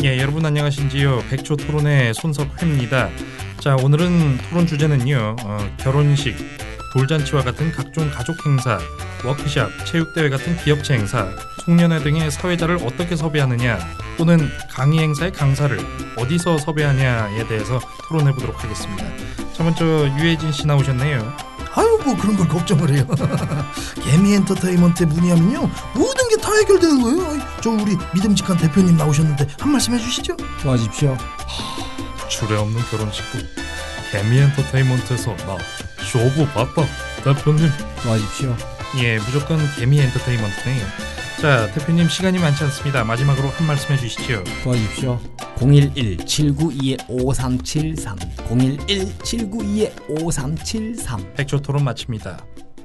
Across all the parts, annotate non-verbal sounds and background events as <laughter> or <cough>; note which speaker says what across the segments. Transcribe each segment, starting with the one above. Speaker 1: 네, 여러분 안녕하신지요. 백초 토론의 손석회입니다. 자, 오늘은 토론 주제는요. 어, 결혼식, 돌잔치와 같은 각종 가족 행사, 워크샵, 체육대회 같은 기업체 행사, 송년회 등의 사회자를 어떻게 섭외하느냐, 또는 강의 행사의 강사를 어디서 섭외하냐에 대해서 토론해 보도록 하겠습니다. 자, 먼저 유해진 씨 나오셨네요.
Speaker 2: 아유 뭐 그런 걸 걱정을 해요 <laughs> 개미 엔터테인먼트에 문의하면요 모든 게 다 해결되는 거예요 아이, 저 우리 믿음직한 대표님 나오셨는데 한 말씀 해주시죠
Speaker 3: 도와주십시오.
Speaker 1: 주례 없는 결혼식도 개미 엔터테인먼트에서 나 쇼부 봤다. 대표님
Speaker 3: 도와주십시오.
Speaker 1: 예, 무조건 개미 엔터테인먼트네요. 자, 대표님 시간이 많지 않습니다. 마지막으로 한 말씀 해주시죠.
Speaker 3: 도와주십시오. 011-792-5373 011-792-5373
Speaker 1: 백조 토론 마칩니다.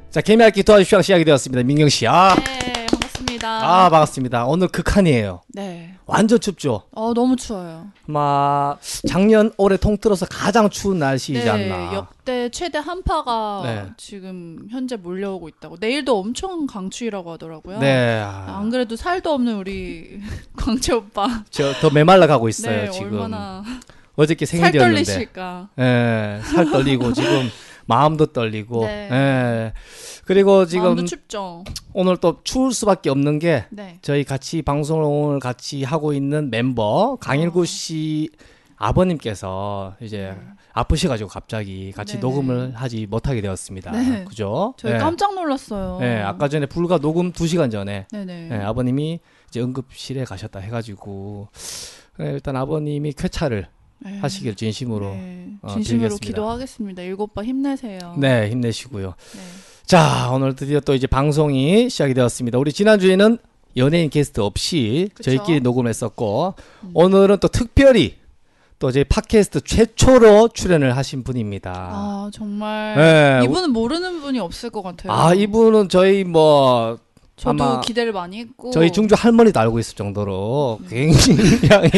Speaker 3: 자, 개미핥기 도와주십시오. 시작이 되었습니다. 민경 씨. 아,
Speaker 4: 네, 반갑습니다.
Speaker 3: 아 반갑습니다. 오늘 극한이에요.
Speaker 4: 네.
Speaker 3: 완전 춥죠?
Speaker 4: 어, 너무 추워요.
Speaker 3: 아마 작년 올해 통틀어서 가장 추운 날씨이지
Speaker 4: 네,
Speaker 3: 않나.
Speaker 4: 역대 최대 한파가
Speaker 3: 네.
Speaker 4: 지금 현재 몰려오고 있다고. 내일도 엄청 강추위라고 하더라고요. 아,
Speaker 3: 네.
Speaker 4: 안 그래도 살도 없는 우리 <laughs> 광채 오빠.
Speaker 3: 저 더 메말라 가고 있어요,
Speaker 4: 네,
Speaker 3: 지금.
Speaker 4: 얼마나
Speaker 3: 어저께
Speaker 4: 살
Speaker 3: 생일이었는데.
Speaker 4: 떨리실까.
Speaker 3: 예, 살
Speaker 4: <laughs>
Speaker 3: 떨리고 지금 마음도 떨리고.
Speaker 4: 네.
Speaker 3: 예. 그리고 지금
Speaker 4: 마음도 춥죠.
Speaker 3: 오늘 또 추울 수밖에 없는 게
Speaker 4: 네.
Speaker 3: 저희 같이 방송을 같이 하고 있는 멤버
Speaker 4: 아.
Speaker 3: 강일구 씨 아버님께서 이제 아프셔가지고 갑자기 같이
Speaker 4: 네. 네네.
Speaker 3: 녹음을 하지 못하게 되었습니다.
Speaker 4: 네.
Speaker 3: 그죠?
Speaker 4: 저희
Speaker 3: 예.
Speaker 4: 깜짝 놀랐어요.
Speaker 3: 예, 아까 전에 불과 녹음 2 시간 전에
Speaker 4: 네네.
Speaker 3: 예, 아버님이 이제 응급실에 가셨다 해가지고 예, 일단 아버님이 쾌차를
Speaker 4: 네.
Speaker 3: 하시길 진심으로 네,
Speaker 4: 네.
Speaker 3: 어,
Speaker 4: 진심으로
Speaker 3: 빌겠습니다.
Speaker 4: 기도하겠습니다. 일곱빠 힘내세요.
Speaker 3: 네, 힘내시고요.
Speaker 4: 네.
Speaker 3: 자, 오늘 드디어 또 이제 방송이 시작이 되었습니다. 우리 지난주에는 연예인 게스트 없이
Speaker 4: 그쵸.
Speaker 3: 저희끼리 녹음했었고, 오늘은 또 특별히 또 저희 팟캐스트 최초로 출연을 하신 분입니다.
Speaker 4: 아, 정말
Speaker 3: 예, 우-
Speaker 4: 이분은 모르는 분이 없을 것 같아요.
Speaker 3: 아, 이분은 저희 뭐,
Speaker 4: 저도
Speaker 3: 아마
Speaker 4: 기대를 많이 했고
Speaker 3: 저희 중주 할머니도 알고 있을 정도로
Speaker 4: 음.
Speaker 3: <laughs> 굉장히,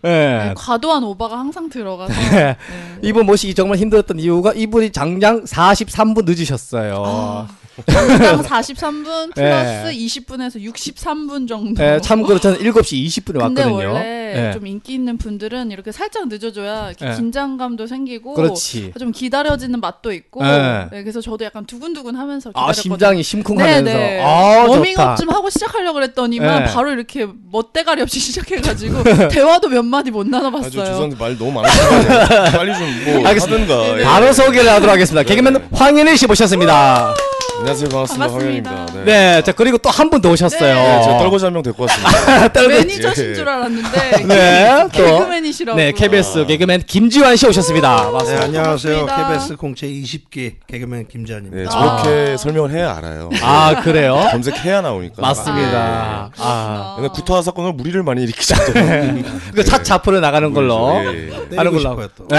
Speaker 4: 네,
Speaker 3: 예.
Speaker 4: 과도한 오바가 항상 들어가서
Speaker 3: 네.
Speaker 4: 네.
Speaker 3: <laughs> 이분 모시기 정말 힘들었던 이유가 이분이 장장 43분 늦으셨어요.
Speaker 4: 아, 당장 43분 플러스
Speaker 3: 네.
Speaker 4: 20분에서 63분 정도.
Speaker 3: 예, 참고로 저는 7시 20분에
Speaker 4: 근데
Speaker 3: 왔거든요.
Speaker 4: 원래
Speaker 3: 예.
Speaker 4: 좀 인기 있는 분들은 이렇게 살짝 늦어줘야 이렇게
Speaker 3: 예.
Speaker 4: 긴장감도 생기고
Speaker 3: 그렇지.
Speaker 4: 좀 기다려지는 맛도 있고
Speaker 3: 예.
Speaker 4: 네, 그래서 저도 약간 두근두근하면서
Speaker 3: 아
Speaker 4: 기다렸거든요.
Speaker 3: 심장이 심쿵하면서
Speaker 4: 네네.
Speaker 3: 아 좋다.
Speaker 4: 워밍업 좀 하고 시작하려고 그랬더니만
Speaker 3: 네.
Speaker 4: 바로 이렇게 멋대가리 없이 <laughs> 시작해가지고
Speaker 3: <laughs>
Speaker 4: 대화도 몇 마디 못 나눠봤어요.
Speaker 5: 아주 죄송한데 말 너무 많았어요. <laughs> 빨리 좀뭐
Speaker 3: 알겠습니다. 네.
Speaker 5: 하든가. 예.
Speaker 3: 바로 소개를 하도록 하겠습니다. 개그맨 황인일 씨 모셨습니다.
Speaker 5: 안녕하세요 반갑습니다
Speaker 4: 반갑습니다.
Speaker 5: 황현입니다.
Speaker 3: 네, 자 그리고 또 한 분 더 오셨어요. 아,
Speaker 5: 네, 제가 떨고 한명 데리고 왔습니다.
Speaker 3: <laughs>
Speaker 4: 매니저신 줄 알았는데
Speaker 3: 네, 또.
Speaker 4: 개그맨이시라고.
Speaker 3: 네, KBS 개그맨 김지환 씨 오셨습니다.
Speaker 2: 네,
Speaker 3: 맞습니다.
Speaker 2: 안녕하세요
Speaker 4: 반갑습니다.
Speaker 2: KBS 공채 20기 개그맨 김재환입니다
Speaker 5: 네, 저렇게 설명을 해야 네. 알아요.
Speaker 3: 아 그래요?
Speaker 5: 검색해야 나오니까.
Speaker 3: 맞습니다. 아,
Speaker 5: 옛날 구타 사건으로 무리를 많이 일으키셨잖아요.
Speaker 3: 그 차차 앞으로 나가는 걸로.
Speaker 5: 예, 예.
Speaker 3: 하는
Speaker 2: 때리고
Speaker 3: 걸로
Speaker 2: 싶어요
Speaker 3: 하고.
Speaker 2: 또
Speaker 3: 네.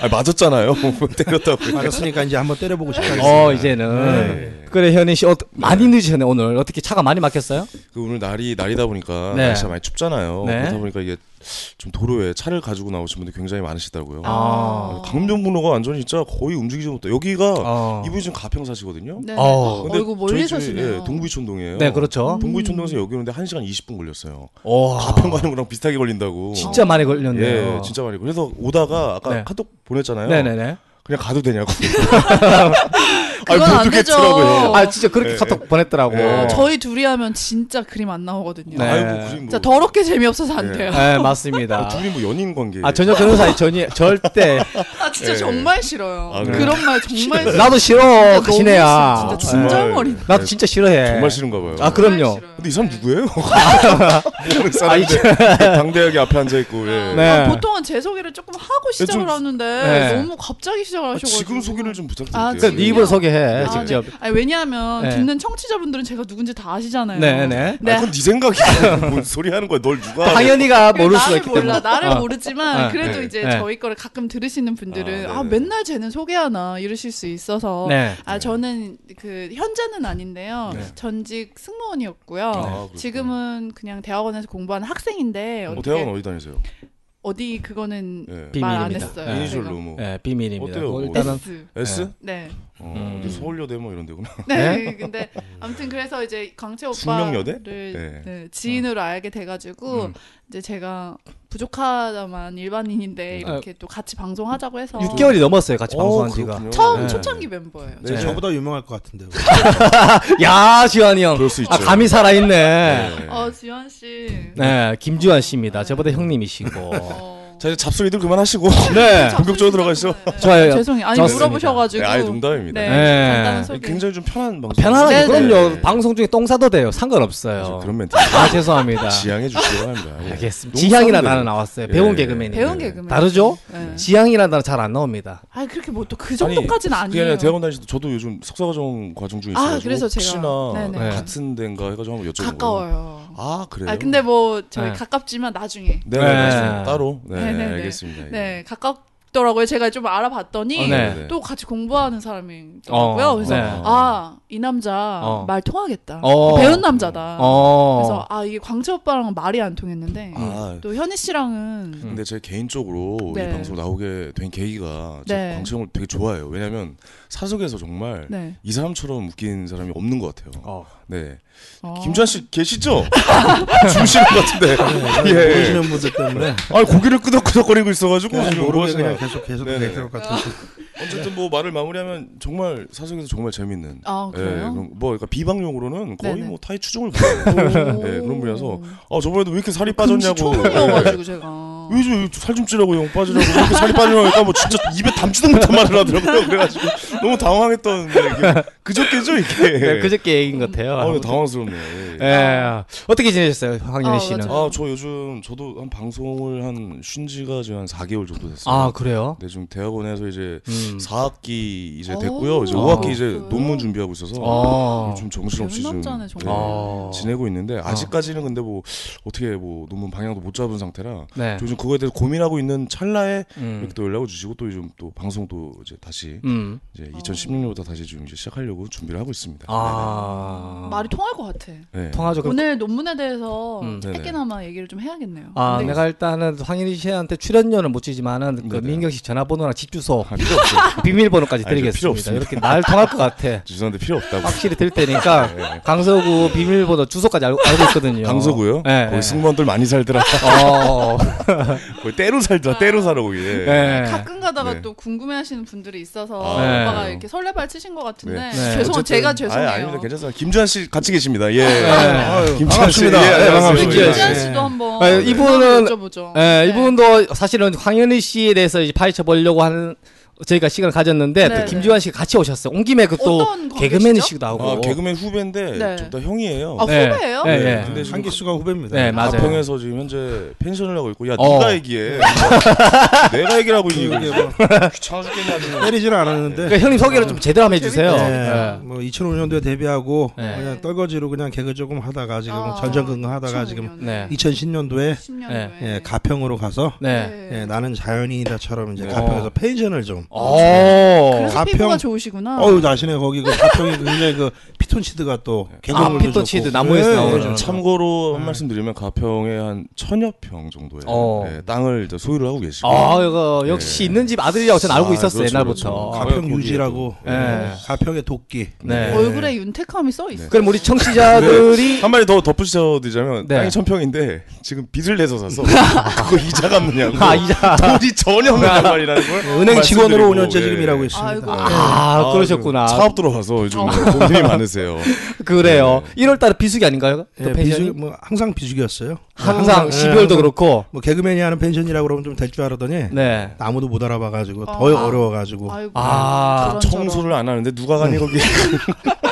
Speaker 5: 아, 맞았잖아요. <laughs> 때렸다고.
Speaker 2: 알았으니까 이제 한번 때려보고 싶다
Speaker 3: 어 이제는 그래 현희 씨 어, 많이 늦으셨네 오늘 어떻게 차가 많이 막혔어요?
Speaker 5: 그 오늘 날이 날이다 보니까
Speaker 3: 네.
Speaker 5: 날씨가 많이 춥잖아요.
Speaker 3: 네.
Speaker 5: 그러다 보니까 이게 좀 도로에 차를 가지고 나오신 분들 굉장히 많으시더라고요.
Speaker 3: 아.
Speaker 5: 강변북로가 완전 진짜 거의 움직이지 못해. 여기가
Speaker 3: 어.
Speaker 5: 이분이 지금 가평 사시거든요.
Speaker 4: 네.
Speaker 3: 어.
Speaker 4: 어, 이거 멀리
Speaker 5: 저희 집이,
Speaker 4: 사시네요. 음.
Speaker 5: 예, 동부이촌동이에요.
Speaker 3: 네 그렇죠.
Speaker 5: 동부이촌동에서 여기 오는데 1시간 20분 걸렸어요.
Speaker 3: 오,
Speaker 5: 가평 가는 거랑 비슷하게 걸린다고.
Speaker 3: 진짜 많이 걸렸네요.
Speaker 5: 예, 진짜 많이. 그래서 오다가 아까
Speaker 3: 네.
Speaker 5: 카톡 보냈잖아요.
Speaker 3: 네네네.
Speaker 5: 그냥
Speaker 3: <laughs>
Speaker 5: 가도 되냐고.
Speaker 4: 그건
Speaker 5: 못
Speaker 4: 안 되죠.
Speaker 5: 듣겠더라고요.
Speaker 3: 아 진짜 그렇게
Speaker 5: 예,
Speaker 3: 카톡 보냈더라고.
Speaker 5: 예.
Speaker 4: 어, 저희 둘이 하면 진짜 그림 안 나오거든요.
Speaker 3: 네.
Speaker 5: 아이고, 굳이 뭐.
Speaker 4: 진짜 더럽게 재미없어서 안
Speaker 5: 예.
Speaker 4: 돼요.
Speaker 3: 네 맞습니다.
Speaker 5: 어, 둘이 뭐 연인 관계.
Speaker 3: 아 전혀 그런 사이 전혀 절대
Speaker 4: 아 진짜
Speaker 5: 예.
Speaker 4: 정말 싫어요.
Speaker 5: 아, 그래요?
Speaker 4: 그런 말 정말 싫어.
Speaker 3: 나도 싫어
Speaker 4: 너무
Speaker 3: 가시네야.
Speaker 4: 싫어. 진짜 진절머리.
Speaker 3: 나도 진짜 싫어해.
Speaker 5: 정말 싫은가 봐요.
Speaker 3: 아 그럼요.
Speaker 5: 근데 이
Speaker 3: <laughs>
Speaker 5: 사람 누구예요? 모르는
Speaker 3: 아, 이게-
Speaker 5: 사람인데 그 당대하게 앞에 앉아 있고. 예.
Speaker 3: 네.
Speaker 4: 아, 보통은 제 소개를 조금 하고 시작을
Speaker 5: 좀-
Speaker 4: 하는데
Speaker 3: 네.
Speaker 4: 너무 갑자기 시작을
Speaker 5: 아,
Speaker 4: 하셔가지고
Speaker 5: 지금 소개를 좀 부탁드릴게요.
Speaker 4: 아,
Speaker 3: 그러니까 네 입으로 소개해
Speaker 5: 아,
Speaker 3: 직접.
Speaker 4: 아니 왜냐하면
Speaker 3: 네.
Speaker 4: 듣는 청취자분들은 제가 누군지 다 아시잖아요.
Speaker 3: 네네.
Speaker 5: 아, 그건 네 생각이야. 뭔 소리 하는 거야? 널 누가? 알아?
Speaker 3: 당연히가
Speaker 4: 그리고
Speaker 3: 모를 수가
Speaker 4: 나를
Speaker 3: 있기
Speaker 4: 몰라
Speaker 3: 때문에.
Speaker 4: 나를
Speaker 3: 어.
Speaker 4: 모르지만
Speaker 3: 네.
Speaker 4: 그래도
Speaker 5: 네.
Speaker 4: 이제
Speaker 3: 네.
Speaker 4: 저희 거를 가끔 들으시는 분들은
Speaker 5: 아,
Speaker 4: 아,
Speaker 5: 네네.
Speaker 4: 맨날 쟤는 소개하나 이러실 수 있어서
Speaker 3: 네.
Speaker 4: 아 저는 그 현재는 아닌데요 전직 승무원이었고요
Speaker 5: 그렇구나.
Speaker 4: 지금은 그냥 대학원에서 공부하는 학생인데
Speaker 5: 어,
Speaker 4: 어떻게
Speaker 5: 대학원 어디 다니세요?
Speaker 4: 어디 그거는
Speaker 5: 예.
Speaker 3: 비-
Speaker 4: 말 안
Speaker 3: 비밀입니다.
Speaker 4: 했어요
Speaker 3: 네.
Speaker 5: 미니졸로 뭐.
Speaker 3: 예 비밀입니다.
Speaker 5: 어때요?
Speaker 3: 뭐
Speaker 5: 뭐
Speaker 3: 일단은
Speaker 4: S
Speaker 5: S?
Speaker 4: 네
Speaker 5: 어, 어,
Speaker 3: 음.
Speaker 5: 어디 서울여대 뭐 이런 데구나.
Speaker 4: 네, 근데 아무튼 그래서 이제 광채
Speaker 5: 숙명여대?
Speaker 4: 오빠를
Speaker 5: 네. 어.
Speaker 4: 네. 지인으로 알게 돼가지고
Speaker 5: 음.
Speaker 4: 이제 제가 부족하다만
Speaker 5: 음.
Speaker 4: 일반인인데 이렇게 또 같이 방송하자고 해서
Speaker 3: 6개월이 넘었어요 같이
Speaker 5: 어,
Speaker 3: 방송한 지가.
Speaker 5: 그렇군요.
Speaker 4: 처음
Speaker 5: 네.
Speaker 4: 초창기 멤버예요.
Speaker 5: 네.
Speaker 6: 저보다 유명할 것 같은데.
Speaker 3: 야 지환이 형.
Speaker 5: 그럴 수 있죠.
Speaker 3: 아 감이 살아있네.
Speaker 5: 그렇죠. 네.
Speaker 4: 어 지원 씨.
Speaker 3: 네 김지환 씨입니다. 저보다
Speaker 4: <laughs>
Speaker 3: 형님이시고.
Speaker 4: 어.
Speaker 5: 자 이제 잡소리들 그만하시고
Speaker 3: 네.
Speaker 4: 그렇죠.
Speaker 5: 본격적으로 들어가시죠.
Speaker 4: 네.
Speaker 3: 좋아요.
Speaker 4: 죄송해요. 아니
Speaker 3: 좋습니다.
Speaker 4: 물어보셔가지고.
Speaker 5: 네, 아예 농담입니다.
Speaker 4: 네.
Speaker 3: 네.
Speaker 4: 간단한 소개.
Speaker 5: 굉장히 좀 편한 방송.
Speaker 3: 편안하게
Speaker 4: 네,
Speaker 3: 그럼요.
Speaker 5: 네.
Speaker 3: 방송 중에 똥 싸도 돼요. 상관없어요.
Speaker 5: 아주 그런 멘트
Speaker 3: 아 죄송합니다.
Speaker 5: 지향해 주시기 바랍니다. 예.
Speaker 3: 알겠습니다.
Speaker 5: 너무
Speaker 3: 지향이라
Speaker 5: 싸운데요.
Speaker 3: 나는 나왔어요.
Speaker 5: 예.
Speaker 3: 배운 개그맨이.
Speaker 4: 배운 개그맨.
Speaker 3: 다르죠?
Speaker 4: 네.
Speaker 3: 지향이라 나는 잘 안 나옵니다.
Speaker 4: 아 그렇게 뭐 또 그 정도까지는
Speaker 5: 그게
Speaker 4: 아니에요.
Speaker 5: 아니라 대학원 다닐 때 저도 요즘 석사과정 과정 중에
Speaker 4: 아,
Speaker 5: 있어서
Speaker 4: 그래서 제가-
Speaker 5: 혹시나
Speaker 4: 네네.
Speaker 5: 같은 데인가 해가지고 한번 여쭤보고
Speaker 4: 가까워요.
Speaker 5: 아 그래요?
Speaker 4: 아 근데 뭐 저희
Speaker 3: 네.
Speaker 4: 가깝지만 나중에.
Speaker 5: 네,
Speaker 3: 네.
Speaker 5: 알겠습니다. 따로 네,
Speaker 4: 네네네.
Speaker 5: 알겠습니다. 예.
Speaker 4: 네 가깝더라고요. 제가 좀 알아봤더니
Speaker 3: 어, 네.
Speaker 4: 또 같이 공부하는 사람이더라고요.
Speaker 3: 어,
Speaker 4: 그래서
Speaker 3: 네.
Speaker 4: 아 이 남자
Speaker 3: 어.
Speaker 4: 말 통하겠다.
Speaker 3: 어.
Speaker 4: 배운 남자다.
Speaker 3: 어.
Speaker 4: 그래서 아 이게 광채 오빠랑은 말이 안 통했는데
Speaker 5: 아 음.
Speaker 4: 또 현희 씨랑은
Speaker 5: 근데 제 개인적으로
Speaker 4: 음. 네.
Speaker 5: 이 방송 나오게 된 계기가
Speaker 4: 네.
Speaker 5: 제가 광채형을 되게 좋아해요. 왜냐면 사석에서 정말
Speaker 4: 네.
Speaker 5: 이 사람처럼 웃긴 사람이 없는 것 같아요.
Speaker 3: 어.
Speaker 5: 네,
Speaker 4: 어.
Speaker 5: 김주환 씨 계시죠? <laughs> 주무시는 것 같은데.
Speaker 6: 네,
Speaker 5: 예.
Speaker 6: 보시는 분들 때문에
Speaker 5: 아 고개를 끄덕끄덕거리고 있어가지고
Speaker 6: 그냥
Speaker 5: 지금
Speaker 6: 모르게
Speaker 5: 뭐하시나.
Speaker 6: 그냥 계속 계속
Speaker 5: 네. 네네.
Speaker 6: 얘기할 것 같아서
Speaker 5: 어쨌든 뭐 말을 마무리하면 정말 사석에서 정말 재밌는.
Speaker 4: 아
Speaker 5: 예,
Speaker 4: 그래요?
Speaker 5: 그럼 뭐 그러니까 비방용으로는 거의
Speaker 4: 네네.
Speaker 5: 뭐 타의 추종을 받아요.
Speaker 4: 오.
Speaker 5: 예, 그런 분이라서 아 저번에도 왜 이렇게 살이 빠졌냐고. 예,
Speaker 4: 금시초문이어가지고 제가
Speaker 5: 왜저살좀 찌라고 형 빠지라고 왜 이렇게 살이 빠지라니까 뭐 진짜 입에 담지도 못한 말을 하더라고요. 그래가지고 너무 당황했던 이게 그저께죠 이게.
Speaker 3: 네, 그저께 얘기인 것 같아요.
Speaker 5: 예. 아, 네, 당황스럽네요. 예.
Speaker 3: 예. 어떻게 지내셨어요, 황윤희
Speaker 4: 아,
Speaker 3: 씨는?
Speaker 4: 맞아요.
Speaker 5: 아, 저 요즘 저도 한 방송을 한 쉰지가 지금 한 4개월 정도 됐어요.
Speaker 3: 아, 그래요?
Speaker 5: 근데 지금 대학원에서 이제
Speaker 3: 음.
Speaker 5: 4학기 이제
Speaker 4: 오,
Speaker 5: 됐고요. 이제
Speaker 4: 아.
Speaker 5: 5학기 이제
Speaker 4: 그래요?
Speaker 5: 논문 준비하고 있어서
Speaker 3: 어.
Speaker 5: 좀 정신없이 좀
Speaker 4: 배운 남자네, 정말.
Speaker 5: 아, 네,
Speaker 3: 아.
Speaker 5: 지내고 있는데 아직까지는 근데 뭐 어떻게 뭐 논문 방향도 못 잡은 상태라
Speaker 3: 네.
Speaker 5: 요즘 그거에 대해서 고민하고 있는 찰나에
Speaker 3: 음.
Speaker 5: 이렇게 또 연락을 주시고 또 요즘 또 방송도 이제 다시
Speaker 3: 음.
Speaker 5: 이제 2016년부터 다시 좀 이제 시작하려고 준비를 하고 있습니다.
Speaker 3: 아.
Speaker 4: 말이 통할 것 같아.
Speaker 5: 네.
Speaker 3: 통하죠. 그럼-
Speaker 4: 오늘 논문에 대해서
Speaker 3: 음,
Speaker 5: 네네.
Speaker 4: 짧게나마 얘기를 좀 해야겠네요.
Speaker 3: 아,
Speaker 4: 근데
Speaker 3: 내가 일단은 황윤희 씨한테 출연료는 못 주지만은 그
Speaker 5: 네네.
Speaker 3: 민경 씨 전화번호랑 집 주소,
Speaker 5: 아, 필요 없어요. <laughs>
Speaker 3: 비밀번호까지
Speaker 5: 아니, 저 필요
Speaker 3: 드리겠습니다.
Speaker 5: 없습니다.
Speaker 3: 이렇게 날 통할 것 같아.
Speaker 5: 죄송한데 필요 없다고.
Speaker 3: 확실히 들
Speaker 5: <laughs>
Speaker 3: 테니까 강서구 비밀번호 주소까지 알고, 알고 있거든요.
Speaker 5: 네. 강서구요?
Speaker 3: 네.
Speaker 5: 거기 승무원들 많이 살더라. <laughs>
Speaker 3: 어.
Speaker 5: 거기 때로 살더라. 때로 살아 거기. 예.
Speaker 3: 네.
Speaker 4: 가끔 가다가
Speaker 5: 네.
Speaker 4: 또 궁금해하시는 분들이 있어서
Speaker 5: 아,
Speaker 4: 오빠가
Speaker 5: 네.
Speaker 4: 이렇게 설레발 치신 것 같은데
Speaker 5: 네.
Speaker 3: 네.
Speaker 4: 죄송
Speaker 5: 어쨌든-
Speaker 4: 제가 죄송해요.
Speaker 5: 아니, 아닙니다. 괜찮아요. 김주환 씨 같이 계십니다. 예.
Speaker 3: 아유,
Speaker 5: 김주환 씨.
Speaker 3: 반갑습니다. 네, 반갑습니다.
Speaker 5: 예,
Speaker 4: 김지현
Speaker 5: 안녕하세요.
Speaker 3: 네.
Speaker 4: 씨도 한번
Speaker 3: 아, 이분은-
Speaker 4: 여쭤보죠.
Speaker 3: 예,
Speaker 4: 네.
Speaker 3: 이분도 사실은 황현희 씨에 대해서 이제 파헤쳐 보려고 하는 저희가 시간을 가졌는데
Speaker 4: 네,
Speaker 3: 또 김지환 씨가 같이 오셨어요. 온 김에 그 또
Speaker 4: 어떤 관계시죠?
Speaker 3: 개그맨이시고 나오고.
Speaker 5: 아, 개그맨 후배인데
Speaker 4: 네.
Speaker 5: 저보다 형이에요.
Speaker 4: 아
Speaker 3: 네.
Speaker 4: 후배예요?
Speaker 3: 네, 네.
Speaker 5: 근데 지금
Speaker 6: 한기 씨가 후배입니다.
Speaker 3: 네, 맞아요.
Speaker 5: 가평에서 지금 현재 펜션을 하고 있고 야
Speaker 3: 어. 그 <laughs>
Speaker 5: 네가 얘기해. 내가 얘기를 하고 있니?
Speaker 6: 이게
Speaker 5: 이거.
Speaker 6: 뭐
Speaker 5: 귀찮아 죽겠냐 지금.
Speaker 6: 때리지는 않았는데.
Speaker 3: 그러니까 형님 소개를 좀 제대로 한번 해주세요.
Speaker 6: 네,
Speaker 3: 예.
Speaker 6: 뭐 2005년도에 데뷔하고
Speaker 3: 네.
Speaker 6: 그냥 떨거지로 그냥 개그 조금 하다가 지금
Speaker 4: 아,
Speaker 6: 전전긍긍하다가 지금
Speaker 3: 네.
Speaker 6: 2010년도에
Speaker 4: 10년
Speaker 3: 네.
Speaker 4: 후에
Speaker 6: 예, 가평으로 가서
Speaker 3: 네.
Speaker 6: 예, 나는 자연인이다처럼 이제
Speaker 5: 네.
Speaker 6: 가평에서 펜션을 좀
Speaker 3: 오.
Speaker 4: 그래서 피부가
Speaker 6: 가평-
Speaker 4: 좋으시구나.
Speaker 6: 어우 나시네 거기 그 가평이 굉장히 그 아, 피톤치드가 또 개구물도
Speaker 3: 피톤치드,
Speaker 6: 좋고.
Speaker 3: 나무에서
Speaker 6: 예,
Speaker 3: 나오는.
Speaker 6: 예, 좀
Speaker 5: 네.
Speaker 6: 참.
Speaker 5: 참고로 한 말씀 드리면 가평에 한 천여 평 정도의
Speaker 3: 어.
Speaker 5: 예, 땅을 이제 소유를 하고 계시고
Speaker 3: 아, 이거 역시
Speaker 5: 네.
Speaker 3: 있는 집 아들이라고 저는 알고
Speaker 5: 아,
Speaker 3: 있었어요
Speaker 5: 그렇죠,
Speaker 3: 옛날부터.
Speaker 5: 그렇죠.
Speaker 6: 가평 유지라고
Speaker 5: 예.
Speaker 6: 예, 가평의 도끼
Speaker 3: 네.
Speaker 4: 얼굴에 윤택함이 써 있어.
Speaker 3: 그럼 우리 청취자들이
Speaker 5: 한 마리 더 덧붙여드리자면
Speaker 3: 네.
Speaker 5: 땅이 천평인데 지금 갚아야 돼서 사서 그거 이자 갚느냐고
Speaker 3: 아 이자.
Speaker 5: 돈이 전혀 없는 양반이라는 걸
Speaker 6: 은행 직원으로 5년째 지금
Speaker 5: 말씀드리고,
Speaker 6: 일하고
Speaker 5: 예.
Speaker 6: 있습니다.
Speaker 4: 아이고.
Speaker 3: 아,
Speaker 5: 아,
Speaker 3: 그러셨구나.
Speaker 5: 지금 사업 들어가서 요즘 고민이 많으세요
Speaker 3: 그래요.
Speaker 5: 네.
Speaker 3: 1월달에 비수기 아닌가요? 또
Speaker 6: 예,
Speaker 3: 펜션이?
Speaker 6: 비수, 뭐 항상 비수기였어요.
Speaker 3: 항상
Speaker 6: 예,
Speaker 5: 네.
Speaker 3: 12월도 그렇고.
Speaker 6: 뭐 개그맨이 하는 펜션이라고 그러면 좀 될 줄 알았더니
Speaker 3: 네.
Speaker 6: 아무도 못 알아봐가지고
Speaker 4: 아.
Speaker 6: 더 어려워가지고
Speaker 4: 아이고.
Speaker 3: 아,
Speaker 4: 저런, 저런.
Speaker 5: 청소를 안 하는데 누가 가니 거기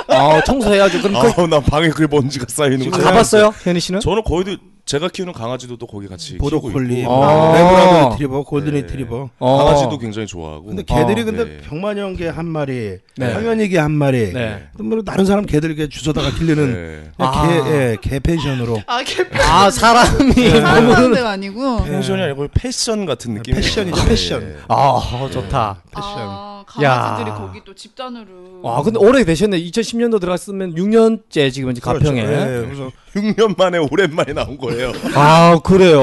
Speaker 3: 아 청소해야죠. 그럼 그
Speaker 5: 아나 방에 그 먼지가 쌓이는
Speaker 3: 아,
Speaker 5: 거
Speaker 3: 가봤어요, 현희 씨는?
Speaker 5: 저는 거의 제가 키우는 강아지도 또 거기 같이 키우고
Speaker 6: 보도콜리,
Speaker 5: 있고
Speaker 3: 어.
Speaker 6: 뭐 레브라도 리트리버, 골든
Speaker 5: 네.
Speaker 6: 리트리버.
Speaker 3: 어.
Speaker 5: 강아지도 굉장히 좋아하고
Speaker 6: 근데 걔들이
Speaker 3: 어,
Speaker 6: 근데
Speaker 5: 네.
Speaker 6: 병만영개 한 마리,
Speaker 3: 네.
Speaker 6: 황현이개 한 마리.
Speaker 3: 네.
Speaker 6: 또 뭐 다른 사람 개들 개 주워다가 길르는
Speaker 5: 네.
Speaker 6: 그냥
Speaker 3: 아.
Speaker 6: 개, 예, 개 펜션으로
Speaker 4: 아 개패.
Speaker 3: 아 사람이
Speaker 5: 네.
Speaker 4: 사는
Speaker 3: 너무
Speaker 4: 데가 아니고.
Speaker 6: 네,
Speaker 5: 펜션이 아니고 예. 패션 같은 느낌
Speaker 6: 패션이죠, 패션.
Speaker 3: 아 좋다.
Speaker 6: 패션.
Speaker 4: 아, 있잖아요. 강아지들이
Speaker 3: 야.
Speaker 4: 거기 또 집단으로.
Speaker 3: 아 근데 오래 되셨네. 2010년도 들어갔으면 6년째 지금 이제 가평에.
Speaker 5: 예, 그래서 6년 만에 오랜만에 나온 거예요.
Speaker 3: 아 그래요.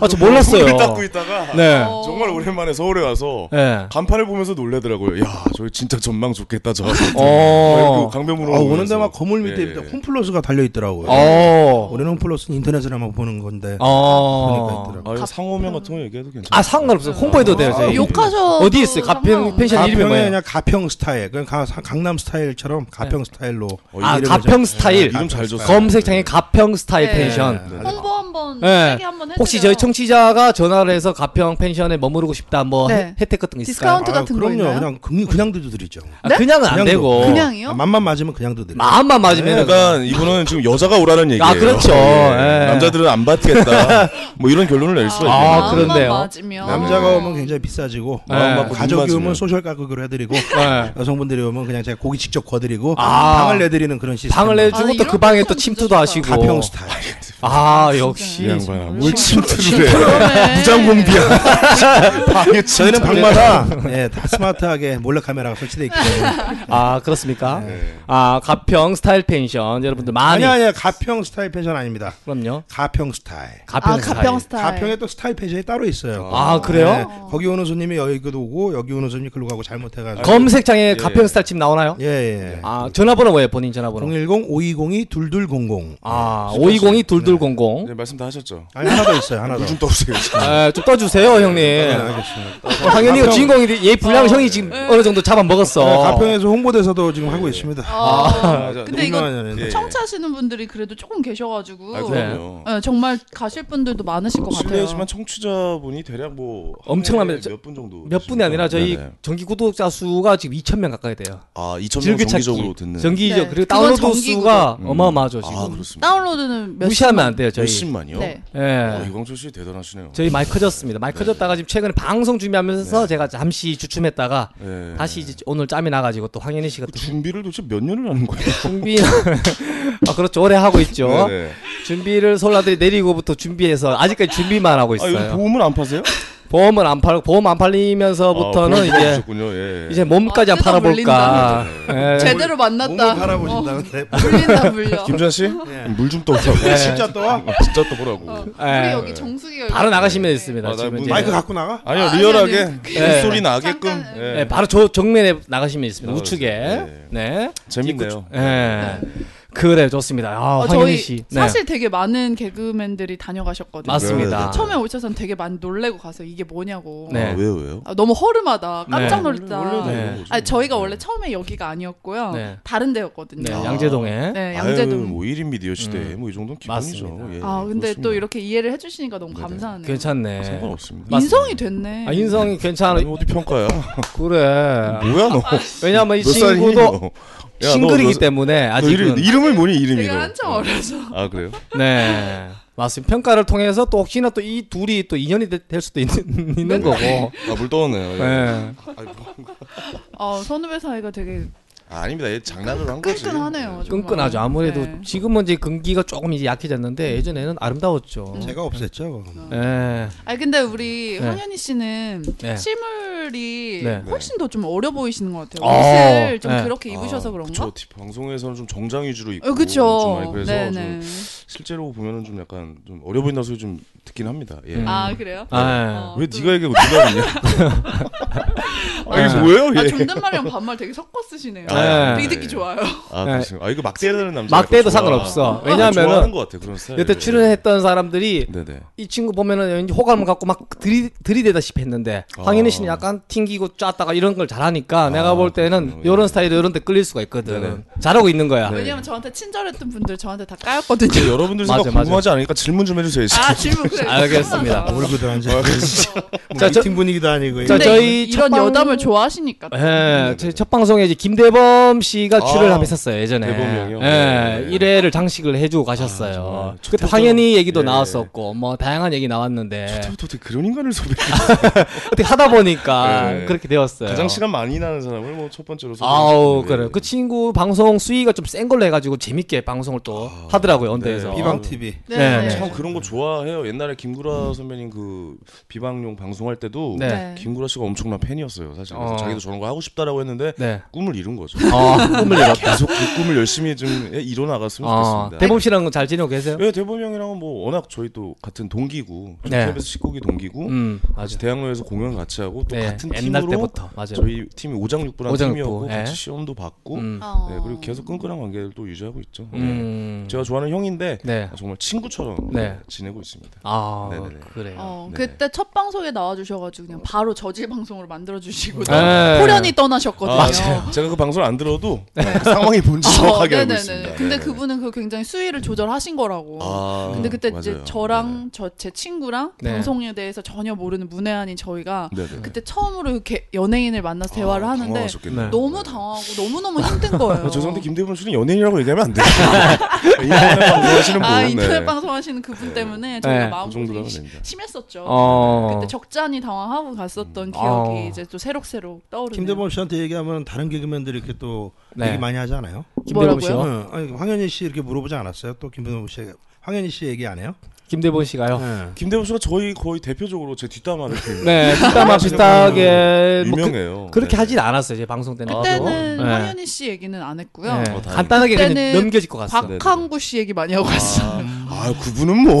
Speaker 3: 아 저 몰랐어요.
Speaker 5: 손을 닦고 있다가
Speaker 3: 네.
Speaker 4: 어.
Speaker 5: 정말 오랜만에 서울에 와서
Speaker 3: 네.
Speaker 5: 간판을 보면서 놀래더라고요. 야, 저기 진짜 전망 좋겠다 저. 네, 그
Speaker 3: 어.
Speaker 5: 강변으로
Speaker 6: 아, 오는 데만 건물 밑에
Speaker 5: 예, 예.
Speaker 6: 홈플러스가 달려 있더라고요.
Speaker 3: 어.
Speaker 6: 우리는 홈플러스는 인터넷으로만 보는 건데.
Speaker 3: 어.
Speaker 6: 보니까 있더라.
Speaker 5: 아, 이거 상호명 같은 거 얘기해도 괜찮아요. 네,
Speaker 3: 아 상관없어요. 홍보해도 돼요. 저희.
Speaker 4: 아, 욕하셔.
Speaker 3: 어디 있어요? 가평 펜션 이름이
Speaker 6: 가평에
Speaker 3: 뭐예요?
Speaker 6: 그냥 가평 스타일, 그냥 가- 강남 스타일처럼 가평 스타일로.
Speaker 5: 어,
Speaker 3: 네. 아
Speaker 5: 이름을
Speaker 3: 가평 스타일. 아,
Speaker 5: 이름 잘 줬어요.
Speaker 3: 검색창에 가평 스타일
Speaker 4: 네.
Speaker 3: 펜션.
Speaker 5: 네.
Speaker 4: 홍보 한번
Speaker 3: 네.
Speaker 4: 세게 한번 해
Speaker 3: 혹시 저희 청취자가 전화를 해서 가평 펜션에 머무르고 싶다 뭐
Speaker 4: 네.
Speaker 3: 혜- 혜택 같은 거 있을까요?
Speaker 4: 디스카운트 같은 거
Speaker 6: 아, 그럼요.
Speaker 4: 있나요?
Speaker 6: 그냥 금- 그냥 도드리죠
Speaker 3: 아,
Speaker 6: 아,
Speaker 3: 그냥은 안 되고 아.
Speaker 4: 그냥이요?
Speaker 6: 맘만 맞으면 그냥 도드려.
Speaker 3: 마음만
Speaker 6: 네,
Speaker 3: 맞으면
Speaker 5: 그러니까 이분은 지금 여자가 오라는 얘기예요.
Speaker 3: 아, 그렇죠. 예.
Speaker 5: 남자들은 안 받겠다. 뭐 이런 결론을 낼 수가 있네요.
Speaker 3: 아,
Speaker 4: 마음만
Speaker 3: 그런데요.
Speaker 4: 맞으면.
Speaker 6: 남자가 오면 굉장히 비싸지고
Speaker 3: 마음
Speaker 5: 맞고 눈
Speaker 6: 가족이
Speaker 5: 맞으면.
Speaker 6: 오면 소셜 가격으로 해드리고
Speaker 3: <laughs> 네.
Speaker 6: 여성분들이 오면 그냥 제가 고기 직접 구워드리고
Speaker 3: 아.
Speaker 6: 방을 내드리는 그런 시스템.
Speaker 3: 방을
Speaker 4: 아,
Speaker 3: 내주고 또
Speaker 4: 이런
Speaker 3: 그 방에
Speaker 4: 패션
Speaker 3: 또 침투도
Speaker 4: 진짜
Speaker 3: 하시고
Speaker 4: 좋다.
Speaker 6: 가평 스타일.
Speaker 3: 아 역시
Speaker 5: 이 양반아, 뭘 침투를 해.
Speaker 4: 그러네.
Speaker 3: <laughs>
Speaker 5: 부장공비야. 방에
Speaker 6: 저희는 방마다 예, 다 스마트하게 몰래 카메라가 설치돼 있기 때문에
Speaker 3: 아 그렇습니까?
Speaker 5: 네.
Speaker 3: 아 가평 스타일 펜션 여러분들 많이
Speaker 6: 아니 아니 가평 스타일 패션 아닙니다.
Speaker 3: 그럼요.
Speaker 6: 가평 스타일.
Speaker 3: 가평
Speaker 4: 아,
Speaker 3: 스타일.
Speaker 4: 가평 스타일.
Speaker 6: 가평에 또 스타일 패션이 따로 있어요.
Speaker 3: 아 그래요?
Speaker 6: 네, 거기 오는 손님이 여기도 오고 여기 오는 손님이 글로 가고 잘못해가지고.
Speaker 3: 검색창에
Speaker 5: 예.
Speaker 3: 가평 스타일 집 나오나요?
Speaker 6: 예 예.
Speaker 3: 아 전화번호 뭐예요? 본인 전화번호.
Speaker 6: 010 520 2200.
Speaker 3: 아 520이
Speaker 5: 네,
Speaker 3: 둘둘공공.
Speaker 5: 말씀 다 하셨죠.
Speaker 6: 아니 하나 더 있어요.
Speaker 3: 네.
Speaker 6: 하나 더.
Speaker 5: 좀 떠주세요. 아, 지금.
Speaker 3: 좀 떠주세요
Speaker 6: 네,
Speaker 3: 형님.
Speaker 6: 알겠습니다.
Speaker 3: 어, 당연히 이거 주인공인데 얘 분량 형이 지금
Speaker 4: 네.
Speaker 3: 어느 정도 잡아 먹었어.
Speaker 6: 네, 가평에서 홍보대사도 지금 하고 있습니다.
Speaker 4: 어,
Speaker 5: 맞아.
Speaker 4: 근데 이거 그
Speaker 6: 유명한 연예인.
Speaker 5: 예.
Speaker 4: 청취하시는 분들이 그래도 조금 계셔가지고
Speaker 5: 아, 그럼요.
Speaker 4: 네, 정말 가실 분들도 많으실 것 같아요.
Speaker 5: 실례지만 청취자분이 대략 뭐
Speaker 3: 엄청나면
Speaker 5: 몇분 정도
Speaker 3: 몇 분이 아니라 저희
Speaker 5: 네네.
Speaker 3: 정기 구독자 수가 지금 2천 명 가까이 돼요.
Speaker 5: 아 2천 명
Speaker 3: 즐겨찾기.
Speaker 5: 정기적으로 듣는
Speaker 3: 정기적
Speaker 4: 네.
Speaker 3: 그리고
Speaker 4: 그건
Speaker 3: 다운로드
Speaker 4: 정기
Speaker 3: 수가
Speaker 5: 구독. 음.
Speaker 3: 어마어마하죠 지금.
Speaker 5: 아 그렇습니다.
Speaker 4: 다운로드는 몇
Speaker 3: 무시하면 안 돼요 저희.
Speaker 5: 몇십만이요?
Speaker 4: 네.
Speaker 3: 예.
Speaker 5: 어, 이광철 씨 대단하시네요.
Speaker 3: 저희 많이 커졌습니다. 많이 커졌다가 지금 최근에 방송 준비하면서 제가 잠시 주춤했다가
Speaker 5: 네.
Speaker 3: 다시 이제 오늘 짬이 나가지고 또 황현희 씨가
Speaker 5: 그 <laughs>
Speaker 3: 또
Speaker 5: 준비를 도대체 몇 년을 하는 거예요?
Speaker 3: 준비 <laughs> 아 그렇죠 오래 하고 있죠.
Speaker 5: 네네.
Speaker 3: 준비를 솔라들이 내리고부터 준비해서 아직까지 준비만 하고
Speaker 5: 아
Speaker 3: 있어요.
Speaker 5: 여기 보험을 안 파세요?
Speaker 3: 보험은 안 팔고 보험 안 팔리면서부터는
Speaker 5: 아,
Speaker 3: 이제
Speaker 5: 보셨군요. 예.
Speaker 3: 이제 몸까지
Speaker 4: 아,
Speaker 3: 안 팔아볼까. 예.
Speaker 4: 제대로 만났다.
Speaker 6: 몸을
Speaker 4: <laughs>
Speaker 6: 바라보신다는데. 뭐
Speaker 4: 어, 물린다
Speaker 5: <laughs>
Speaker 4: 물려.
Speaker 5: 김주환 씨,
Speaker 3: 네.
Speaker 5: 물 좀 떠오라고. <laughs>
Speaker 6: 진짜 또 와?
Speaker 5: 아, 진짜 떠보라고.
Speaker 4: 어,
Speaker 3: 예.
Speaker 4: 우리 여기 정수기가
Speaker 3: 바로
Speaker 4: 여기
Speaker 3: 나가시면
Speaker 4: 있네.
Speaker 3: 있습니다.
Speaker 5: 아, 나
Speaker 3: 지금
Speaker 5: 문-
Speaker 3: 이제
Speaker 6: 마이크 갖고 나가?
Speaker 5: 아니요
Speaker 4: 아, 아니,
Speaker 5: 리얼하게
Speaker 4: 아니,
Speaker 5: 그
Speaker 3: 예.
Speaker 5: 소리 나게끔.
Speaker 4: 잠깐,
Speaker 5: 예.
Speaker 3: 네, 바로 저 정면에 나가시면 있습니다.
Speaker 5: 나가시죠.
Speaker 3: 우측에.
Speaker 5: 네.
Speaker 3: 네.
Speaker 5: 재밌네요.
Speaker 3: 예. 그래 좋습니다. 아,
Speaker 4: 어,
Speaker 3: 황현희
Speaker 4: 저희
Speaker 3: 씨. 네.
Speaker 4: 사실 되게 많은 개그맨들이 다녀가셨거든요.
Speaker 3: 맞습니다.
Speaker 5: 네,
Speaker 4: 처음에 오셔선 되게 많이 놀래고 가서 이게 뭐냐고.
Speaker 3: 네.
Speaker 5: 아, 왜요 왜요?
Speaker 4: 아, 너무 허름하다. 깜짝
Speaker 3: 네.
Speaker 4: 놀랐다.
Speaker 5: 원래는
Speaker 3: 네.
Speaker 5: 이런 거죠.
Speaker 4: 아, 저희가 원래 처음에 여기가 아니었고요.
Speaker 3: 네.
Speaker 4: 다른 데였거든요.
Speaker 3: 네,
Speaker 5: 아.
Speaker 3: 양재동에.
Speaker 4: 네,
Speaker 5: 아유,
Speaker 4: 양재동.
Speaker 5: 뭐 1인 미디어 시대에 뭐 이 정도는 기본이죠.
Speaker 3: 맞습니다.
Speaker 5: 예,
Speaker 4: 아, 근데
Speaker 5: 그렇습니다.
Speaker 4: 또 이렇게 이해를 해주시니까 너무
Speaker 5: 네네.
Speaker 4: 감사하네요.
Speaker 3: 괜찮네.
Speaker 5: 아, 상관없습니다.
Speaker 4: 인성이 됐네.
Speaker 3: 아, 인성이 괜찮아.
Speaker 5: 아니, 어디 평가야?
Speaker 3: 그래.
Speaker 5: <laughs> 뭐야 너?
Speaker 3: 왜냐면 이
Speaker 5: 몇 살이니,
Speaker 3: 친구도
Speaker 5: 너? 야,
Speaker 3: 싱글이기
Speaker 5: 너 몇-
Speaker 3: 때문에
Speaker 5: 너
Speaker 3: 아직은
Speaker 5: 이름, 이름이 뭐니 이름이
Speaker 4: 제가
Speaker 5: 너?
Speaker 4: 한참 어려서.
Speaker 5: 아 그래요?
Speaker 3: 네. 맞습니다. 평가를 통해서 또 혹시나 또 이 둘이 또 인연이 되- 될 수도 있는, 있는
Speaker 4: 네.
Speaker 3: 거고.
Speaker 5: 아물 떠오네요. 예.
Speaker 3: 네.
Speaker 5: 아, 뭐.
Speaker 4: 어, 선후배 사이가 되게
Speaker 5: 아, 아닙니다. 얘 장난으로 한 거지.
Speaker 4: 끈끈하네요. 정말.
Speaker 3: 끈끈하죠. 아무래도
Speaker 4: 네.
Speaker 3: 지금은 이제 근기가 조금 이제
Speaker 5: 네.
Speaker 3: 약해졌는데 예전에는 아름다웠죠.
Speaker 6: 제가 없앴죠. 그거.
Speaker 3: 네.
Speaker 4: 아니 근데 우리
Speaker 3: 네.
Speaker 4: 황현희 씨는
Speaker 3: 네.
Speaker 4: 실물이
Speaker 3: 네.
Speaker 4: 훨씬 더 좀 어려 보이시는 것 같아요.
Speaker 3: 어.
Speaker 4: 옷을 좀
Speaker 3: 네.
Speaker 4: 그렇게 입으셔서 그런가?
Speaker 5: 아, 그쵸. 디- 방송에서는 좀 정장 위주로 입고
Speaker 4: 어,
Speaker 5: 좀
Speaker 4: 그쵸.
Speaker 5: 많이 그래서 음.
Speaker 4: 네네.
Speaker 5: 좀 실제로 보면은 좀 약간 좀 어려 보인다 소리 좀 듣긴 합니다. 예.
Speaker 3: 음.
Speaker 4: 아 그래요?
Speaker 3: 아,
Speaker 4: 어,
Speaker 5: 왜
Speaker 4: 또-
Speaker 5: 네가 얘기하고 네가 웃냐?
Speaker 4: <laughs>
Speaker 5: 아, 이게
Speaker 3: 아.
Speaker 5: 뭐예요?
Speaker 4: 아
Speaker 5: 얘?
Speaker 4: 존댓말이랑 반말 되게 섞어 쓰시네요.
Speaker 3: 아,
Speaker 4: 되게
Speaker 5: 예.
Speaker 4: 듣기 좋아요.
Speaker 5: 아,
Speaker 3: 네.
Speaker 5: 그렇습니다. 아, 이거 막대해야 되는 남자.
Speaker 3: 막대도 상관없어. 왜냐하면은
Speaker 5: 좋아하는 것 같아. 그런 스타일.
Speaker 3: 여태 출연했던 사람들이
Speaker 5: 네네.
Speaker 3: 이 친구 보면은 왠지 호감을 갖고 막 들이 들이대다시피 했는데
Speaker 5: 아.
Speaker 3: 황인희 씨는 약간 튕기고 짰다가 이런 걸 잘하니까 내가 볼 때는
Speaker 5: 그렇군요. 예.
Speaker 3: 이런 스타일도 이런 데 끌릴 수가 있거든.
Speaker 5: 네네.
Speaker 3: 잘하고 있는 거야.
Speaker 4: 왜냐면 저한테 친절했던 분들 저한테 다
Speaker 5: 근데
Speaker 4: 까였거든요.
Speaker 5: 여러분들
Speaker 3: 맞아,
Speaker 5: 생각
Speaker 3: 맞아.
Speaker 5: 궁금하지 않으니까 질문 좀 해주세요. 이
Speaker 4: 아
Speaker 5: <laughs> 새끼.
Speaker 4: 질문 그래.
Speaker 3: 알겠습니다.
Speaker 4: 아,
Speaker 6: 모르고도 앉아. 뭐
Speaker 3: 자, 저-
Speaker 6: 미팅 분위기도 아니고.
Speaker 3: 자,
Speaker 4: 근데
Speaker 6: 이거.
Speaker 3: 저희
Speaker 4: 이- 이런
Speaker 3: 첫 방-
Speaker 4: 여담을 좋아하시니까.
Speaker 5: 네,
Speaker 3: 예, 제 첫 방송에 이제 김대범 씨가
Speaker 5: 아,
Speaker 3: 출연을 하면서 했어요 예전에.
Speaker 5: 대범 형이요?
Speaker 3: 예,
Speaker 5: 네, 네.
Speaker 3: 1회를 장식을 해주고
Speaker 5: 정말.
Speaker 3: 가셨어요. 그때
Speaker 5: 초태적-
Speaker 3: 황현희 얘기도
Speaker 5: 예.
Speaker 3: 나왔었고 뭐 다양한 얘기 나왔는데
Speaker 5: 어떻게 그런 인간을 소비해?
Speaker 3: 어떻게 하다 보니까 아,
Speaker 5: 네.
Speaker 3: 그렇게 되었어요.
Speaker 5: 가장 시간 많이 나는 사람을 뭐 첫 번째로
Speaker 3: 아우
Speaker 5: 소개해
Speaker 3: 그래
Speaker 5: 주시는데.
Speaker 3: 그 친구 방송 수위가 좀 센 걸로 해가지고 재밌게 방송을 또 하더라고요 언더에서
Speaker 5: 네.
Speaker 6: 비방 TV.
Speaker 4: 네.
Speaker 3: 네,
Speaker 5: 참 그런 거 좋아해요. 옛날에 김구라 선배님 그 비방용 방송할 때도
Speaker 3: 네.
Speaker 5: 김구라 씨가 엄청난 팬이었어요. 사실 그래서
Speaker 3: 어.
Speaker 5: 자기도 저런 거 하고 싶다라고 했는데
Speaker 3: 네.
Speaker 5: 꿈을 이룬 거죠.
Speaker 3: 어, 꿈을 잃었다.
Speaker 5: 계속 그 꿈을 열심히 좀 이뤄 나갔으면
Speaker 3: 어,
Speaker 5: 좋겠습니다.
Speaker 3: 대범 씨랑 잘 지내고 계세요?
Speaker 5: 예, 대범 형이랑은 뭐 워낙 저희 또 같은 동기고
Speaker 3: 네.
Speaker 5: KBS 식구기 동기고
Speaker 3: 음,
Speaker 5: 같이
Speaker 3: 맞아.
Speaker 5: 대학로에서 공연 같이 하고 또
Speaker 3: 네,
Speaker 5: 같은
Speaker 3: 옛날
Speaker 5: 팀으로
Speaker 3: 때부터 맞아요.
Speaker 5: 저희 팀이 오장육부라는
Speaker 3: 오장육부,
Speaker 5: 팀이었고
Speaker 3: 예.
Speaker 5: 같이 시험도 받고
Speaker 3: 음,
Speaker 4: 어.
Speaker 5: 네, 그리고 계속 끈끈한 관계를 또 유지하고 있죠. 네.
Speaker 3: 음,
Speaker 5: 제가 좋아하는 형인데
Speaker 3: 네.
Speaker 5: 정말 친구처럼
Speaker 3: 네.
Speaker 5: 지내고 있습니다.
Speaker 3: 아
Speaker 5: 네네네.
Speaker 3: 그래요.
Speaker 4: 어,
Speaker 5: 네.
Speaker 4: 그때 첫 방송에 나와주셔가지고 그냥 바로 저질 방송으로 만들어주시고
Speaker 3: 네.
Speaker 4: 호련히 떠나셨거든요.
Speaker 5: 아,
Speaker 4: 어,
Speaker 5: 맞아요. 제가 그 방송을 안 들어도 그 상황이 뭔지 정확하게 알고 있습니다.
Speaker 4: 근데
Speaker 5: 네네.
Speaker 4: 그분은 그 굉장히 수위를 조절하신 거라고.
Speaker 5: 아,
Speaker 4: 근데 그때
Speaker 5: 맞아요. 네.
Speaker 4: 이제 저랑 저 제 친구랑
Speaker 3: 네.
Speaker 4: 방송에 대해서 전혀 모르는 문외한인 저희가
Speaker 5: 네네. 네네.
Speaker 4: 그때 처음으로 이렇게 연예인을 만나서 대화를
Speaker 5: 아,
Speaker 4: 하는데
Speaker 5: 당황하셨겠네요.
Speaker 3: 네.
Speaker 4: 너무 당하고 너무 너무 힘든
Speaker 5: <laughs>
Speaker 4: 거예요.
Speaker 5: 아,
Speaker 3: 어.
Speaker 5: 죄송한데 김대범 씨는 연예인이라고 얘기하면
Speaker 3: <laughs>
Speaker 5: 안 돼요. 인터넷 방송하시는 분.
Speaker 4: 아 인터넷
Speaker 5: 네.
Speaker 4: 방송하시는 그분 때문에 저희가
Speaker 3: 네.
Speaker 5: 그 정도로 하면
Speaker 4: 마음이
Speaker 5: 됩니다.
Speaker 4: 심했었죠.
Speaker 3: 어.
Speaker 4: 그때 적잖이 당황하고 갔었던 기억이
Speaker 3: 어.
Speaker 4: 이제 또 새록새록 떠오르네요.
Speaker 6: 김대범 씨한테 얘기하면 다른 개그맨들이 이렇게 또
Speaker 3: 네.
Speaker 6: 얘기 많이 하지 않아요?
Speaker 3: 김대범
Speaker 4: 뭐라고요?
Speaker 3: 씨요?
Speaker 6: 응. 아니, 황현희 씨 이렇게 물어보지 않았어요? 또 김대범 씨 황현희 씨 얘기 안 해요?
Speaker 3: 김대범 씨가요.
Speaker 6: 네.
Speaker 5: 김대범 씨가 저희 거의 대표적으로 제 뒷담화를 그
Speaker 3: 네, 뒷담화 비슷하게 뭐 그,
Speaker 5: 유명해요.
Speaker 3: 그렇게
Speaker 5: 네.
Speaker 3: 하진 않았어요. 제 방송 때는.
Speaker 4: 그때는
Speaker 3: 네.
Speaker 4: 황현희 씨 얘기는 안 했고요.
Speaker 3: 네.
Speaker 5: 어, 다행이다.
Speaker 3: 간단하게 그냥
Speaker 4: 그때는
Speaker 3: 넘겨질 것 같아요.
Speaker 4: 박항구 씨 얘기 많이 하고 갔어요.
Speaker 5: 아, 그분은 뭐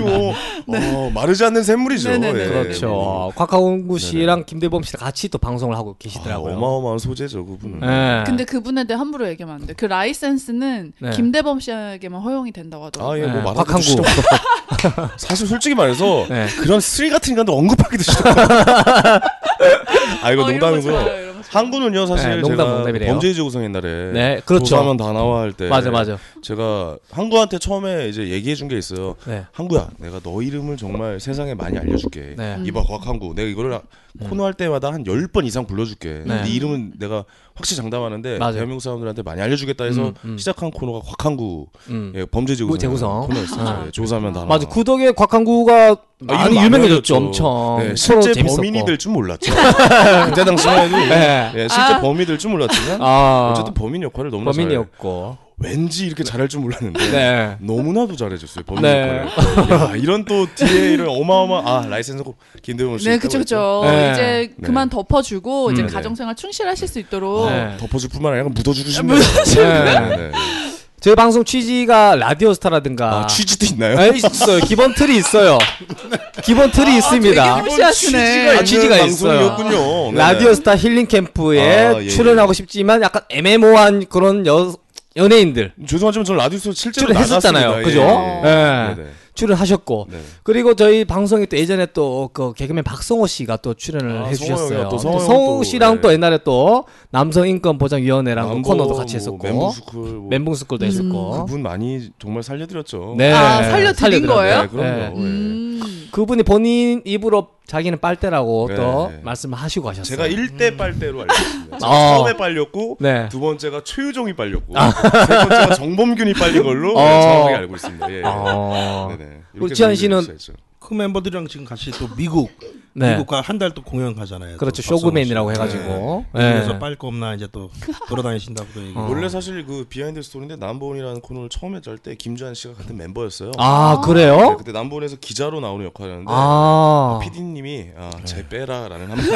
Speaker 3: <laughs>
Speaker 5: 뭐
Speaker 3: 네.
Speaker 5: 어, 마르지 않는 샘물이죠.
Speaker 4: 네네네.
Speaker 5: 예.
Speaker 3: 그렇죠. 곽하웅구 씨랑 김대범 씨랑 같이 또 방송을 하고
Speaker 5: 네, 아,
Speaker 3: 계시더라고요.
Speaker 5: 어마어마한 소재죠, 그분은.
Speaker 3: 예.
Speaker 4: 근데 그분에 대해 함부로 얘기하면 안 돼. 그 라이센스는
Speaker 3: 네.
Speaker 4: 김대범 씨에게만 허용이 된다고 하더라고요.
Speaker 5: 아, 예,
Speaker 3: 네,
Speaker 5: 뭐 말하기도
Speaker 3: 박항구.
Speaker 5: 싫어. 사실 솔직히 말해서
Speaker 3: 네.
Speaker 5: 그런 쓰레기 같은 인간도 언급하기도 싫어.
Speaker 3: <laughs>
Speaker 5: 아, 이거
Speaker 4: 어, 이런 거
Speaker 5: 농담이고요.
Speaker 4: 좋아요, 이런 거 좋아요.
Speaker 5: 한군은요, 사실
Speaker 3: 네, 농담,
Speaker 5: 제가
Speaker 3: 농담이래요.
Speaker 5: 범죄지구성 옛날에
Speaker 3: 네, 그렇죠.
Speaker 5: 조사하면 다 나와 할
Speaker 3: <laughs>
Speaker 5: 때
Speaker 3: 맞아 맞아.
Speaker 5: 제가 한구한테 처음에 이제 얘기해 준 게 있어요.
Speaker 3: 네.
Speaker 5: 한구야, 내가 너 이름을 정말 세상에 많이 알려줄게.
Speaker 3: 네. 음.
Speaker 5: 이봐, 곽한구. 내가 이거를 하- 코너 할 때마다 한 열 번 이상 불러줄게.
Speaker 3: 네.
Speaker 5: 네. 이름은 내가 확실히 장담하는데
Speaker 3: 맞아요.
Speaker 5: 대한민국 사람들한테 많이 알려주겠다 해서
Speaker 3: 음, 음.
Speaker 5: 시작한 코너가 곽한구
Speaker 3: 음.
Speaker 5: 예, 범죄지구성
Speaker 3: 뭐 재구성.
Speaker 5: 코너였어요.
Speaker 4: 아.
Speaker 5: 예, 조사하면 다
Speaker 3: 맞아.
Speaker 5: 나와.
Speaker 3: 구덕의 곽한구가
Speaker 5: 아,
Speaker 3: 많이
Speaker 5: 이름 안
Speaker 3: 유명해졌죠.
Speaker 5: 알려줬죠.
Speaker 3: 엄청.
Speaker 5: 네,
Speaker 3: 서로
Speaker 5: 실제
Speaker 3: 재밌었고.
Speaker 5: 범인이 될 줄
Speaker 3: <laughs>
Speaker 5: 몰랐죠. 그때 당시만 해도
Speaker 3: 네.
Speaker 5: 예, 실제 범인이 될 줄 몰랐지만
Speaker 3: 아.
Speaker 5: 어쨌든 범인 역할을 너무나 잘
Speaker 3: 범인이었고.
Speaker 5: 왠지 이렇게 잘할 줄 몰랐는데
Speaker 3: 네.
Speaker 5: 너무나도 잘해줬어요 범인
Speaker 3: 네.
Speaker 5: 역할을. 야, 이런 또 뒤에 이런 어마어마 아 라이센스 꼭 김대범 씨.
Speaker 4: 네, 그쵸, 그쵸.
Speaker 3: 네.
Speaker 4: 이제
Speaker 5: 네.
Speaker 4: 그만 덮어주고, 이제
Speaker 5: 음.
Speaker 4: 가정생활 충실하실 수 있도록.
Speaker 3: 네.
Speaker 5: 덮어줄 뿐만 아니라 묻어주시면.
Speaker 3: 네. 저희 방송 취지가 라디오스타라든가
Speaker 5: 아 취지도 있나요?
Speaker 3: 아, 있어요. 기본 틀이 있어요. 기본 아, 틀이
Speaker 5: 아,
Speaker 3: 있습니다.
Speaker 4: 되게 무시하시네.
Speaker 3: 아, 취지가 있어요.
Speaker 5: 방송이었군요. 네, 네.
Speaker 3: 라디오스타 힐링 캠프에
Speaker 5: 아, 예,
Speaker 3: 출연하고 싶지만 약간 애매모호한 그런 여, 연예인들
Speaker 5: 죄송하지만 저는 라디오에서 실제로
Speaker 3: 출연했었잖아요.
Speaker 5: 나갔습니다.
Speaker 3: 그죠?
Speaker 5: 예, 예.
Speaker 3: 예.
Speaker 5: 네네.
Speaker 3: 출연하셨고
Speaker 5: 네.
Speaker 3: 그리고 저희 방송에 또 예전에 또 그 개그맨 박성호 씨가 또 출연을
Speaker 5: 아, 성호
Speaker 3: 해주셨어요.
Speaker 5: 형이요. 또 성호 형은
Speaker 3: 성호
Speaker 5: 또,
Speaker 3: 씨랑
Speaker 5: 네.
Speaker 3: 또 옛날에 또 남성인권보장위원회랑 그
Speaker 5: 남보,
Speaker 3: 코너도 같이
Speaker 5: 뭐
Speaker 3: 했었고
Speaker 5: 멘붕스쿨 뭐
Speaker 3: 멘붕스쿨도
Speaker 4: 음.
Speaker 3: 했었고
Speaker 5: 그분 많이 정말 살려드렸죠.
Speaker 3: 네.
Speaker 4: 아, 살려드린
Speaker 3: 살려드렸네.
Speaker 4: 거예요?
Speaker 5: 네, 그럼요. 예.
Speaker 4: 음.
Speaker 3: 그분이 본인 입으로 자기는 빨대라고
Speaker 5: 네,
Speaker 3: 또
Speaker 5: 네.
Speaker 3: 말씀을 하시고 하셨어요.
Speaker 5: 제가 1대 빨대로 알고 있습니다. 제가
Speaker 3: 아.
Speaker 5: 처음에 빨렸고
Speaker 3: 네.
Speaker 5: 두 번째가 최유정이 빨렸고 세 번째가 정범균이 빨린 걸로
Speaker 3: 아. 어.
Speaker 5: 정확하게 알고 있습니다. 예.
Speaker 3: 어.
Speaker 5: 네네.
Speaker 3: 우리 지한 씨는
Speaker 6: 그 멤버들이랑 지금 같이 또 미국
Speaker 3: 네.
Speaker 6: 미국과 한 달 또 공연 가잖아요.
Speaker 3: 그렇죠.
Speaker 6: 또 박성호
Speaker 3: 쇼그맨이라고
Speaker 6: 씨.
Speaker 3: 해가지고.
Speaker 6: 네.
Speaker 3: 네.
Speaker 6: 그래서 빨 거 없나 이제
Speaker 4: <laughs>
Speaker 6: 또 돌아다니신다고 또 얘기.
Speaker 3: 어.
Speaker 5: 원래 사실 그 비하인드 스토리인데 남보원이라는 코너를 처음에 짤 때 김주한 씨가 같은 멤버였어요.
Speaker 3: 아
Speaker 5: 네,
Speaker 3: 그래요?
Speaker 5: 그때 남보원에서 기자로 나오는 역할이었는데
Speaker 3: 아,
Speaker 5: PD님이 아, 제 빼라라는
Speaker 3: <laughs>
Speaker 5: 한마디.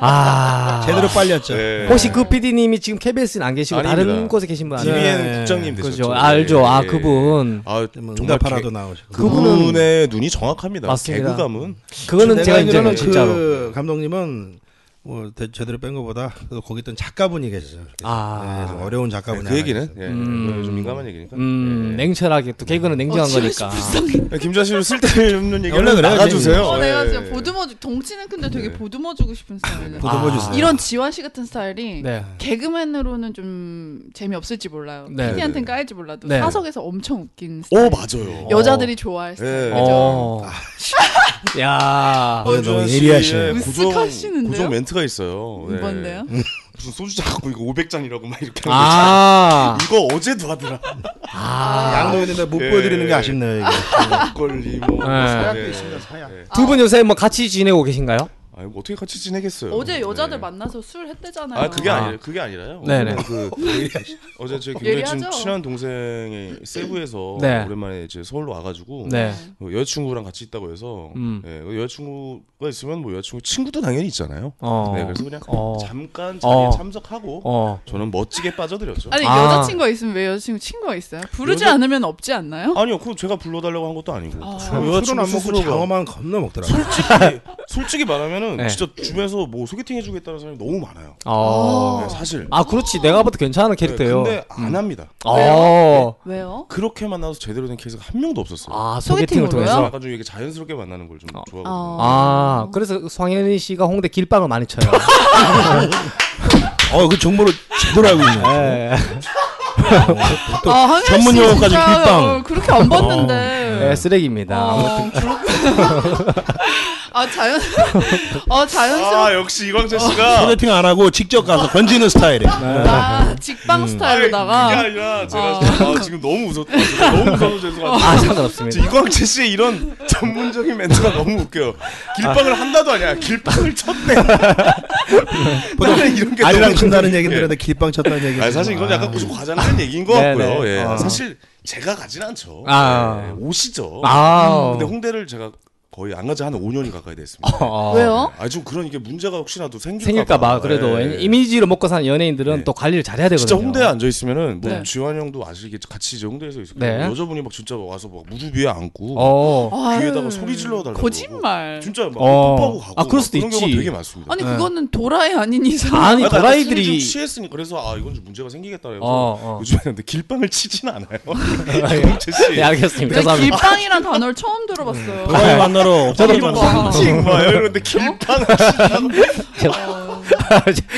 Speaker 3: 아.
Speaker 6: 제대로 빨렸죠.
Speaker 5: 네.
Speaker 3: 혹시 그 PD님이 지금 KBS는 안 계시고 다른
Speaker 5: 아닙니다.
Speaker 3: 곳에 계신 분 아니에요?
Speaker 5: TVN
Speaker 6: 네.
Speaker 5: 국장님 되셨죠.
Speaker 3: 그죠. 알죠. 아
Speaker 5: 예.
Speaker 3: 그분.
Speaker 5: 아
Speaker 6: 뭐
Speaker 5: 정말 개,
Speaker 6: 응답하라도 나오시고.
Speaker 5: 그분의 눈이 정확합니다.
Speaker 3: 맞습니다.
Speaker 5: 개그감은 네,
Speaker 3: 그거는 제가
Speaker 6: 알기로는
Speaker 3: 인정해요.
Speaker 6: 그
Speaker 3: 진짜로.
Speaker 6: 감독님은 뭐 대- 제대로 뺀 거보다 그 거기 있던 작가분이 계시죠.
Speaker 3: 아.
Speaker 6: 네, 좀 어려운 작가분이.
Speaker 5: 그
Speaker 6: 하나
Speaker 5: 얘기는
Speaker 6: 계세요.
Speaker 5: 예,
Speaker 3: 음.
Speaker 5: 그건 좀 민감한 얘기니까.
Speaker 3: 음
Speaker 5: 예.
Speaker 3: 냉철하게 또 개그는 냉정한
Speaker 4: 어, 지금
Speaker 3: 거니까.
Speaker 5: 야, 네, 김주한 씨는 쓸데없는 얘기
Speaker 6: 원래
Speaker 5: 하면
Speaker 6: 그래요,
Speaker 5: 나가주세요.
Speaker 4: 어,
Speaker 5: 예.
Speaker 4: 내가 지금 보듬어 주 덩치는 큰데 되게 보듬어 주고 싶은 스타일이에요.
Speaker 6: 네. 보듬어
Speaker 3: 아.
Speaker 6: 주세요.
Speaker 4: 이런 지원 씨 같은 스타일이
Speaker 3: 네.
Speaker 4: 개그맨으로는 좀 재미없을지 몰라요.
Speaker 3: 네.
Speaker 4: PD한테는 까일지 몰라도
Speaker 3: 네.
Speaker 4: 사석에서 엄청 웃긴
Speaker 5: 오
Speaker 4: 스타일.
Speaker 5: 어, 맞아요.
Speaker 4: 여자들이 좋아할 스타일.
Speaker 5: 예.
Speaker 4: 그죠?
Speaker 3: 어. 야.
Speaker 6: 어,
Speaker 5: 김주한
Speaker 6: 네, 너무
Speaker 5: 씨의
Speaker 6: 예리하시네.
Speaker 5: 고정
Speaker 4: 으쓱하시는데요?
Speaker 5: 고정 멘트가 있어요. 예.
Speaker 4: 뭔데요?
Speaker 5: <laughs> 무슨 소주 자꾸 이거 500잔이라고 막 이렇게 하는 거
Speaker 3: 아.
Speaker 5: 있잖아요. 이거 어제도
Speaker 6: <laughs>
Speaker 5: 하더라.
Speaker 3: 아.
Speaker 6: 양동이인데 못
Speaker 5: 예.
Speaker 6: 보여드리는 게 아쉽네요. 이게.
Speaker 5: 막걸리 뭐.
Speaker 3: 예.
Speaker 5: 예.
Speaker 6: 있습니다, 사약.
Speaker 3: 두 분 요새 뭐 같이 지내고 계신가요?
Speaker 5: 아니 뭐 어떻게 같이 지내겠어요.
Speaker 4: 어제 여자들
Speaker 5: 네.
Speaker 4: 만나서 술 했대잖아요.
Speaker 5: 아 그게
Speaker 3: 아.
Speaker 5: 아니라 그게 아니라요.
Speaker 3: 네네.
Speaker 5: 어제는
Speaker 6: <laughs>
Speaker 5: 그 어제 제 굉장히 친,
Speaker 4: 예리하죠?
Speaker 5: 친한 동생이 세부에서
Speaker 3: 네.
Speaker 5: 오랜만에 이제 서울로 와가지고
Speaker 3: 네.
Speaker 5: 어, 여자친구랑 같이 있다고 해서
Speaker 3: 음.
Speaker 5: 예, 여자친구가 있으면 뭐 여자친구 친구도 당연히 있잖아요.
Speaker 3: 어.
Speaker 5: 네, 그래서 그냥
Speaker 3: 어.
Speaker 5: 잠깐 자리에
Speaker 3: 어.
Speaker 5: 참석하고
Speaker 3: 어.
Speaker 5: 저는 멋지게 빠져들였죠.
Speaker 4: 아니
Speaker 3: 아.
Speaker 4: 여자친구가 있으면 왜 여자친구 친구가 있어요? 부르지
Speaker 5: 여자-
Speaker 4: 않으면 없지 않나요?
Speaker 5: 아니, 요 그건 제가 불러달라고 한 것도 아니고 그
Speaker 4: 아.
Speaker 5: 여자친구
Speaker 6: 술은 안 먹고
Speaker 5: 스스로가
Speaker 6: 장어만 겁나 먹더라고.
Speaker 5: 솔직히 솔직히 말하면은
Speaker 3: 네.
Speaker 5: 진짜 주변에서 뭐 소개팅 해주겠다는 사람이 너무 많아요.
Speaker 3: 어.
Speaker 5: 네, 사실.
Speaker 3: 아, 그렇지. 내가 봐도 괜찮은 캐릭터예요.
Speaker 5: 네, 근데 안 합니다.
Speaker 3: 어.
Speaker 4: 왜요?
Speaker 5: 그렇게 만나서 제대로 된 케이스가 한 명도 없었어요.
Speaker 3: 아, 소개팅을
Speaker 4: 소개팅으로요?
Speaker 5: 그래서
Speaker 3: 통해서.
Speaker 5: 약간 좀 이렇게 자연스럽게 만나는 걸 좀
Speaker 3: 어.
Speaker 5: 좋아하거든요. 음.
Speaker 3: 아, 그래서 성현이 씨가 홍대 길빵을 많이
Speaker 5: <laughs>
Speaker 3: 쳐요.
Speaker 6: 어, 그 정보를 제대로 알고 있네.
Speaker 3: 예.
Speaker 4: 아, 항현 씨
Speaker 6: 전문 용어까지
Speaker 4: 진짜
Speaker 6: 빗방. 어.
Speaker 4: 어, 그렇게 안 봤는데.
Speaker 3: 예, 쓰레기입니다.
Speaker 5: 어.
Speaker 4: 아, 그렇구나. <laughs> 아 자연, <laughs> 아 자연스러운
Speaker 5: 아, 역시 이광재 씨가
Speaker 6: 소개팅 안 하고 직접 가서 건지는 스타일이에요.
Speaker 4: 아,
Speaker 3: 음.
Speaker 4: 직방
Speaker 5: 그게
Speaker 4: 스타일로다가
Speaker 5: 아니라
Speaker 4: 아.
Speaker 5: 제가 진짜- 아, 지금 너무 웃었다. 진짜 너무 웃어서 죄송합니다.
Speaker 3: 아, 상관없습니다.
Speaker 5: <laughs> 진짜 이광재 씨의 이런 전문적인 멘트가 너무 웃겨요. 길빵을 한다도 아니야. 길빵을 쳤네. 나는 이런 게
Speaker 6: 아리랑
Speaker 5: 너무
Speaker 6: 친다는
Speaker 5: 웃겨.
Speaker 6: 얘기 들었는데 길빵 쳤다는 얘기.
Speaker 5: 아 사실 이건 약간 좀 과장된 얘기인 것
Speaker 3: 네,
Speaker 5: 같고요.
Speaker 3: 네.
Speaker 5: 예.
Speaker 3: 어.
Speaker 5: 사실 제가 가진 않죠.
Speaker 3: 아.
Speaker 5: 예, 오시죠.
Speaker 3: 아.
Speaker 5: 근데 홍대를 제가 거의 안 가지 한 5년이 가까이 됐습니다.
Speaker 3: 어.
Speaker 4: 왜요?
Speaker 5: 아 지금 그런 이게 문제가 혹시나 또 생길까,
Speaker 3: 생길까 봐 그래도
Speaker 5: 예.
Speaker 3: 이미지로 먹고 사는 연예인들은
Speaker 5: 네.
Speaker 3: 또 관리를 잘해야 되거든요.
Speaker 5: 진짜 홍대에 앉아 있으면은 뭐
Speaker 4: 네.
Speaker 5: 지환 형도 아시겠지 같이 이제 홍대에서 있었고
Speaker 3: 네.
Speaker 5: 여자분이 막 진짜 와서 막 무릎 위에 앉고
Speaker 3: 어.
Speaker 5: 귀에다가
Speaker 4: 아유,
Speaker 5: 소리 질러 달라고
Speaker 4: 거짓말.
Speaker 5: 진짜 막
Speaker 3: 어.
Speaker 5: 뽀뽀하고 가고
Speaker 3: 아, 그럴 수도
Speaker 5: 런 경우가
Speaker 3: 있지.
Speaker 5: 되게 많습니다.
Speaker 4: 아니 그거는 도라이 아닌 이상.
Speaker 3: 네. 아니
Speaker 5: 아, 그러니까 술이 좀
Speaker 3: 도라이들이
Speaker 5: 취했으니 그래서 아 이건 좀 문제가 생기겠다 해서
Speaker 3: 어, 어.
Speaker 5: 요즘에 근데 길빵을
Speaker 3: <laughs>
Speaker 5: 치진 않아요. <laughs> 이광재 씨.
Speaker 3: 네 알겠습니다.
Speaker 4: <laughs> 왜
Speaker 3: 죄송합니다. 네.
Speaker 4: 길빵이란 단어를 처음 들어봤어요.
Speaker 6: 너희 만나러
Speaker 3: 저도 아,
Speaker 6: 길빵
Speaker 3: 만나러
Speaker 6: 만나러
Speaker 5: 칭, 막 이러는데 길빵을 치다고.
Speaker 4: 어,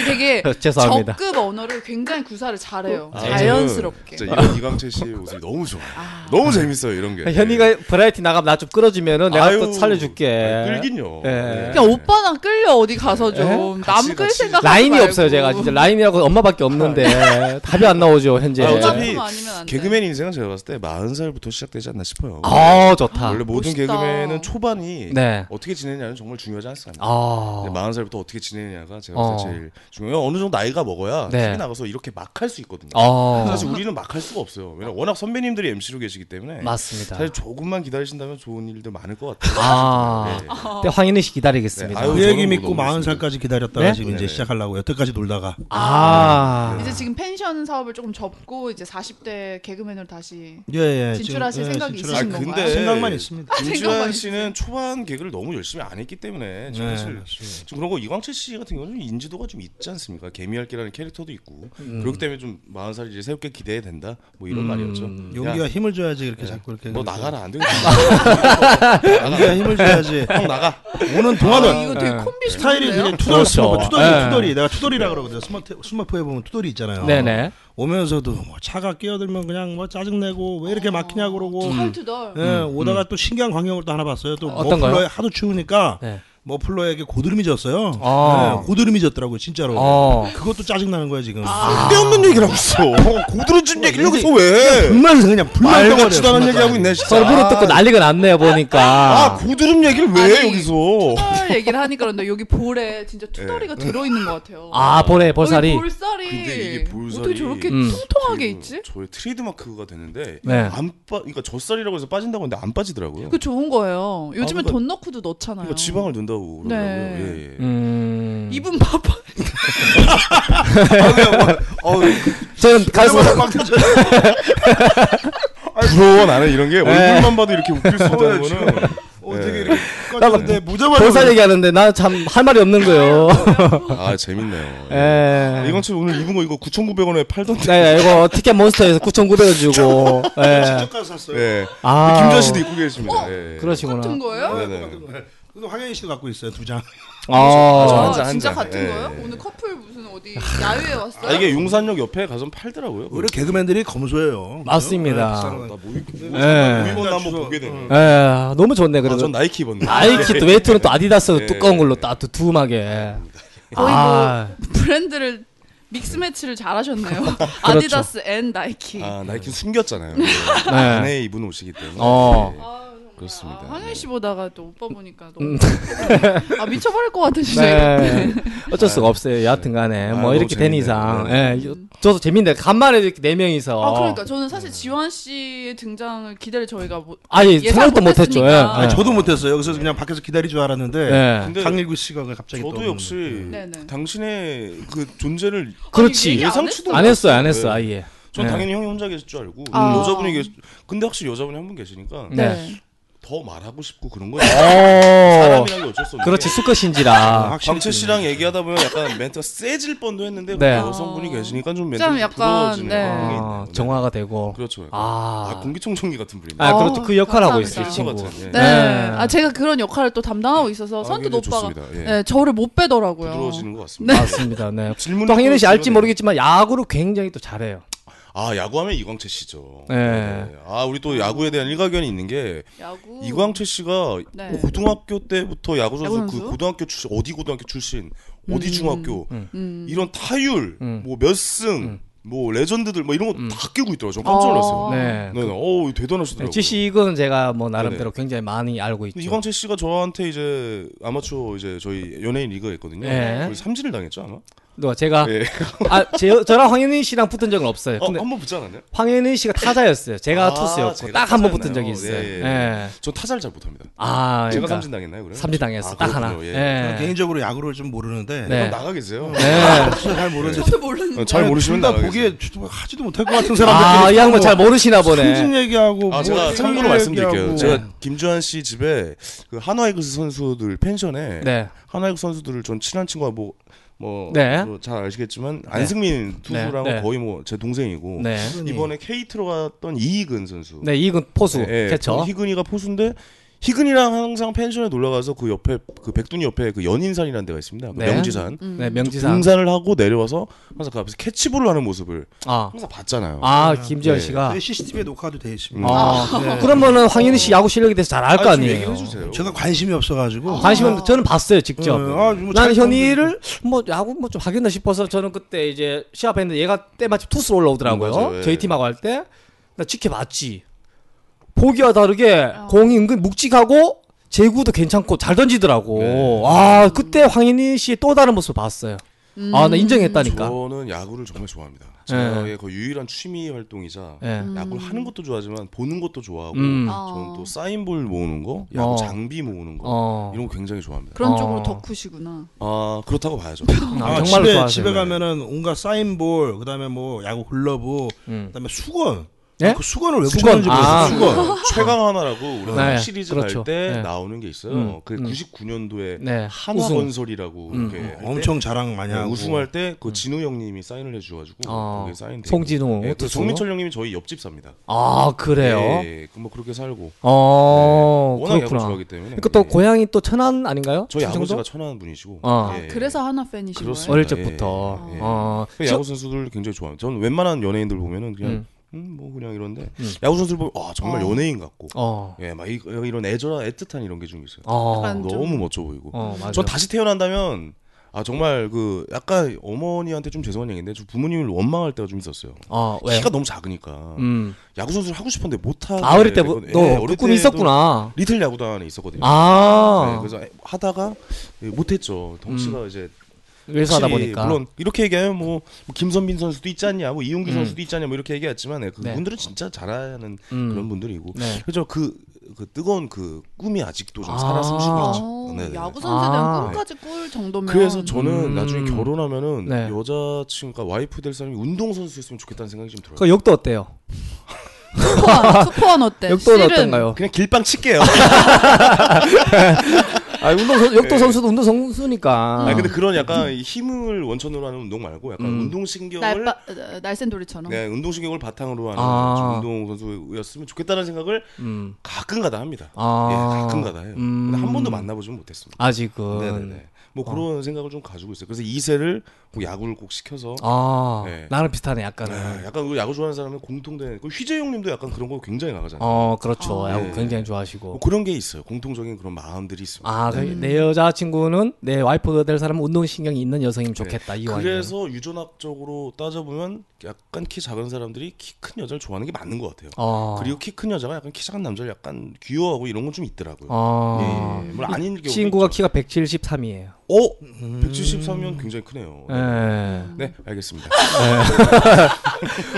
Speaker 4: 되게
Speaker 3: <laughs> 죄송합니다.
Speaker 4: 적급 언어를 굉장히 구사를 잘해요.
Speaker 5: 아,
Speaker 4: 자연스럽게.
Speaker 5: 저는 진짜 이런 이광재 씨의 모습이 너무 좋아요. 너무 재밌어요 이런 게. 예.
Speaker 3: 현이가 브라이티 나가면 나 좀 끌어주면은 내가
Speaker 5: 아유,
Speaker 3: 또 살려줄게.
Speaker 5: 아니, 끌긴요.
Speaker 3: 예.
Speaker 5: 네.
Speaker 4: 그냥 오빠랑 끌려 어디 가서 좀 남
Speaker 5: 같이,
Speaker 4: 끌
Speaker 5: 같이.
Speaker 4: 생각
Speaker 3: 라인이 없어요 제가 진짜 라인이라고 엄마밖에 없는데 <laughs> 답이 안 나오죠 현재.
Speaker 5: 네. 아,
Speaker 4: 어차피
Speaker 5: 어차피
Speaker 4: 아니면 안 돼.
Speaker 5: 개그맨 인생은 제가 봤을 때 40살부터 시작되지 않나 싶어요.
Speaker 3: 아, 좋다.
Speaker 5: 원래 모든
Speaker 4: 멋있다.
Speaker 5: 개그맨은 초반이
Speaker 3: 네.
Speaker 5: 어떻게 지내냐는 정말 중요하지 않습니까?
Speaker 3: 아.
Speaker 5: 근데 40살부터 어떻게 지내냐가 제가 봤을
Speaker 3: 어.
Speaker 5: 때 제일 중요해요. 어느 정도 나이가 먹어야
Speaker 3: 네.
Speaker 5: TV 나가서 이렇게 막 할 수 있거든요.
Speaker 3: 어.
Speaker 5: 사실 우리는 막 할 수가 없어요. 왜냐 워낙 선배님들이 MC로 계시기 때문에
Speaker 3: 맞습니다.
Speaker 5: 사실 조금만 기다리신다면 좋은 일들 많을 것 같아요.
Speaker 3: 아.
Speaker 5: 네.
Speaker 3: 네, 황인희 씨 기다리겠습니다.
Speaker 5: 네, 아유.
Speaker 6: 그 얘기
Speaker 5: 저는
Speaker 6: 믿고
Speaker 5: 뭐 너무
Speaker 6: 40살까지 기다렸다가
Speaker 3: 네?
Speaker 6: 지금 이제
Speaker 5: 네네.
Speaker 6: 시작하려고 여태까지 놀다가
Speaker 3: 아.
Speaker 4: 이제 지금 펜션 사업을 조금 접고 이제 40대 개그맨으로 다시
Speaker 6: 예예
Speaker 4: 진출하실 생각이
Speaker 5: 아
Speaker 4: 하신 건가요?
Speaker 5: 근데
Speaker 6: 생각만 있습니다.
Speaker 5: 김주환
Speaker 4: 생각만
Speaker 5: 씨는 초반 개그를 너무 열심히 안 했기 때문에
Speaker 3: 네,
Speaker 5: 지금 사실 지금 그런 거 이광철 씨 같은 경우는 좀 인지도가 좀 있지 않습니까? 개미할기라는 캐릭터도 있고
Speaker 3: 음.
Speaker 5: 그렇기 때문에 좀 40살이 이제 새롭게 기대해야 된다 뭐 이런 말이었죠.
Speaker 6: 용기가
Speaker 5: 야,
Speaker 6: 힘을 줘야지 이렇게 자꾸 이렇게
Speaker 5: 너 나가라 안 되겠다.
Speaker 6: 용기가 힘을 줘야지
Speaker 5: 형 아, 나가.
Speaker 6: 오는
Speaker 4: 아,
Speaker 6: 동안은
Speaker 4: 이거 되게
Speaker 3: 네.
Speaker 4: 콤비
Speaker 6: 스타일이
Speaker 4: 좋은데요?
Speaker 6: 그냥 투덜
Speaker 3: 그렇죠.
Speaker 6: 스머프 투덜이
Speaker 3: 예.
Speaker 6: 투덜이 내가 투덜이라 그러거든 스마트 스마트폰에 보면 투덜이 있잖아요
Speaker 3: 네네.
Speaker 6: 오면서도 뭐 차가 끼어들면 그냥 뭐 짜증내고 왜 이렇게 막히냐 그러고
Speaker 4: 털투덜.
Speaker 6: 예, 오다가 또 신기한 광경을 또 하나 봤어요 또뭐
Speaker 3: 어떤
Speaker 6: 머플러에
Speaker 3: 거요?
Speaker 6: 하도 추우니까 뭐
Speaker 3: 네.
Speaker 6: 머플러에게 고드름이 졌어요
Speaker 3: 아.
Speaker 6: 예, 고드름이 졌더라고요 진짜로
Speaker 3: 어.
Speaker 6: 그것도 짜증나는 거야 지금
Speaker 3: 아.
Speaker 5: 쓸데없는 아, 얘기를 하고 있어. 고드름집 얘기를 여기서 왜?
Speaker 6: 불만 그냥 불만
Speaker 5: 말같지도 않은
Speaker 6: 덩어리야,
Speaker 5: 얘기하고 있네 진짜.
Speaker 3: 아, 서로 무릎 뜯고 난리가 났네요
Speaker 5: 아
Speaker 3: 보니까.
Speaker 5: 고드름 얘기를 왜
Speaker 4: 아니,
Speaker 5: 여기서? <laughs>
Speaker 4: 투덜 얘기를 하니까 그런데 여기 볼에 진짜
Speaker 5: 네.
Speaker 4: 투덜이가 들어있는 것 같아요.
Speaker 3: 아 보래
Speaker 4: 여기
Speaker 3: 볼살이.
Speaker 4: 볼살이.
Speaker 5: 근데 이게 볼살이
Speaker 4: 어떻게 저렇게
Speaker 3: 음.
Speaker 4: 통통하게
Speaker 5: 그리고
Speaker 4: 있지?
Speaker 5: 저의 트레이드마크가 되는데
Speaker 3: 네.
Speaker 5: 안 빠, 그러니까 젖살이라고 해서 빠진다고 했는데 안 빠지더라고요.
Speaker 4: 그 좋은 거예요. 요즘에
Speaker 5: 그러니까-
Speaker 4: 돈 넣고도 넣잖아요.
Speaker 5: 그러니까 지방을 넣는다고 그러더라고요.
Speaker 4: 네.
Speaker 5: 예, 예.
Speaker 3: 음.
Speaker 4: 입은 바빠.
Speaker 3: <laughs>
Speaker 5: 어,
Speaker 3: 저는 가슴
Speaker 5: 부러워 나는 이런
Speaker 3: 네.
Speaker 5: 게 얼굴만 봐도
Speaker 3: <laughs>
Speaker 5: 이렇게
Speaker 3: 어,
Speaker 5: 웃길 수 있다는 거는
Speaker 6: 어떻게
Speaker 5: 예.
Speaker 6: 이렇게 꺼졌는데 무자마자
Speaker 3: 볼살 얘기하는데 나 참 할 말이 없는
Speaker 5: <laughs>
Speaker 3: 거예요.
Speaker 5: 아 재밌네요. 예.
Speaker 3: 예.
Speaker 5: 이건 지금 오늘 입은 거 이거 9,900원에 팔던데.
Speaker 3: 네, 이거 티켓 몬스터에서 9,900원
Speaker 5: <laughs>
Speaker 3: 주고. 예.
Speaker 6: 가서 샀어요.
Speaker 5: 예.
Speaker 3: 아.
Speaker 5: 김전 씨도 입고 계십니다. 예.
Speaker 3: 그러시구나.
Speaker 4: 같은 거예요?
Speaker 5: 네네.
Speaker 6: 근데 황현희 씨도 갖고 있어요 두 장.
Speaker 4: 아,
Speaker 3: 아.
Speaker 5: 한 잔, 한
Speaker 4: 진짜
Speaker 5: 잔.
Speaker 4: 같은
Speaker 5: 예,
Speaker 4: 거예요?
Speaker 5: 예.
Speaker 4: 오늘 커플 무슨 어디 야외에 왔어요?
Speaker 5: 아 이게 용산역 옆에 가서 팔더라고요.
Speaker 6: 원래 개그맨들이 검소해요.
Speaker 3: 아, 맞습니다.
Speaker 5: 나
Speaker 6: 비싼 거.
Speaker 5: 뭐 입고
Speaker 3: 예.
Speaker 5: 입었나 한번 보게 되네.
Speaker 3: 예. 너무 좋네
Speaker 5: 음. 아, 전
Speaker 3: 그래도.
Speaker 5: 나이키 입었네.
Speaker 3: 나이키 또 웨이트는 또 아디다스
Speaker 5: 예.
Speaker 3: 두꺼운 걸로 딱 두툼하게.
Speaker 4: 거의 뭐
Speaker 3: 아.
Speaker 4: 브랜드를 믹스
Speaker 3: <laughs>
Speaker 4: 매치를 잘하셨네요.
Speaker 3: 그렇죠.
Speaker 4: 아디다스 앤 나이키.
Speaker 5: 아 나이키 는 숨겼잖아요.
Speaker 3: 네.
Speaker 5: 안에 입은 옷이기 때문에.
Speaker 3: 어.
Speaker 5: 예.
Speaker 4: 아, 정말.
Speaker 5: 그렇습니다.
Speaker 4: 아, 황현
Speaker 5: 네.
Speaker 4: 씨 보다가 또 오빠 보니까 너무
Speaker 3: 음.
Speaker 4: 아 미쳐버릴 것 같으시네.
Speaker 3: 네. <laughs> 어쩔 수가 없어요. 여하튼간에
Speaker 5: 아,
Speaker 3: 뭐
Speaker 5: 너무
Speaker 3: 이렇게 된
Speaker 5: 재밌네요.
Speaker 3: 이상,
Speaker 5: 네.
Speaker 3: 예, 저도 재밌는데 간만에 이렇게 네 명이서
Speaker 4: 아 그러니까 저는 사실 지환 씨의 등장을 기대를 저희가 못.
Speaker 3: 아니
Speaker 4: 예상
Speaker 3: 생각도 못했죠. 예.
Speaker 4: 못했으니까.
Speaker 6: 아니, 저도 못했어요. 그래서 그냥 밖에서 기다릴 줄
Speaker 3: 예.
Speaker 6: 알았는데
Speaker 5: 근데
Speaker 6: 강일구 씨가
Speaker 5: 네.
Speaker 6: 갑자기
Speaker 5: 저도
Speaker 6: 떠오르는
Speaker 5: 역시
Speaker 6: 거예요.
Speaker 4: 네네.
Speaker 5: 당신의 그 존재를
Speaker 3: 그렇지.
Speaker 4: 아니, 얘기 안
Speaker 5: 예상치도
Speaker 4: 했어요?
Speaker 3: 안 했어요, 안
Speaker 5: 네.
Speaker 3: 했어, 아예.
Speaker 5: 전
Speaker 3: 네.
Speaker 5: 당연히 형이 혼자 계실 줄 알고
Speaker 4: 아.
Speaker 5: 여자분이 계실 근데 확실히 여자분이 한 분 계시니까
Speaker 3: 네.
Speaker 5: 더 말하고 싶고 그런 거예요.
Speaker 3: 오,
Speaker 5: 사람이란 게 어쩔 수 없는
Speaker 3: 어. 그렇지
Speaker 4: 네.
Speaker 5: 게
Speaker 6: 아,
Speaker 3: 수컷인지라.
Speaker 6: 확실히
Speaker 5: 광채 씨랑 얘기하다 보면 약간 멘트가 세질 뻔도 했는데
Speaker 3: 네.
Speaker 5: 여성분이 계시니까 좀 멘트
Speaker 4: 좀
Speaker 5: 좀
Speaker 4: 약간,
Speaker 5: 부러워지는
Speaker 4: 네.
Speaker 5: 그런 게
Speaker 3: 아,
Speaker 5: 있네요. 네.
Speaker 3: 정화가 되고.
Speaker 5: 그렇죠. 아,
Speaker 3: 아,
Speaker 5: 공기청정기 같은 분입니다.
Speaker 3: 아,
Speaker 4: 어,
Speaker 3: 그렇죠. 그 역할 하고 있어, 이
Speaker 4: 감사합니다.
Speaker 3: 친구.
Speaker 5: 같은, 예.
Speaker 4: 네.
Speaker 3: 네.
Speaker 4: 아 제가 그런 역할을 또 담당하고 있어서
Speaker 5: 아,
Speaker 4: 선뜻
Speaker 5: 굉장히
Speaker 4: 오빠가
Speaker 5: 좋습니다. 예.
Speaker 4: 네, 저를 못 빼더라고요.
Speaker 5: 부드러워지는 것 같습니다. 아,
Speaker 3: 맞습니다. 네.
Speaker 5: 질문
Speaker 3: 또 황인우 씨 알지 모르겠지만 야구를 굉장히 또 잘해요.
Speaker 5: 아 야구하면 이광채 씨죠.
Speaker 3: 네.
Speaker 5: 아 우리 또 야구에 대한 일가견이 있는 게
Speaker 4: 야구.
Speaker 5: 이광채 씨가
Speaker 4: 네.
Speaker 5: 고등학교 때부터 야구 선수
Speaker 4: 야구
Speaker 5: 그
Speaker 4: 선수?
Speaker 5: 고등학교 출신 어디 고등학교 출신 어디
Speaker 4: 음.
Speaker 5: 중학교
Speaker 4: 음.
Speaker 5: 이런 타율
Speaker 3: 음.
Speaker 5: 뭐몇승뭐
Speaker 3: 음.
Speaker 5: 레전드들 뭐 이런 거 다
Speaker 3: 음.
Speaker 5: 끼고 있더라고요. 저 깜짝 놀랐어요.
Speaker 4: 어.
Speaker 3: 네.
Speaker 5: 네네. 어우 대단하시더라고요.
Speaker 3: 지식은 제가 뭐 나름대로 굉장히 많이 알고 있죠.
Speaker 5: 근데 이광채 씨가 저한테 이제 아마추어 이제 저희 연예인 리그가 있거든요.
Speaker 3: 네.
Speaker 5: 거의 삼진을 당했죠 아마.
Speaker 3: 너 제가
Speaker 5: 예.
Speaker 3: 아, 제, 저랑 황현희 씨랑 붙은 적은 없어요.
Speaker 5: 어,
Speaker 3: 네, 근데
Speaker 5: 한번 붙지 않았나요?
Speaker 3: 황현희 씨가 타자였어요. 제가
Speaker 5: 아,
Speaker 3: 투수였고
Speaker 5: 제가
Speaker 3: 딱 한 번 붙은 적이
Speaker 5: 타자였나요?
Speaker 3: 있어요.
Speaker 5: 예,
Speaker 3: 예.
Speaker 5: 예. 저 타자를 잘 못합니다.
Speaker 3: 아,
Speaker 5: 제가
Speaker 3: 그러니까
Speaker 5: 삼진 당했나요 그래?
Speaker 3: 삼진 당했어.
Speaker 5: 아,
Speaker 3: 딱
Speaker 5: 그렇군요.
Speaker 3: 하나.
Speaker 5: 예.
Speaker 6: 저는
Speaker 3: 예.
Speaker 6: 네, 개인적으로 야구를 좀 모르는데
Speaker 3: 네.
Speaker 5: 그럼 나가 계세요.
Speaker 3: 예.
Speaker 6: 진짜 잘 모르는데
Speaker 4: 저도 모르는데.
Speaker 5: 어, 잘 모르시면
Speaker 6: 나
Speaker 5: 나가 계세요.
Speaker 6: 보기에 좀 하지도 못할 것 같은 사람들끼리
Speaker 3: 아, 이 양반
Speaker 6: 뭐
Speaker 3: 잘 모르시나
Speaker 6: 승진
Speaker 3: 보네.
Speaker 6: 얘기하고
Speaker 5: 아
Speaker 6: 뭐
Speaker 5: 제가
Speaker 6: 승리
Speaker 5: 참고로 말씀드릴게요.
Speaker 6: 얘기하고.
Speaker 5: 제가 김주환 씨 집에 그 한화이글스 선수들 펜션에
Speaker 3: 네.
Speaker 5: 한화이글스 선수들을 좀 친한 친구가 뭐뭐
Speaker 3: 네.
Speaker 5: 잘 아시겠지만 안승민 투수랑
Speaker 3: 네.
Speaker 5: 은 거의 뭐 제 동생이고
Speaker 3: 네.
Speaker 5: 이번에 KT로 갔던 이희근 선수.
Speaker 3: 네, 이건 포수.
Speaker 5: 예,
Speaker 3: 캐쳐.
Speaker 5: 그 희근이가 포수인데 희근이랑 항상 펜션에 놀러 가서 그 옆에 그 백둔이 옆에 그 연인산이라는 데가 있습니다. 그
Speaker 3: 네.
Speaker 5: 명지산.
Speaker 4: 음.
Speaker 3: 네, 명지상.
Speaker 5: 등산을 하고 내려와서 항상 그 앞에서 캐치볼을 하는 모습을
Speaker 3: 아.
Speaker 5: 항상 봤잖아요.
Speaker 3: 아,
Speaker 5: 예.
Speaker 3: 김지현 씨가
Speaker 6: 저희 CCTV에 녹화도 돼
Speaker 5: 음.
Speaker 6: 있습니다.
Speaker 3: 아. 그러면은 황현희 씨 야구 실력에 대해서 잘 알 거
Speaker 5: 아,
Speaker 3: 아,
Speaker 5: 좀
Speaker 3: 니에요
Speaker 5: 얘기해 주세요.
Speaker 6: 어,
Speaker 5: 아.
Speaker 6: 제가 관심이 없어가지고
Speaker 3: 아, 관심 없는데 저는 봤어요, 직접.
Speaker 5: 음.
Speaker 6: 네, 아, 뭐
Speaker 3: 나는
Speaker 6: 잘-
Speaker 3: 현이를 뭐 야구 뭐 좀 하겠나 싶어서 저는 그때 이제 시합했는데 얘가 때마침 투수로 올라오더라고요.
Speaker 5: 음, 맞아요. 예.
Speaker 3: 저희 팀하고 할 때 나 지켜봤지. 보기와 다르게 공이 은근 묵직하고 제구도 괜찮고 잘 던지더라고.
Speaker 5: 네.
Speaker 3: 아 그때 황인희 씨의 또 다른 모습 을 봤어요. 아 나 인정했다니까. 네.
Speaker 5: 저는 야구를 정말 좋아합니다. 저의 거의 유일한 취미 활동이자
Speaker 3: 예.
Speaker 5: 야구를 하는 것도 좋아하지만 보는 것도 좋아하고
Speaker 3: 음.
Speaker 4: 아.
Speaker 5: 저는 또 사인볼 모으는 거, 야구
Speaker 3: 어.
Speaker 5: 장비 모으는 거
Speaker 3: 어.
Speaker 5: 이런 거 굉장히 좋아합니다.
Speaker 4: 그런
Speaker 3: 어.
Speaker 4: 쪽으로 덕후시구나.
Speaker 5: 아 그렇다고 봐야죠.
Speaker 3: 아,
Speaker 6: 아,
Speaker 3: 정말로
Speaker 6: 집에
Speaker 3: 좋아하세요.
Speaker 6: 집에 가면은 온갖 사인볼 그다음에 뭐 야구 글러브
Speaker 3: 음.
Speaker 6: 그다음에 수건
Speaker 3: 예?
Speaker 6: 그 수건을 왜
Speaker 3: 수건.
Speaker 6: 붙였는지
Speaker 3: 아.
Speaker 6: 모르겠어요. 수건
Speaker 3: <laughs>
Speaker 5: 최강 하나라고 우리
Speaker 3: 네,
Speaker 5: 가 시리즈
Speaker 3: 그렇죠.
Speaker 5: 갈 때
Speaker 3: 네.
Speaker 5: 나오는 게 있어요.
Speaker 3: 음,
Speaker 5: 그
Speaker 3: 음.
Speaker 5: 99년도에
Speaker 3: 네. 우승.
Speaker 5: 한화건설이라고
Speaker 3: 음.
Speaker 5: 이렇게 할 때 네,
Speaker 6: 엄청 자랑 많이 하고
Speaker 5: 우승할 때 그 진우 형님이 사인을 해주가지고
Speaker 3: 어.
Speaker 5: 거기에 사인.
Speaker 3: 송진우
Speaker 5: 예, 그
Speaker 3: 투수.
Speaker 5: 정민철 형님이 저희 옆집 삽니다.
Speaker 3: 아 그래요.
Speaker 5: 예, 예, 그뭐 그렇게 살고 네,
Speaker 3: 어
Speaker 5: 워낙 야구
Speaker 3: 그렇구나.
Speaker 5: 좋아하기 때문에.
Speaker 3: 그러니까 또
Speaker 5: 예.
Speaker 3: 고향이 또 천안 아닌가요?
Speaker 5: 저희
Speaker 3: 충청도?
Speaker 5: 아버지가 천안 분이시고. 예,
Speaker 3: 어.
Speaker 4: 아, 그래서 하나 팬이신 거예요?
Speaker 5: 그렇습니다.
Speaker 3: 어릴
Speaker 5: 예,
Speaker 3: 적부터.
Speaker 5: 예, 예.
Speaker 3: 어.
Speaker 5: 그 야구 선수들 굉장히 좋아해요. 저는 웬만한 연예인들 보면은 그냥
Speaker 3: 음.
Speaker 5: 음. 뭐 그냥 이런데
Speaker 3: 음.
Speaker 5: 야구 선수들 보면 와 정말
Speaker 4: 어.
Speaker 5: 연예인 같고
Speaker 3: 어.
Speaker 5: 예 막 이런 애절한 애틋한 이런 게 좀 있어요.
Speaker 3: 어.
Speaker 4: 약간 좀-
Speaker 5: 너무 멋져 보이고.
Speaker 3: 어, 맞아.
Speaker 5: 전 다시 태어난다면 아 정말 그 약간 어머니한테 좀 죄송한 얘기인데 저 부모님을 원망할 때가 좀 있었어요.
Speaker 3: 어, 왜?
Speaker 5: 키가 너무 작으니까
Speaker 3: 음.
Speaker 5: 야구 선수를 하고 싶은데 못 하게.
Speaker 3: 아, 어릴 때부터
Speaker 5: 됐거든요. 예,
Speaker 3: 너
Speaker 5: 어릴
Speaker 3: 꿈이
Speaker 5: 때도
Speaker 3: 있었구나.
Speaker 5: 리틀 야구단에 있었거든요. 네,
Speaker 3: 아.
Speaker 5: 그래서 하다가 예, 못했죠. 덩치가 이제
Speaker 3: 음. 그래서 하다
Speaker 5: 확실히
Speaker 3: 보니까.
Speaker 5: 물론 이렇게 얘기하면 뭐, 뭐 김선빈 선수도 있지 않냐, 뭐 이용규
Speaker 3: 음.
Speaker 5: 선수도 있지 않냐, 뭐 이렇게 얘기했지만 네, 그분들은 진짜 잘하는
Speaker 3: 음.
Speaker 5: 그런 분들이고
Speaker 3: 네.
Speaker 5: 그죠 그, 그 뜨거운 그 꿈이 아직도 좀
Speaker 3: 아.
Speaker 5: 살아
Speaker 4: 어,
Speaker 5: 숨쉬고 있죠. 네, 네.
Speaker 4: 야구 선수에 대한
Speaker 3: 아.
Speaker 4: 꿈까지 꿀 정도면
Speaker 5: 그래서 저는
Speaker 3: 음.
Speaker 5: 나중에 결혼하면은
Speaker 3: 네.
Speaker 5: 여자친구, 그러니까 와이프 될 사람이 운동 선수였으면 좋겠다는 생각이 좀 들어요.
Speaker 3: 그 역도 어때요?
Speaker 4: 투포한
Speaker 3: <laughs>
Speaker 4: 투포한 어때?
Speaker 3: 역도는
Speaker 4: 씨름.
Speaker 3: 어떤가요?
Speaker 5: 그냥 길빵 칠게요.
Speaker 3: 아,
Speaker 4: <laughs>
Speaker 3: 운동 선- 역도
Speaker 5: 네.
Speaker 3: 선수도 운동 선수니까.
Speaker 5: 아 <laughs> 근데 그런 약간 이 힘을 원천으로 하는 운동 말고 약간
Speaker 3: 음.
Speaker 5: 운동 신경을
Speaker 4: 날바, 어, 날쌘 도리처럼.
Speaker 5: 네, 운동 신경을 바탕으로 하는
Speaker 3: 아.
Speaker 5: 좀 운동 선수였으면 좋겠다는 생각을
Speaker 3: 음.
Speaker 5: 가끔가다 합니다.
Speaker 3: 아.
Speaker 5: 예, 가끔가다 해요.
Speaker 3: 음.
Speaker 5: 근데 한 번도 만나보지는 못했습니다.
Speaker 3: 아직은
Speaker 5: 네네네. 뭐 그런 생각을 좀 가지고 있어요. 그래서 이세를 뭐 야구를 꼭 시켜서
Speaker 3: 아
Speaker 5: 네.
Speaker 3: 나랑 비슷하네 약간은.
Speaker 5: 네, 약간 그 야구 좋아하는 사람의 공통된 그 휘재용님도 약간 그런 거 굉장히 강하잖아요.
Speaker 3: 어 그렇죠.
Speaker 4: 아.
Speaker 3: 야구
Speaker 5: 네.
Speaker 3: 굉장히
Speaker 5: 뭐 네.
Speaker 3: 좋아하시고.
Speaker 5: 그런 게 있어요. 공통적인 그런 마음들이 있습니다.
Speaker 3: 아, 그, 내 여자친구는 내 와이프가 될 사람은 운동신경이 있는 여성이면 좋겠다,
Speaker 5: 네.
Speaker 3: 이 와이프.
Speaker 5: 그래서 유전학적으로 따져보면 약간 키 작은 사람들이 키 큰 여자를 좋아하는 게 맞는 것 같아요.
Speaker 3: 어.
Speaker 5: 그리고 키 큰 여자가 약간 키 작은 남자를 약간 귀여워하고 이런 건 좀 있더라고요.
Speaker 3: 어.
Speaker 5: 예, 물론 아닌 경우
Speaker 3: 친구가 키가 173이에요.
Speaker 5: 어 173이면 굉장히 크네요.
Speaker 3: 예.
Speaker 5: 네 알겠습니다.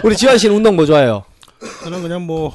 Speaker 3: 우리 지환 씨는 운동 뭐 좋아해요?
Speaker 6: 저는 그냥 뭐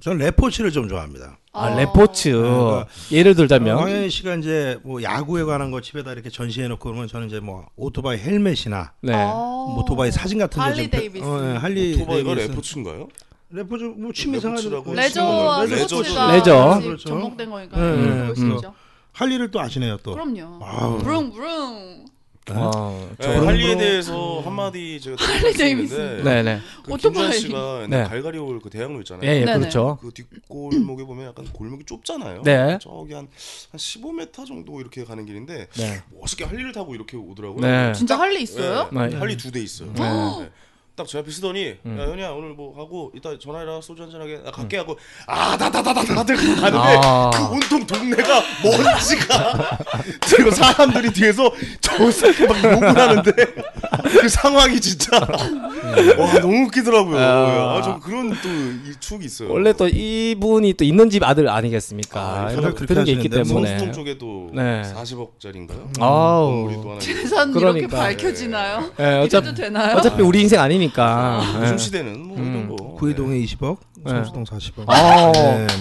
Speaker 6: 저는 레포츠를 좀 좋아합니다.
Speaker 3: 아,
Speaker 4: 어.
Speaker 3: 레포츠.
Speaker 6: 그러니까
Speaker 3: 예를 들자면
Speaker 6: 황현 씨가 이제 뭐 야구에 관한 거 집에다 이렇게 전시해 놓고 그러면 저는 이제 뭐 오토바이 헬멧이나
Speaker 3: 네.
Speaker 4: 어.
Speaker 5: 뭐
Speaker 6: 오토바이 뭐 사진 같은
Speaker 4: 할리
Speaker 6: 좀 배-
Speaker 4: 데이비스.
Speaker 6: 어, 예, 할리
Speaker 5: 오토바이가
Speaker 3: 네,
Speaker 6: 데이비스.
Speaker 5: 레포츠인가요?
Speaker 6: 레포츠 뭐 취미 생활이라고
Speaker 5: 레포츠라고
Speaker 4: 레저와
Speaker 5: 레저죠.
Speaker 4: 스포츠가
Speaker 3: 레저.
Speaker 4: 같이
Speaker 6: 그렇죠.
Speaker 4: 접목된 거니까
Speaker 6: 네,
Speaker 4: 음,
Speaker 6: 네,
Speaker 4: 보시죠.
Speaker 6: 할리를 또 아시네요 또.
Speaker 4: 그럼요.
Speaker 6: 아우.
Speaker 4: 브릉브릉.
Speaker 3: 어,
Speaker 5: 네,
Speaker 6: 그런
Speaker 5: 할리에
Speaker 6: 거랑-
Speaker 5: 대해서 한마디 제가 드릴
Speaker 4: 할리
Speaker 5: 말씀이
Speaker 4: 데이비슨.
Speaker 5: 있는데
Speaker 3: 네, 네.
Speaker 5: 그
Speaker 4: 오토바이.
Speaker 5: 김주현 씨가
Speaker 3: 네.
Speaker 5: 갈가리올 그 대학로 있잖아요.
Speaker 3: 예, 예,
Speaker 4: 네네.
Speaker 3: 그렇죠.
Speaker 5: 그 뒷골목에 보면 약간 골목이 좁잖아요.
Speaker 3: 네.
Speaker 5: 저기 한, 한 15m 정도 이렇게 가는 길인데
Speaker 3: 네.
Speaker 5: 멋있게 할리를 타고 이렇게 오더라고요.
Speaker 3: 네.
Speaker 4: 진짜 할리 있어요?
Speaker 5: 네.
Speaker 3: 네. 음.
Speaker 5: 할리 두 대 있어요.
Speaker 4: 네.
Speaker 5: 네. 딱 제 앞에 쓰더니 야 현이야 오늘 뭐 하고 이따 전화해라 소주 한잔 하게 나 갈게 하고 아다다다다 다들 가는데
Speaker 3: 아.
Speaker 5: 그 온통 동네가
Speaker 3: <laughs>
Speaker 5: 먼지가 그리고 사람들이 뒤에서 저새끼 막 욕을 하는데 그 상황이 진짜 와 너무 웃기더라고요.
Speaker 3: 음. 아.
Speaker 5: 아, 저 그런 또 이 추억이 있어요.
Speaker 3: 원래 또 이분이 또 있는 집 아들 아니겠습니까?
Speaker 5: 아,
Speaker 3: 이런
Speaker 6: 그렇게
Speaker 3: 그런 게 있기
Speaker 6: 하시는데
Speaker 3: 때문에.
Speaker 5: 성수동 쪽에도 뭐
Speaker 3: 네.
Speaker 5: 40억짜리인가요?
Speaker 3: 아우.
Speaker 5: 건물이 또 하나 있고.
Speaker 4: 재산 이렇게
Speaker 3: 그러니까.
Speaker 4: 밝혀지나요?
Speaker 3: 예, 어차피
Speaker 4: 이래도 되나요?
Speaker 3: 어차피 우리 인생 아니니까.
Speaker 5: 요즘
Speaker 3: 예.
Speaker 5: 시대는 뭐 이런 거
Speaker 6: 구이동에 20억,
Speaker 3: 네.
Speaker 6: 성수동 40억.
Speaker 3: 아.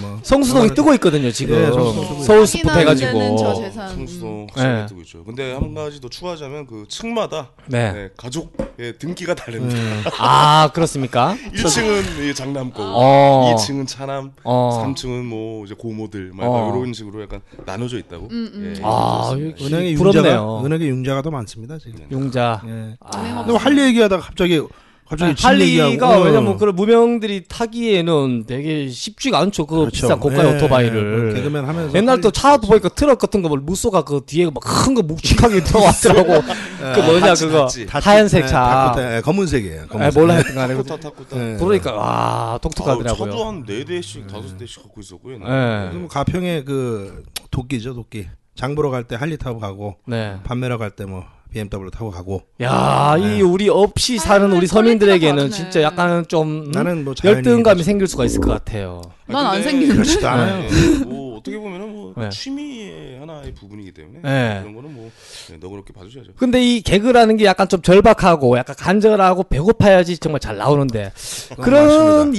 Speaker 6: 뭐.
Speaker 3: 성수동이 뜨고 있거든요 지금
Speaker 6: 예, 성수동 뜨고
Speaker 3: 서울 스포
Speaker 4: 확인하는 데는 저
Speaker 3: 해가지고
Speaker 4: 재산. 음.
Speaker 5: 성수동
Speaker 3: 네.
Speaker 5: 어, 확실하게 뜨고 있죠. 근데 한 가지 더 추가하자면 그 층마다
Speaker 3: 네.
Speaker 5: 네, 가족의 등기가 다릅니다.
Speaker 6: 네.
Speaker 3: 아 그렇습니까
Speaker 5: <laughs> 1층은 장남고,
Speaker 3: 어.
Speaker 5: 2층은 차남,
Speaker 3: 어.
Speaker 5: 3층은 뭐 이제 고모들 막
Speaker 3: 어.
Speaker 5: 이런 식으로 약간 나눠져 있다고.
Speaker 4: 음,
Speaker 5: 예, 이렇게
Speaker 3: 아,
Speaker 5: 좀 있습니다.
Speaker 6: 은행의
Speaker 3: 부럽네요.
Speaker 6: 융자가 은행의 융자가 더 많습니다 지금.
Speaker 3: 용자
Speaker 6: 예.
Speaker 3: 아. 네,
Speaker 6: 근데 할리 얘기하다가 갑자기 갑자기 집
Speaker 3: 할리가
Speaker 6: 얘기하고,
Speaker 3: 왜냐면
Speaker 6: 어.
Speaker 3: 그런 무명들이 타기에는 되게 쉽지가 않죠 그
Speaker 6: 그렇죠.
Speaker 3: 비싼 고가의
Speaker 6: 예,
Speaker 3: 오토바이를 네.
Speaker 6: 예, 개그맨 하면서
Speaker 3: 옛날 또
Speaker 6: 할리-
Speaker 3: 차 보니까 트럭 같은 거 뭘 무쏘가 그 뒤에 막 큰 거
Speaker 6: <laughs>
Speaker 3: 묵직하게 들어왔더라고
Speaker 6: 네.
Speaker 3: 그 뭐냐
Speaker 5: 다치,
Speaker 3: 그거
Speaker 5: 다치.
Speaker 3: 하얀색
Speaker 6: 예,
Speaker 3: 차
Speaker 6: 다코타, 예, 검은색이에요.
Speaker 3: 에,
Speaker 6: 검은색.
Speaker 3: 몰라 했던 거 아니고
Speaker 5: 타쿠타 타쿠타.
Speaker 6: 예.
Speaker 3: 그러니까 와
Speaker 5: 네. 아우, 차도
Speaker 3: 독특하더라고요 음.
Speaker 5: 한 네 대씩 다섯 대씩 갖고 있었고요.
Speaker 3: 예.
Speaker 6: 그리고 가평에 그 도끼죠 도끼. 장 보러 갈 때 할리 타고 가고
Speaker 3: 네.
Speaker 6: 판매러 갈 때 뭐 BMW 타고 가고.
Speaker 3: 야,
Speaker 6: 네.
Speaker 3: 이 우리 없이 사는 우리
Speaker 4: 퀄리티가
Speaker 3: 서민들에게는
Speaker 4: 다르네.
Speaker 3: 진짜 약간은 좀 음?
Speaker 6: 나는 뭐 자연이-
Speaker 3: 열등감이 네. 생길 수가 있을 것 같아요.
Speaker 4: 난안 생기는데.
Speaker 5: 그렇지도
Speaker 6: 않아요.
Speaker 5: 네. 뭐 어떻게 보면은 뭐
Speaker 3: 네.
Speaker 5: 취미의 하나의 부분이기 때문에
Speaker 3: 네.
Speaker 5: 그런 거는 뭐 네, 너그럽게 봐주셔야죠.
Speaker 3: 근데 이 개그라는 게 약간 좀 절박하고 약간 간절하고 배고파야지 정말 잘 나오는데 그런 이,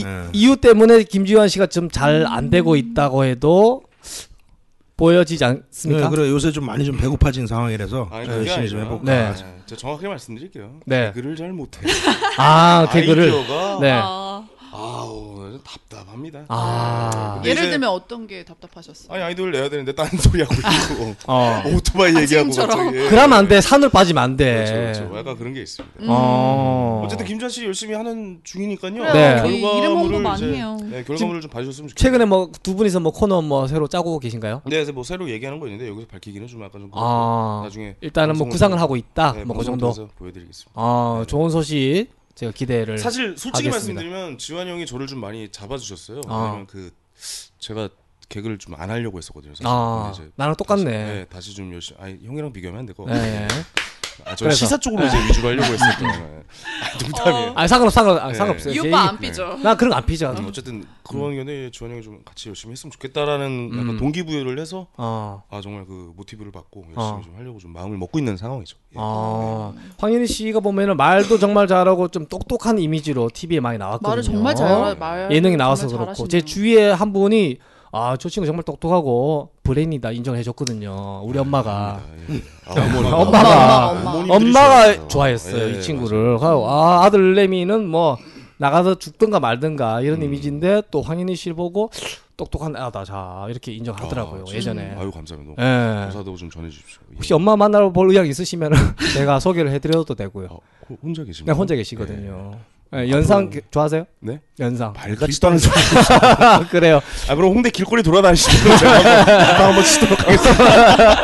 Speaker 6: 맞습니다. 예.
Speaker 3: 이유 때문에 김지환 씨가 좀 잘 안 되고 있다고 해도 보여지지 않습니까?
Speaker 6: 네, 그래 요새 좀 많이 좀 배고파진 상황이라서
Speaker 5: 아니 그게
Speaker 6: 열심히 좀
Speaker 5: 아니라
Speaker 6: 해볼까.
Speaker 3: 네.
Speaker 5: 아, 저 정확하게 말씀드릴게요.
Speaker 3: 네.
Speaker 5: 개그를 잘 못해.
Speaker 3: 아, 개그를
Speaker 5: 그렇죠. 아이디어가
Speaker 3: 네.
Speaker 4: 아,
Speaker 5: 아우 답답합니다.
Speaker 3: 아.
Speaker 5: 근데
Speaker 4: 예를
Speaker 5: 이제-
Speaker 4: 들면 어떤 게 답답하셨어요?
Speaker 5: 아니 아이돌 내야 되는데 딴 <laughs> 소리 하고 있고
Speaker 3: 어.
Speaker 5: 오토바이 얘기하고
Speaker 4: 지금처럼.
Speaker 5: 갑자기. 예.
Speaker 3: 그러면 안 돼. 네. 산으로 빠지면 안 돼.
Speaker 5: 그렇죠, 그렇죠. 음. 약간 그런 게 있습니다.
Speaker 3: 어.
Speaker 5: 어쨌든 김주환 씨 열심히 하는 중이니까요.
Speaker 4: 음. 그래요.
Speaker 3: 네.
Speaker 4: 저희 이름 홍보 많이
Speaker 5: 이제-
Speaker 4: 해요.
Speaker 5: 네, 결과물을 좀 봐주셨으면 좋겠어요.
Speaker 3: 최근에 뭐 두 분이서 뭐 코너 뭐 새로 짜고 계신가요?
Speaker 5: 네, 그래서 뭐 새로 얘기하는 거 있는데 여기서 밝히기는 좀 약간 좀
Speaker 3: 아.
Speaker 5: 그렇고 나중에
Speaker 3: 일단은 뭐
Speaker 5: 방송을
Speaker 3: 구상을
Speaker 5: 통해서-
Speaker 3: 하고 있다.
Speaker 5: 네,
Speaker 3: 뭐 그
Speaker 5: 방송을
Speaker 3: 정도.
Speaker 5: 통해서 보여드리겠습니다.
Speaker 3: 아 좋은 소식 제가 기대를
Speaker 5: 사실 솔직히
Speaker 3: 하겠습니다.
Speaker 5: 말씀드리면 지환이 형이 저를 좀 많이 잡아주셨어요.
Speaker 3: 아.
Speaker 5: 왜냐면 그 제가 개그를 좀 안 하려고 했었거든요. 사실.
Speaker 3: 아
Speaker 5: 근데 이제
Speaker 3: 나랑
Speaker 5: 다시-
Speaker 3: 똑같네.
Speaker 5: 네, 다시 좀 열심히. 아니 형이랑 비교하면 안 되고.
Speaker 3: 예, 예.
Speaker 5: 아, 저
Speaker 3: 그래서. 네. 음.
Speaker 5: 시사 쪽으로 이제 위주로 하려고 했었거든요. 아, 농담이에요.
Speaker 3: 아 상관없 상관 아,
Speaker 5: 네.
Speaker 3: 상관없어요.
Speaker 4: 이
Speaker 3: 제
Speaker 4: 오빠
Speaker 3: 얘기-
Speaker 4: 안 삐져.
Speaker 3: 나 그런 거 안 피자.
Speaker 5: 음, 어쨌든 그런 견해 지환이 형이 좀 같이 열심히 했으면 좋겠다라는 약간
Speaker 3: 음.
Speaker 5: 동기부여를 해서
Speaker 3: 어.
Speaker 5: 아 정말 그 모티브를 받고 열심히
Speaker 3: 어.
Speaker 5: 좀 하려고 좀 마음을 먹고 있는 상황이죠. 예.
Speaker 3: 아, 황현희 씨가 보면은 말도 정말 잘하고 좀 똑똑한 이미지로 TV에 많이 나왔거든요. 어.
Speaker 4: 말을 정말 잘 말.
Speaker 3: 예능에 나와서 그렇고 제 주위에 한 분이 아 저 친구 정말 똑똑하고 브레인이다 인정해줬거든요. 우리 엄마가
Speaker 5: 아, 어머니가.
Speaker 3: 엄마가
Speaker 4: 엄마, 엄마.
Speaker 5: 어머님들이
Speaker 3: 엄마가
Speaker 5: 좋아하세요.
Speaker 3: 좋아했어요
Speaker 5: 예,
Speaker 3: 이 친구를. 그래서 아 아들 내미는 뭐 나가서 죽든가 말든가
Speaker 5: 음.
Speaker 3: 이런 이미지인데 또 황인희 씨를 보고 똑똑한 아다 자 이렇게 인정하더라고요
Speaker 5: 아, 진짜.
Speaker 3: 예전에.
Speaker 5: 아유 감사합니다. 너무
Speaker 3: 예.
Speaker 5: 감사하다고 좀 전해주십시오. 예.
Speaker 3: 혹시 엄마 <laughs> 만나러 볼 의향 있으시면 제가 소개를 해드려도 되고요. 네,
Speaker 5: 아, 호- 어, 혼자 계십니까?
Speaker 3: 그냥 혼자 계시거든요. 예, 연상 게- 좋아하세요?
Speaker 5: 네?
Speaker 3: 연상.
Speaker 5: 발같지도 않은 소리.
Speaker 3: 아, 그래요.
Speaker 5: 아 그럼 홍대 길거리 돌아다니시는 제가 한번, 다 한번 치도록
Speaker 3: <laughs>
Speaker 5: 하겠습니다.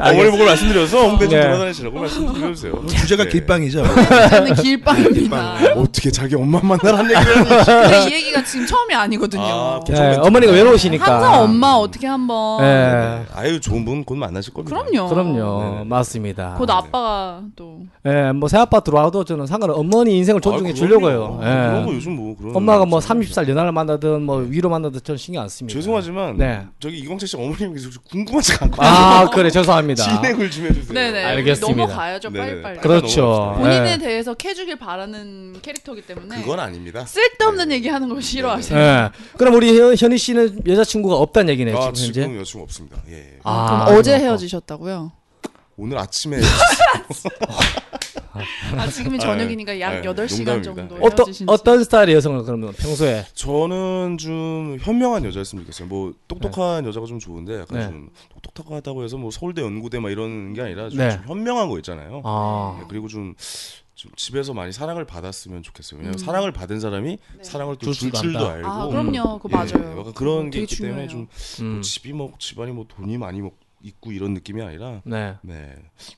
Speaker 5: 어머니 보고 말씀드려서 홍대 좀
Speaker 3: 네.
Speaker 5: 돌아다니시라고 말씀드려주세요.
Speaker 6: <laughs>
Speaker 5: 네.
Speaker 6: 주제가
Speaker 3: <laughs>
Speaker 6: 길빵이죠.
Speaker 4: 저는 길빵입니다.
Speaker 5: 어떻게 자기 엄마 만나라는 얘기를 하니?
Speaker 4: 근데 이 얘기가 지금 처음이 아니거든요.
Speaker 5: 아,
Speaker 3: 예,
Speaker 5: 괜찮겠다.
Speaker 3: 어머니가 외로우시니까.
Speaker 4: 항상 엄마 어떻게 한번
Speaker 3: 예.
Speaker 5: 아유 좋은 분 곧 만나실 겁니다.
Speaker 4: 그럼요.
Speaker 3: 그럼요.
Speaker 5: 네.
Speaker 3: 맞습니다.
Speaker 4: 곧 아빠가 또
Speaker 3: 예, 뭐 새아빠 들어와도 저는 상관없 어머니 인생을 존중해
Speaker 5: 아, 그럼요.
Speaker 3: 주려고요.
Speaker 5: 아, 그런 거
Speaker 3: 예.
Speaker 5: 요즘 뭐 그런
Speaker 3: 엄마가 뭐
Speaker 5: 거 없어요.
Speaker 3: 30살 연하를 만나든 뭐 위로 만나든 저는 신경 안 씁니다.
Speaker 5: 죄송하지만
Speaker 3: 네.
Speaker 5: 저기 이광철 씨 어머님이 계속 궁금하지가 않고
Speaker 3: 아, 그래. 죄송합니다.
Speaker 5: 진행을 좀 해주세요.
Speaker 4: 네네
Speaker 3: 알겠습니다.
Speaker 4: 넘어가야죠
Speaker 5: 네네.
Speaker 4: 빨리빨리.
Speaker 3: 그럼- 그렇죠.
Speaker 5: 넘어갑시다.
Speaker 4: 본인에
Speaker 3: 예.
Speaker 4: 대해서 캐주길 바라는 캐릭터기
Speaker 3: 네.
Speaker 4: 때문에
Speaker 5: 그건 아닙니다.
Speaker 4: 쓸데없는 얘기하는 걸
Speaker 5: 네.
Speaker 4: 싫어하세요.
Speaker 3: 예. 그럼 우리 현- 현희 씨는 여자친구가 없다는 얘기네요,
Speaker 5: 아
Speaker 3: 지금 현재.
Speaker 5: 지금 여친 없습니다. 예.
Speaker 3: 아,
Speaker 4: 그럼 어제
Speaker 3: 그렇고.
Speaker 4: 헤어지셨다고요?
Speaker 5: 오늘 아침에
Speaker 3: <laughs>
Speaker 4: 아 지금이
Speaker 5: 아,
Speaker 4: 저녁이니까 약
Speaker 5: 아,
Speaker 4: 8시간
Speaker 5: 농담입니다.
Speaker 4: 정도
Speaker 3: 어떤
Speaker 4: 헤어지신
Speaker 3: 어떤 스타일의 여성을 그러면 평소에
Speaker 5: 저는 좀 현명한 여자였으면 좋겠어요. 뭐 똑똑한 여자가 좀 좋은데 약간
Speaker 3: 네.
Speaker 5: 좀 똑똑하다고 해서 뭐 서울대 연구대 막 이런 게 아니라 좀,
Speaker 3: 네.
Speaker 5: 좀 현명한 거 있잖아요.
Speaker 3: 아,
Speaker 5: 네, 그리고 좀, 좀 집에서 많이 사랑을 받았으면 좋겠어요. 왜냐면 사랑을 받은 사람이 사랑을 또
Speaker 3: 줄
Speaker 5: 줄
Speaker 3: 줄도
Speaker 5: 줄도
Speaker 3: 안다.
Speaker 5: 알고.
Speaker 4: 음. 네. 아 그럼요 그거
Speaker 5: 예,
Speaker 4: 맞아요.
Speaker 5: 약간 그런 게
Speaker 4: 되게
Speaker 5: 있기 때문에
Speaker 4: 중요해요.
Speaker 5: 좀
Speaker 3: 음.
Speaker 5: 뭐 집이 뭐 집안이 뭐 돈이 많이 먹 있고 이런 느낌이 아니라
Speaker 3: 네.
Speaker 5: 네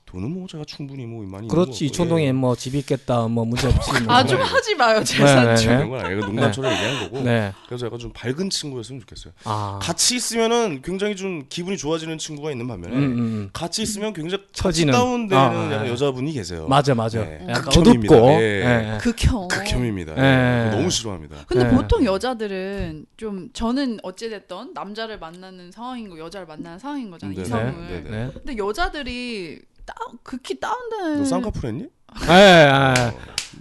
Speaker 5: 돈은 뭐 제가 충분히 뭐 많이 예.
Speaker 3: 그렇지 이촌동에 뭐 집 있겠다 뭐 문제 없지 뭐.
Speaker 4: 아 좀 하지 마요 재산
Speaker 3: 네, 네.
Speaker 5: 그런 건 아니고 농담처럼 얘기하는 거고
Speaker 3: 네.
Speaker 5: 그래서 약간 좀 밝은 친구였으면 좋겠어요.
Speaker 3: 아.
Speaker 5: 같이 있으면은 굉장히 좀 기분이 좋아지는 친구가 있는 반면에
Speaker 3: 음, 음, 음.
Speaker 5: 같이 있으면 굉장히
Speaker 3: 처지는.
Speaker 5: 다운되는
Speaker 3: 아,
Speaker 5: 약간
Speaker 3: 예.
Speaker 5: 여자분이 계세요.
Speaker 3: 맞아 맞아.
Speaker 5: 네.
Speaker 3: 약간
Speaker 5: 극혐입니다.
Speaker 3: 어둡고.
Speaker 5: 예.
Speaker 3: 예.
Speaker 4: 극혐.
Speaker 5: 극혐입니다.
Speaker 3: 예.
Speaker 5: 예. 너무 싫어합니다.
Speaker 4: 근데
Speaker 3: 네.
Speaker 4: 보통 여자들은 좀 저는 어찌됐던 남자를 만나는 상황이고 여자를 만나는 상황인 거잖아요
Speaker 5: 네,
Speaker 4: 이성을.
Speaker 5: 네, 네.
Speaker 3: 네.
Speaker 4: 근데 여자들이 다운, 극히 다운된.
Speaker 5: 너 쌍꺼풀 했니? 어,
Speaker 3: 예, 예.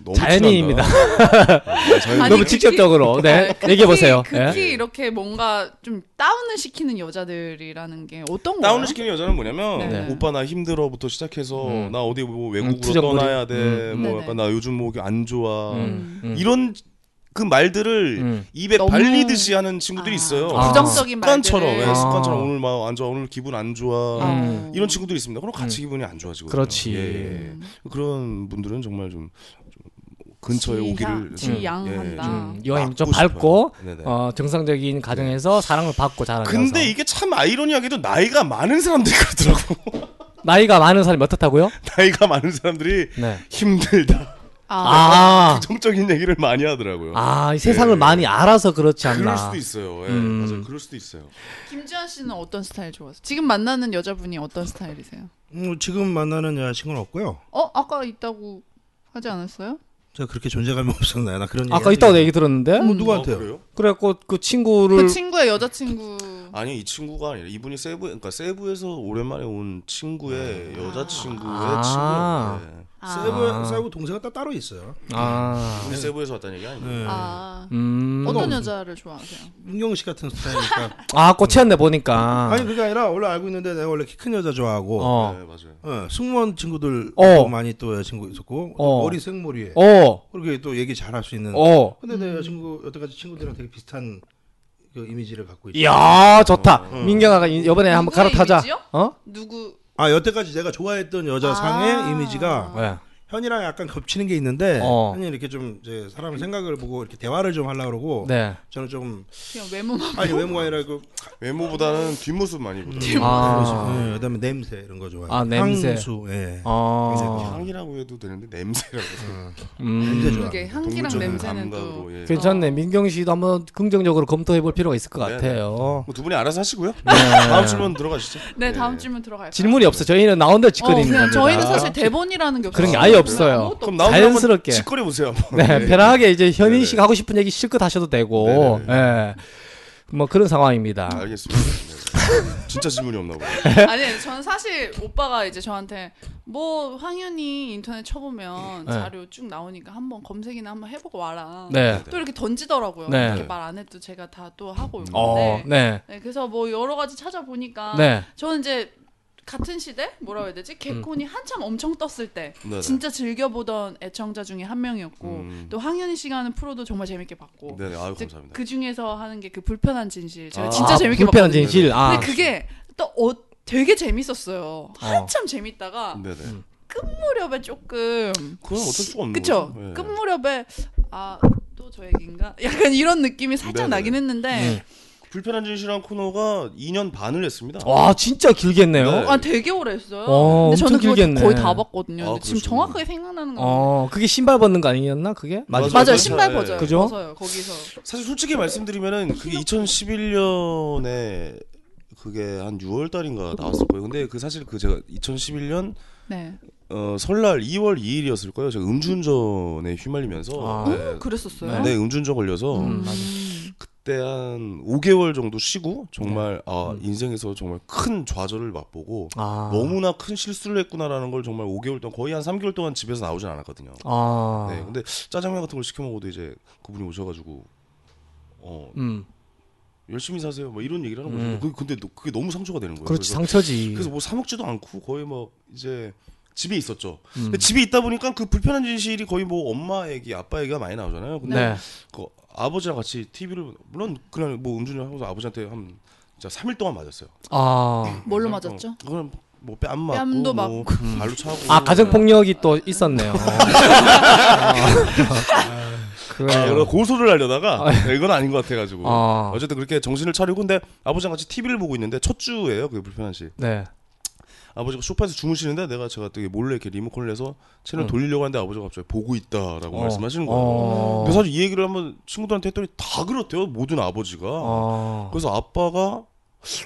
Speaker 5: 너무
Speaker 3: 자연인입니다.
Speaker 5: 티난다.
Speaker 3: <laughs>
Speaker 5: 어,
Speaker 4: 아니,
Speaker 5: 자연인.
Speaker 3: 너무
Speaker 4: 극히-
Speaker 3: 직접적으로. 네.
Speaker 4: 아,
Speaker 3: <laughs>
Speaker 4: 극히-
Speaker 3: 얘기해 보세요.
Speaker 4: 극히
Speaker 5: 예.
Speaker 4: 이렇게 뭔가 좀 다운을 시키는 여자들이라는 게 어떤 거예요?
Speaker 5: 다운을 시키는 여자는 뭐냐면
Speaker 4: 네.
Speaker 5: 오빠 나 힘들어부터 시작해서
Speaker 3: 음.
Speaker 5: 나 어디 뭐
Speaker 3: 음,
Speaker 5: 외국으로
Speaker 3: 투정거리.
Speaker 5: 떠나야 돼.
Speaker 3: 음.
Speaker 5: 뭐
Speaker 4: 네네.
Speaker 5: 약간 나 요즘 뭐안 좋아.
Speaker 3: 음, 음.
Speaker 5: 이런 그 말들을
Speaker 3: 음.
Speaker 5: 입에
Speaker 4: 너무-
Speaker 5: 발리듯이 하는 친구들이
Speaker 4: 아,
Speaker 5: 있어요.
Speaker 3: 아.
Speaker 4: 부정적인
Speaker 5: 습관처럼 예,
Speaker 4: 말들을.
Speaker 3: 아.
Speaker 5: 습관처럼 오늘 막 안 좋아 오늘 기분 안 좋아
Speaker 4: 어.
Speaker 3: 음.
Speaker 5: 이런 친구들이 있습니다. 그럼 같이 기분이 안 좋아지고
Speaker 3: 그렇지. 음.
Speaker 5: 예. 그런 분들은 정말 좀, 좀 근처에
Speaker 4: 지양-
Speaker 5: 오기를 음. 예,
Speaker 4: 지양한다.
Speaker 3: 음, 이왕이면 좀
Speaker 5: 낳고 싶어요.
Speaker 3: 밝고
Speaker 5: 네네.
Speaker 3: 어, 정상적인 가정에서 사랑을 받고 자라는
Speaker 5: 근데
Speaker 3: 여성.
Speaker 5: 이게 참 아이러니하게도 나이가 많은 사람들이 <laughs> 그러더라고.
Speaker 3: 나이가 많은 사람이 어떻다고요?
Speaker 5: 나이가 많은 사람들이
Speaker 3: 네.
Speaker 5: 힘들다. <laughs>
Speaker 4: 아,
Speaker 3: 아,
Speaker 5: 부정적인 얘기를 많이 하더라고요.
Speaker 3: 아, 이 세상을
Speaker 5: 예.
Speaker 3: 많이 알아서 그렇지 않나.
Speaker 5: 그럴 수도 있어요. 예,
Speaker 3: 음.
Speaker 5: 맞아요. 그럴 수도 있어요.
Speaker 4: 김지현 씨는 어떤 스타일 좋아하세요? 지금 만나는 여자분이 어떤 스타일이세요?
Speaker 6: 음, 지금 만나는 여자친구는 없고요.
Speaker 4: 어 아까 있다고 하지 않았어요?
Speaker 6: 제가 그렇게 존재감이 <laughs> 없었나요? 나 그런
Speaker 3: 아까
Speaker 6: 얘기하는
Speaker 3: 있다고
Speaker 6: 게-
Speaker 3: 얘기 들었는데.
Speaker 6: 뭐
Speaker 5: 아,
Speaker 6: 누구한테요?
Speaker 5: 그래요?
Speaker 3: 그래갖고 그 친구를
Speaker 4: 그 친구의 여자친구.
Speaker 5: 아니 이 친구가 아니라 이분이 세부 그러니까 세부에서 오랜만에 온 친구의 여자친구의
Speaker 3: 네. 아.
Speaker 5: 친구. 예.
Speaker 6: 세부 세부 동생은 따- 따로 있어요.
Speaker 3: 아,
Speaker 5: 우리 세부에서 왔다는 얘기 아니에요?
Speaker 6: 네.
Speaker 4: 아
Speaker 3: 음,
Speaker 4: 어떤 여자를 좋아하세요?
Speaker 6: 문경 씨 같은 스타일이니까.
Speaker 3: 아 꽂혔네 보니까.
Speaker 6: 아니 뭐. 그게 아니라 원래 알고 있는데 내가 원래 키 큰 여자 좋아하고
Speaker 3: 어,
Speaker 5: 네, 맞아요.
Speaker 6: 어, 승무원 친구들
Speaker 3: 어.
Speaker 6: 많이 또 여자친구 있었고
Speaker 3: 어.
Speaker 6: 머리 생머리에
Speaker 3: 어,
Speaker 6: 그렇게 또 얘기 잘 할 수 있는.
Speaker 3: 어.
Speaker 6: 근데
Speaker 4: 음.
Speaker 6: 내 여자친구 여태까지 친구들이랑 되게 비슷한 그 이미지를 갖고
Speaker 3: 예.
Speaker 6: 있죠.
Speaker 3: 이야 좋다. 민경아가 이- 이번에 네, 한번
Speaker 4: 누구의
Speaker 3: 갈아타자.
Speaker 4: 이미지요?
Speaker 3: 어?
Speaker 4: 누구?
Speaker 6: 아 여태까지 내가 좋아했던 여자
Speaker 4: 아.
Speaker 6: 상의 이미지가
Speaker 3: 왜?
Speaker 6: 현이랑 약간 겹치는 게 있는데
Speaker 3: 어.
Speaker 6: 현이 이렇게 좀 이제 사람 생각을 보고 이렇게 대화를 좀 하려고 그러고
Speaker 3: 네.
Speaker 6: 저는 좀
Speaker 4: 그냥 외모만.
Speaker 6: 아니 외모가 아니라 그
Speaker 5: 외모보다는 뒷모습 많이 보더라고요.
Speaker 3: 아,
Speaker 6: 예, 그다음에 냄새 이런 거 좋아해요.
Speaker 3: 아, 냄새.
Speaker 6: 향수. 예.
Speaker 3: 아,
Speaker 5: 향이라고 해도 되는데 냄새라고 해서
Speaker 6: 냄새
Speaker 3: 음,
Speaker 6: 좋아.
Speaker 4: 그게 향기랑
Speaker 5: 동물적인
Speaker 4: 냄새는 또.
Speaker 5: 감각으로, 예.
Speaker 3: 괜찮네. 민경 씨도 한번 긍정적으로 검토해볼 필요가 있을 것
Speaker 5: 네,
Speaker 3: 같아요.
Speaker 5: 뭐두 분이 알아서 하시고요.
Speaker 3: 네.
Speaker 5: 다음 질문 들어가시죠.
Speaker 4: 네 다음
Speaker 5: 예.
Speaker 4: 질문 들어갈까요?
Speaker 3: 질문이 없어. 저희는 나온다 직거리인
Speaker 4: 그냥
Speaker 3: 겁니다.
Speaker 4: 저희는 사실 대본이라는 게 없어요.
Speaker 3: 그런 게 아예 없어요.
Speaker 4: 아무것도
Speaker 5: 그럼 나오면
Speaker 3: 자연스럽게.
Speaker 5: 한번 직거래 보세요. 한번.
Speaker 3: 네,
Speaker 5: 예.
Speaker 3: 편하게 이제 현인
Speaker 5: 네네.
Speaker 3: 씨가 하고 싶은 얘기 실컷 하셔도 되고, 예. 뭐 그런 상황입니다.
Speaker 5: 알겠습니다. 네. 진짜 질문이 없나 보네.
Speaker 4: 아니, 저는 사실 오빠가 이제 저한테 뭐 황윤이 인터넷 쳐보면
Speaker 3: 네.
Speaker 4: 자료 쭉 나오니까 한번 검색이나 한번 해보고 와라.
Speaker 3: 네.
Speaker 4: 또 이렇게 던지더라고요.
Speaker 3: 네.
Speaker 4: 이렇게 말 안 해도 제가 다 또 하고 있는데.
Speaker 3: 어, 네.
Speaker 4: 네, 그래서 뭐 여러 가지 찾아보니까
Speaker 3: 네.
Speaker 4: 저는 이제 같은 시대 뭐라고 해야 되지 개콘이
Speaker 3: 음.
Speaker 4: 한참 엄청 떴을 때 <laughs>
Speaker 5: 네네.
Speaker 4: 진짜 즐겨보던 애청자 중에 한 명이었고
Speaker 5: 음.
Speaker 4: 또 황현희 씨가 하는 프로도 정말 재밌게 봤고
Speaker 5: 네네. 아유
Speaker 4: 즉,
Speaker 5: 감사합니다.
Speaker 4: 그 중에서 하는 게 그 불편한 진실 제가
Speaker 5: 아,
Speaker 4: 진짜
Speaker 3: 아,
Speaker 4: 재밌게
Speaker 3: 불편한
Speaker 4: 봤거든요.
Speaker 3: 진실. 아,
Speaker 4: 근데 그게 또 어, 되게 재밌었어요. 한참 재밌다가
Speaker 3: 음.
Speaker 5: 네네.
Speaker 4: 끝 무렵에 조금
Speaker 5: 그건 어쩔 수가 없는
Speaker 4: 그쵸
Speaker 5: 거죠. 음. 예.
Speaker 4: 끝 무렵에 아 또 저 얘기인가? <laughs> 약간 이런 느낌이 살짝
Speaker 5: 네네.
Speaker 4: 나긴 했는데
Speaker 5: 불편한 진실한 코너가 2년 반을 했습니다.
Speaker 3: 음. 와 진짜 길겠네요.
Speaker 5: 네.
Speaker 4: 아 되게 오래 했어요.
Speaker 3: 어,
Speaker 4: 근데 저는
Speaker 3: 엄청
Speaker 4: 그거
Speaker 3: 길겠네.
Speaker 4: 거의 다 봤거든요.
Speaker 5: 아,
Speaker 4: 근데 지금
Speaker 5: 그러시구나.
Speaker 4: 정확하게 생각나는 거
Speaker 3: 어 그게 신발 벗는 거 아니었나 그게? 맞-
Speaker 5: 맞아요.
Speaker 4: 맞아요. 신발
Speaker 5: 네.
Speaker 4: 버전.
Speaker 3: 그죠?
Speaker 4: 맞아요. 거기서.
Speaker 5: 사실 솔직히 말씀드리면은 그게 2011년에 그게 한 6월 달인가 나왔을 거예요. 근데 그 사실 그 제가 2011년
Speaker 4: 네.
Speaker 5: 어, 설날 2월 2일이었을 거예요. 제가 음주운전에 휘말리면서
Speaker 3: 아.
Speaker 5: 네.
Speaker 4: 그랬었어요.
Speaker 5: 네, 음주운전 걸려서
Speaker 3: 음, 맞아.
Speaker 5: 그때 한 5개월 정도 쉬고
Speaker 3: 네.
Speaker 5: 정말 아 인생에서 정말 큰 좌절을 맛보고
Speaker 3: 음. 아
Speaker 5: 너무나 큰 실수를 했구나라는 걸 정말 5개월 동안 거의 한 3개월 동안 집에서 나오진 않았거든요.
Speaker 3: 아
Speaker 5: 네, 근데 짜장면 같은 걸 시켜 먹어도 이제 그분이 오셔가지고 어
Speaker 3: 음
Speaker 5: 열심히 사세요. 뭐 이런 얘기를 하는 거죠.
Speaker 3: 음.
Speaker 5: 그- 근데 너- 그게 너무 상처가 되는 거예요.
Speaker 3: 그렇지
Speaker 5: 그래서,
Speaker 3: 상처지.
Speaker 5: 그래서 뭐 사 먹지도 않고 거의 뭐 이제 집에 있었죠.
Speaker 3: 음.
Speaker 5: 근데 집에 있다 보니까 그 불편한 진실이 거의 뭐 엄마 얘기, 아빠 얘기가 많이 나오잖아요. 근데
Speaker 3: 네.
Speaker 5: 그 아버지랑 같이 TV를 물론 그냥 뭐 음주를 하면서 아버지한테 한 진짜 3일 동안 맞았어요.
Speaker 3: 아.
Speaker 4: 뭘로
Speaker 5: 어,
Speaker 4: 맞았죠?
Speaker 5: 그건 뭐뺨 맞고
Speaker 4: 뺨도
Speaker 5: 뭐
Speaker 4: 맞고.
Speaker 5: 발로 차고 네.
Speaker 3: 아 가정 폭력이 또 있었네요.
Speaker 5: 아,
Speaker 3: <laughs> 그래요.
Speaker 5: 그래서 고소를 하려다가 네, 이건 아닌 것 같아가지고
Speaker 3: 예. 아.
Speaker 5: 어쨌든 그렇게 정신을 차리고 근데 아버지랑 같이 TV를 보고 있는데 첫 주예요 그 불편한 시
Speaker 3: 네.
Speaker 5: 아버지가 소파에서 주무시는데 내가 제가 되게 몰래 이렇게 리모컨을 해서 채널
Speaker 3: 음.
Speaker 5: 돌리려고 하는데 아버지가 갑자기 보고 있다라고
Speaker 3: 어.
Speaker 5: 말씀하시는 거예요
Speaker 3: 어.
Speaker 5: 근데 사실 이 얘기를 한번 친구들한테 했더니 다 그렇대요 모든 아버지가
Speaker 3: 어.
Speaker 5: 그래서 아빠가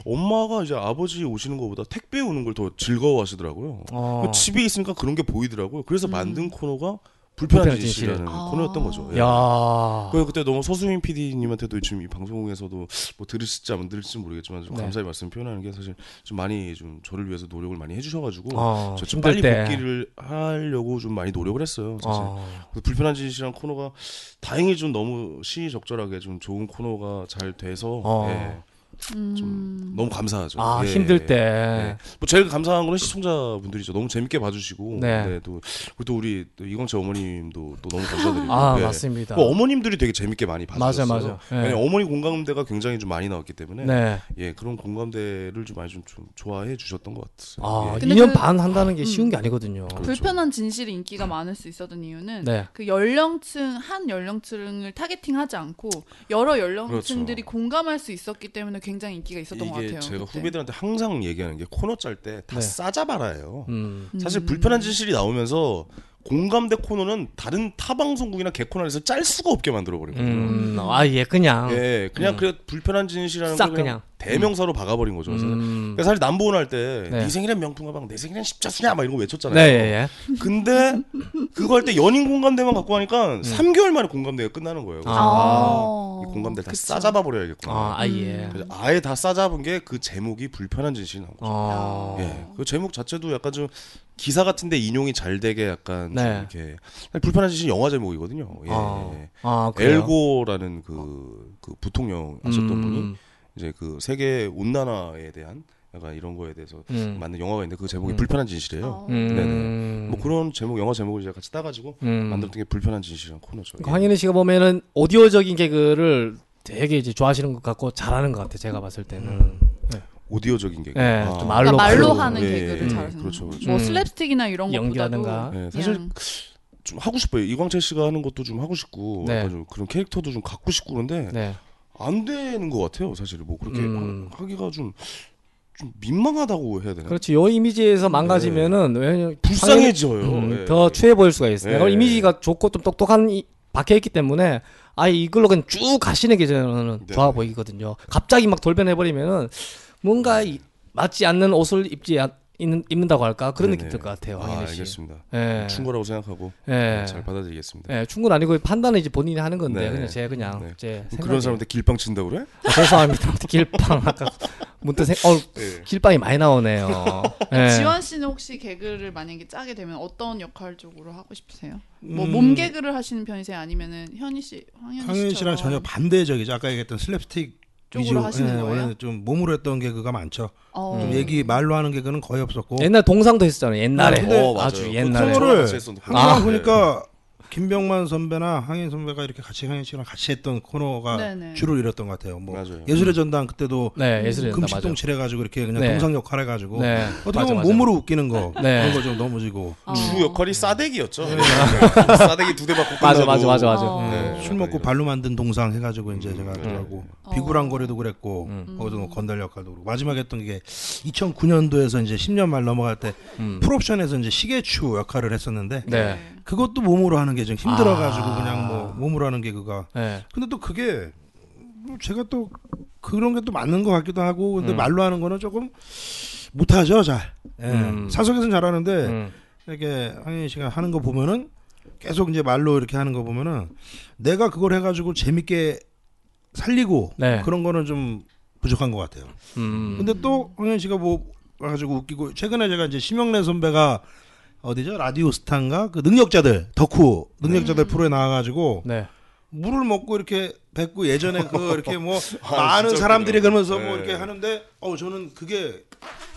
Speaker 5: 엄마가 이제 아버지 오시는 것보다 택배 오는 걸 더 즐거워하시더라고요
Speaker 3: 어.
Speaker 5: 집에 있으니까 그런 게 보이더라고요 그래서
Speaker 4: 음.
Speaker 5: 만든 코너가 불편한
Speaker 3: 불편한 진실.
Speaker 5: 진실이라는
Speaker 4: 아.
Speaker 5: 코너였던 거죠 예.
Speaker 3: 야.
Speaker 5: 그래서 그때 너무 서수민 PD님한테도 지금 이 방송에서도 뭐 들으실지 안 들으실지 모르겠지만 좀
Speaker 3: 네.
Speaker 5: 감사의 말씀 표현하는 게 사실 좀 많이 좀 저를 위해서 노력을 많이 해주셔가지고
Speaker 3: 어,
Speaker 5: 저 좀
Speaker 3: 힘들
Speaker 5: 빨리
Speaker 3: 때.
Speaker 5: 복귀를 하려고 좀 많이 노력을 했어요. 사실
Speaker 3: 어.
Speaker 5: 그래서 불편한 짓이란 코너가 다행히 좀 너무 시의적절하게 좀 좋은 코너가 잘 돼서
Speaker 3: 어.
Speaker 5: 예,
Speaker 4: 음.
Speaker 5: 너무 감사하죠.
Speaker 3: 아
Speaker 5: 예,
Speaker 3: 힘들
Speaker 5: 예.
Speaker 3: 때.
Speaker 5: 네. 뭐 제일 감사한 거는 시청자분들이죠. 너무 재밌게 봐주시고
Speaker 3: 네.
Speaker 5: 네. 또, 그리고 또 우리 또 이광채 어머님도 또 너무 감사드리고
Speaker 3: 아
Speaker 5: 예.
Speaker 3: 맞습니다.
Speaker 5: 뭐 어머님들이 되게 재밌게 많이 봐주셨어요.
Speaker 3: 맞아, 맞아. 예.
Speaker 5: 왜냐면 어머니 공감대가 굉장히 좀 많이 나왔기 때문에
Speaker 3: 네.
Speaker 5: 예 그런 공감대를 좀 많이 좀, 좀 좋아해 주셨던 것 같아요.
Speaker 3: 아
Speaker 5: 예.
Speaker 4: 근데
Speaker 3: 2년
Speaker 4: 그-
Speaker 3: 반 한다는 게
Speaker 4: 음.
Speaker 3: 쉬운 게 아니거든요.
Speaker 4: 그렇죠. 불편한 진실이 인기가 많을 수 있었던 이유는
Speaker 3: 네.
Speaker 4: 그 연령층 한 연령층을 타겟팅하지 않고 여러 연령층들이 공감할 수 있었기 때문에 굉장히 인기가 있었던 것
Speaker 5: 그렇죠. 이게
Speaker 4: 같아요.
Speaker 5: 제가
Speaker 4: 그때.
Speaker 5: 후배들한테 항상 얘기하는 게 코너 짤 때 다
Speaker 3: 네.
Speaker 5: 싸잡아라예요.
Speaker 3: 음.
Speaker 5: 사실
Speaker 4: 음.
Speaker 5: 불편한 진실이 나오면서 공감대 코너는 다른 타 방송국이나 개코너에서 짤 수가 없게 만들어 버리거든요.
Speaker 3: 음. 아예 그냥.
Speaker 5: 예, 그냥 그래 불편한 진실이라는
Speaker 3: 싹
Speaker 5: 걸
Speaker 3: 그냥.
Speaker 5: 그냥 대명사로 박아버린 거죠. 그래서
Speaker 3: 음.
Speaker 5: 그러니까 사실 남보은 할때
Speaker 3: 네.
Speaker 5: 네 생일엔 명품 가방, 내 생일엔 십자수냐 막 이런 거 외쳤잖아요.
Speaker 3: 네. 예, 예.
Speaker 5: 근데 그거 할 때 연인 공감대만 갖고 하니까
Speaker 3: 네.
Speaker 5: 3개월 만에 공감대가 끝나는 거예요. 그래서
Speaker 4: 아.
Speaker 5: 아, 이 공감대 다
Speaker 4: 그쵸.
Speaker 5: 싸잡아 버려야겠구나.
Speaker 3: 아 아예.
Speaker 5: 그래서 아예 다 싸잡은 게 그 제목이 불편한 진실이 나온 거예요.
Speaker 3: 어.
Speaker 5: 예, 그 제목 자체도 약간 좀 기사 같은데 인용이 잘 되게 약간
Speaker 3: 네.
Speaker 5: 좀 이렇게 불편한 진실 영화 제목이거든요. 예.
Speaker 3: 아,
Speaker 5: 예.
Speaker 3: 아 그래요.
Speaker 5: 엘고라는 그, 그 부통령 하셨던
Speaker 3: 음.
Speaker 5: 분이 이제 그 세계 온난화에 대한 약간 이런 거에 대해서
Speaker 3: 음.
Speaker 5: 만든 영화가 있는데 그 제목이 불편한 진실이에요.
Speaker 4: 어.
Speaker 5: 뭐 그런 제목 영화 제목을 이제 같이 따가지고
Speaker 3: 음.
Speaker 5: 만들었던 게 불편한 진실이라는 코너죠. 예.
Speaker 3: 그러니까 황인희 씨가 보면은 오디오적인 개그를 되게 이제 좋아하시는 것 같고 잘하는 것 같아 제가 봤을 때는
Speaker 5: 음. 오디오적인 게.
Speaker 3: 예, 좀 말-
Speaker 4: 그러니까 말로,
Speaker 3: 말로
Speaker 4: 하는
Speaker 5: 예,
Speaker 4: 개그를
Speaker 5: 예,
Speaker 4: 잘하시는 음.
Speaker 5: 그렇죠,
Speaker 4: 거.
Speaker 5: 그렇죠.
Speaker 4: 뭐
Speaker 3: 음.
Speaker 4: 슬랩스틱이나 이런
Speaker 3: 연기하는가?
Speaker 4: 것보다도
Speaker 5: 예, 사실
Speaker 4: 사실 그
Speaker 5: 좀 하고 싶어요. 이광철 씨가 하는 것도 좀 하고 싶고
Speaker 3: 네.
Speaker 5: 약간 좀 그런 캐릭터도 좀 갖고 싶고 그런데
Speaker 3: 네.
Speaker 5: 안 되는 것 같아요. 사실 뭐 그렇게
Speaker 3: 음.
Speaker 5: 하, 기가 좀, 좀 민망하다고 해야 되나?
Speaker 3: 그렇지 요 이미지에서 망가지면은 왜냐면
Speaker 5: 네. 불쌍해져요.
Speaker 3: 황인희- 음,
Speaker 5: 예.
Speaker 3: 더 추해 보일 수가 있어요.
Speaker 5: 예.
Speaker 3: 그걸 이미지가 좋고 좀 똑똑한 이, 박혀 있기 때문에 아예 이걸로 그냥 쭉 가시는 게 저는
Speaker 5: 네.
Speaker 3: 좋아 보이거든요. 갑자기 막 돌변해 버리면은 뭔가 이, 맞지 않는 옷을 입지 않, 입는, 입는다고 할까 그런
Speaker 5: 네네.
Speaker 3: 느낌 들 것 같아요.
Speaker 5: 아,
Speaker 3: 황인희 씨.
Speaker 5: 알겠습니다.
Speaker 3: 예.
Speaker 5: 충고라고 생각하고 네,
Speaker 3: 예.
Speaker 5: 잘 받아들이겠습니다.
Speaker 3: 예, 충분 아니고 판단은 이제 본인이 하는 건데
Speaker 5: 네.
Speaker 3: 그냥 제 그냥
Speaker 5: 네.
Speaker 3: 제
Speaker 5: 그럼 그런
Speaker 3: 생각이에요.
Speaker 5: 사람한테 길빵 친다 그래?
Speaker 3: 아, <laughs> 죄송합니다. 길빵 아까 문득 생, 어
Speaker 5: 네.
Speaker 3: 길빵이 많이 나오네요. 예.
Speaker 4: <laughs> 지원 씨는 혹시 개그를 만약에 짜게 되면 어떤 역할 쪽으로 하고 싶으세요? 뭐
Speaker 6: 음.
Speaker 4: 몸 개그를 하시는 편이세요? 아니면은 현희 씨, 황현희
Speaker 6: 황윤
Speaker 4: 씨처럼?
Speaker 6: 씨랑 전혀 반대적이죠. 아까 얘기했던 슬랩스틱
Speaker 4: 쪽으로
Speaker 6: 위주.
Speaker 4: 하시는 거예요?
Speaker 6: 원래는 좀 몸으로 했던 개그가 많죠.
Speaker 4: 어.
Speaker 6: 좀 얘기 말로 하는 개그는 거의 없었고.
Speaker 3: 옛날 동상도 예. 했었잖아요. 옛날에
Speaker 5: 어, 맞아요.
Speaker 3: 아주
Speaker 5: 그거
Speaker 3: 옛날에
Speaker 5: 통으로-
Speaker 6: 그거를
Speaker 5: 같이 했었는데.
Speaker 6: 항상
Speaker 5: 아.
Speaker 6: 보니까
Speaker 3: 네.
Speaker 6: 김병만 선배나 항인 선배가 이렇게 같이 항인 씨랑 같이 했던 코너가
Speaker 4: 네네.
Speaker 6: 주를 이뤘던 것 같아요. 뭐
Speaker 5: 맞아요.
Speaker 6: 예술의 전당 그때도
Speaker 3: 음. 네, 예술의 전당 맞아요.
Speaker 6: 금식동 칠해가지고 이렇게 그냥
Speaker 3: 네.
Speaker 6: 동상 역할 해가지고
Speaker 3: 네.
Speaker 6: 어떻게
Speaker 3: 맞아,
Speaker 6: 보면
Speaker 3: 맞아.
Speaker 6: 몸으로 웃기는 거
Speaker 3: 네.
Speaker 6: 그런 거 좀 넘어지고
Speaker 4: 어.
Speaker 5: 주 역할이 싸대기였죠. 네. <laughs> 싸대기 두 대 받고
Speaker 3: 맞아
Speaker 5: 끝나고.
Speaker 3: 맞아 맞아 음. 맞아.
Speaker 4: 어.
Speaker 5: 네,
Speaker 6: 술 먹고 발로 만든 동상 해가지고 이제 제가
Speaker 5: 음.
Speaker 6: 하고
Speaker 4: 어. 음.
Speaker 6: 비구랑거리도 그랬고
Speaker 3: 음.
Speaker 6: 거기서 뭐 건달 역할도 그렇고 마지막에 했던 게 2009년도에서 이제 10년 말 넘어갈 때 풀옵션에서 이제 시계추 역할을 했었는데
Speaker 3: 음. 네. 아.
Speaker 6: 그것도 몸으로 하는 게 좀 힘들어가지고 그냥 뭐 몸으로 하는 게 그가
Speaker 3: 네.
Speaker 6: 근데 또 그게 뭐 제가 또 그런 게 또 맞는 것 같기도 하고 근데 말로 하는 거는 조금 못하죠 잘 예.
Speaker 3: 음.
Speaker 6: 사석에서는 잘하는데
Speaker 3: 음.
Speaker 6: 이렇게 황인 씨가 하는 거 보면은 계속 이제 말로 이렇게 하는 거 보면은 내가 그걸 해가지고 재밌게 살리고
Speaker 3: 네.
Speaker 6: 그런 거는 좀 부족한 것 같아요.
Speaker 3: 음.
Speaker 6: 근데 또 황인 씨가 뭐 와가지고 웃기고 최근에 제가 이제 심영래 선배가 어디죠 라디오 스타인가 그 능력자들 덕후
Speaker 3: 음.
Speaker 6: 능력자들 프로에 나와가지고
Speaker 3: 네.
Speaker 6: 물을 먹고 이렇게 뱉고 예전에 그 이렇게 뭐
Speaker 5: <laughs> 아,
Speaker 6: 많은
Speaker 5: 진짜
Speaker 6: 사람들이
Speaker 5: 웃기네요.
Speaker 6: 그러면서 뭐
Speaker 5: 네.
Speaker 6: 이렇게 하는데 어 저는 그게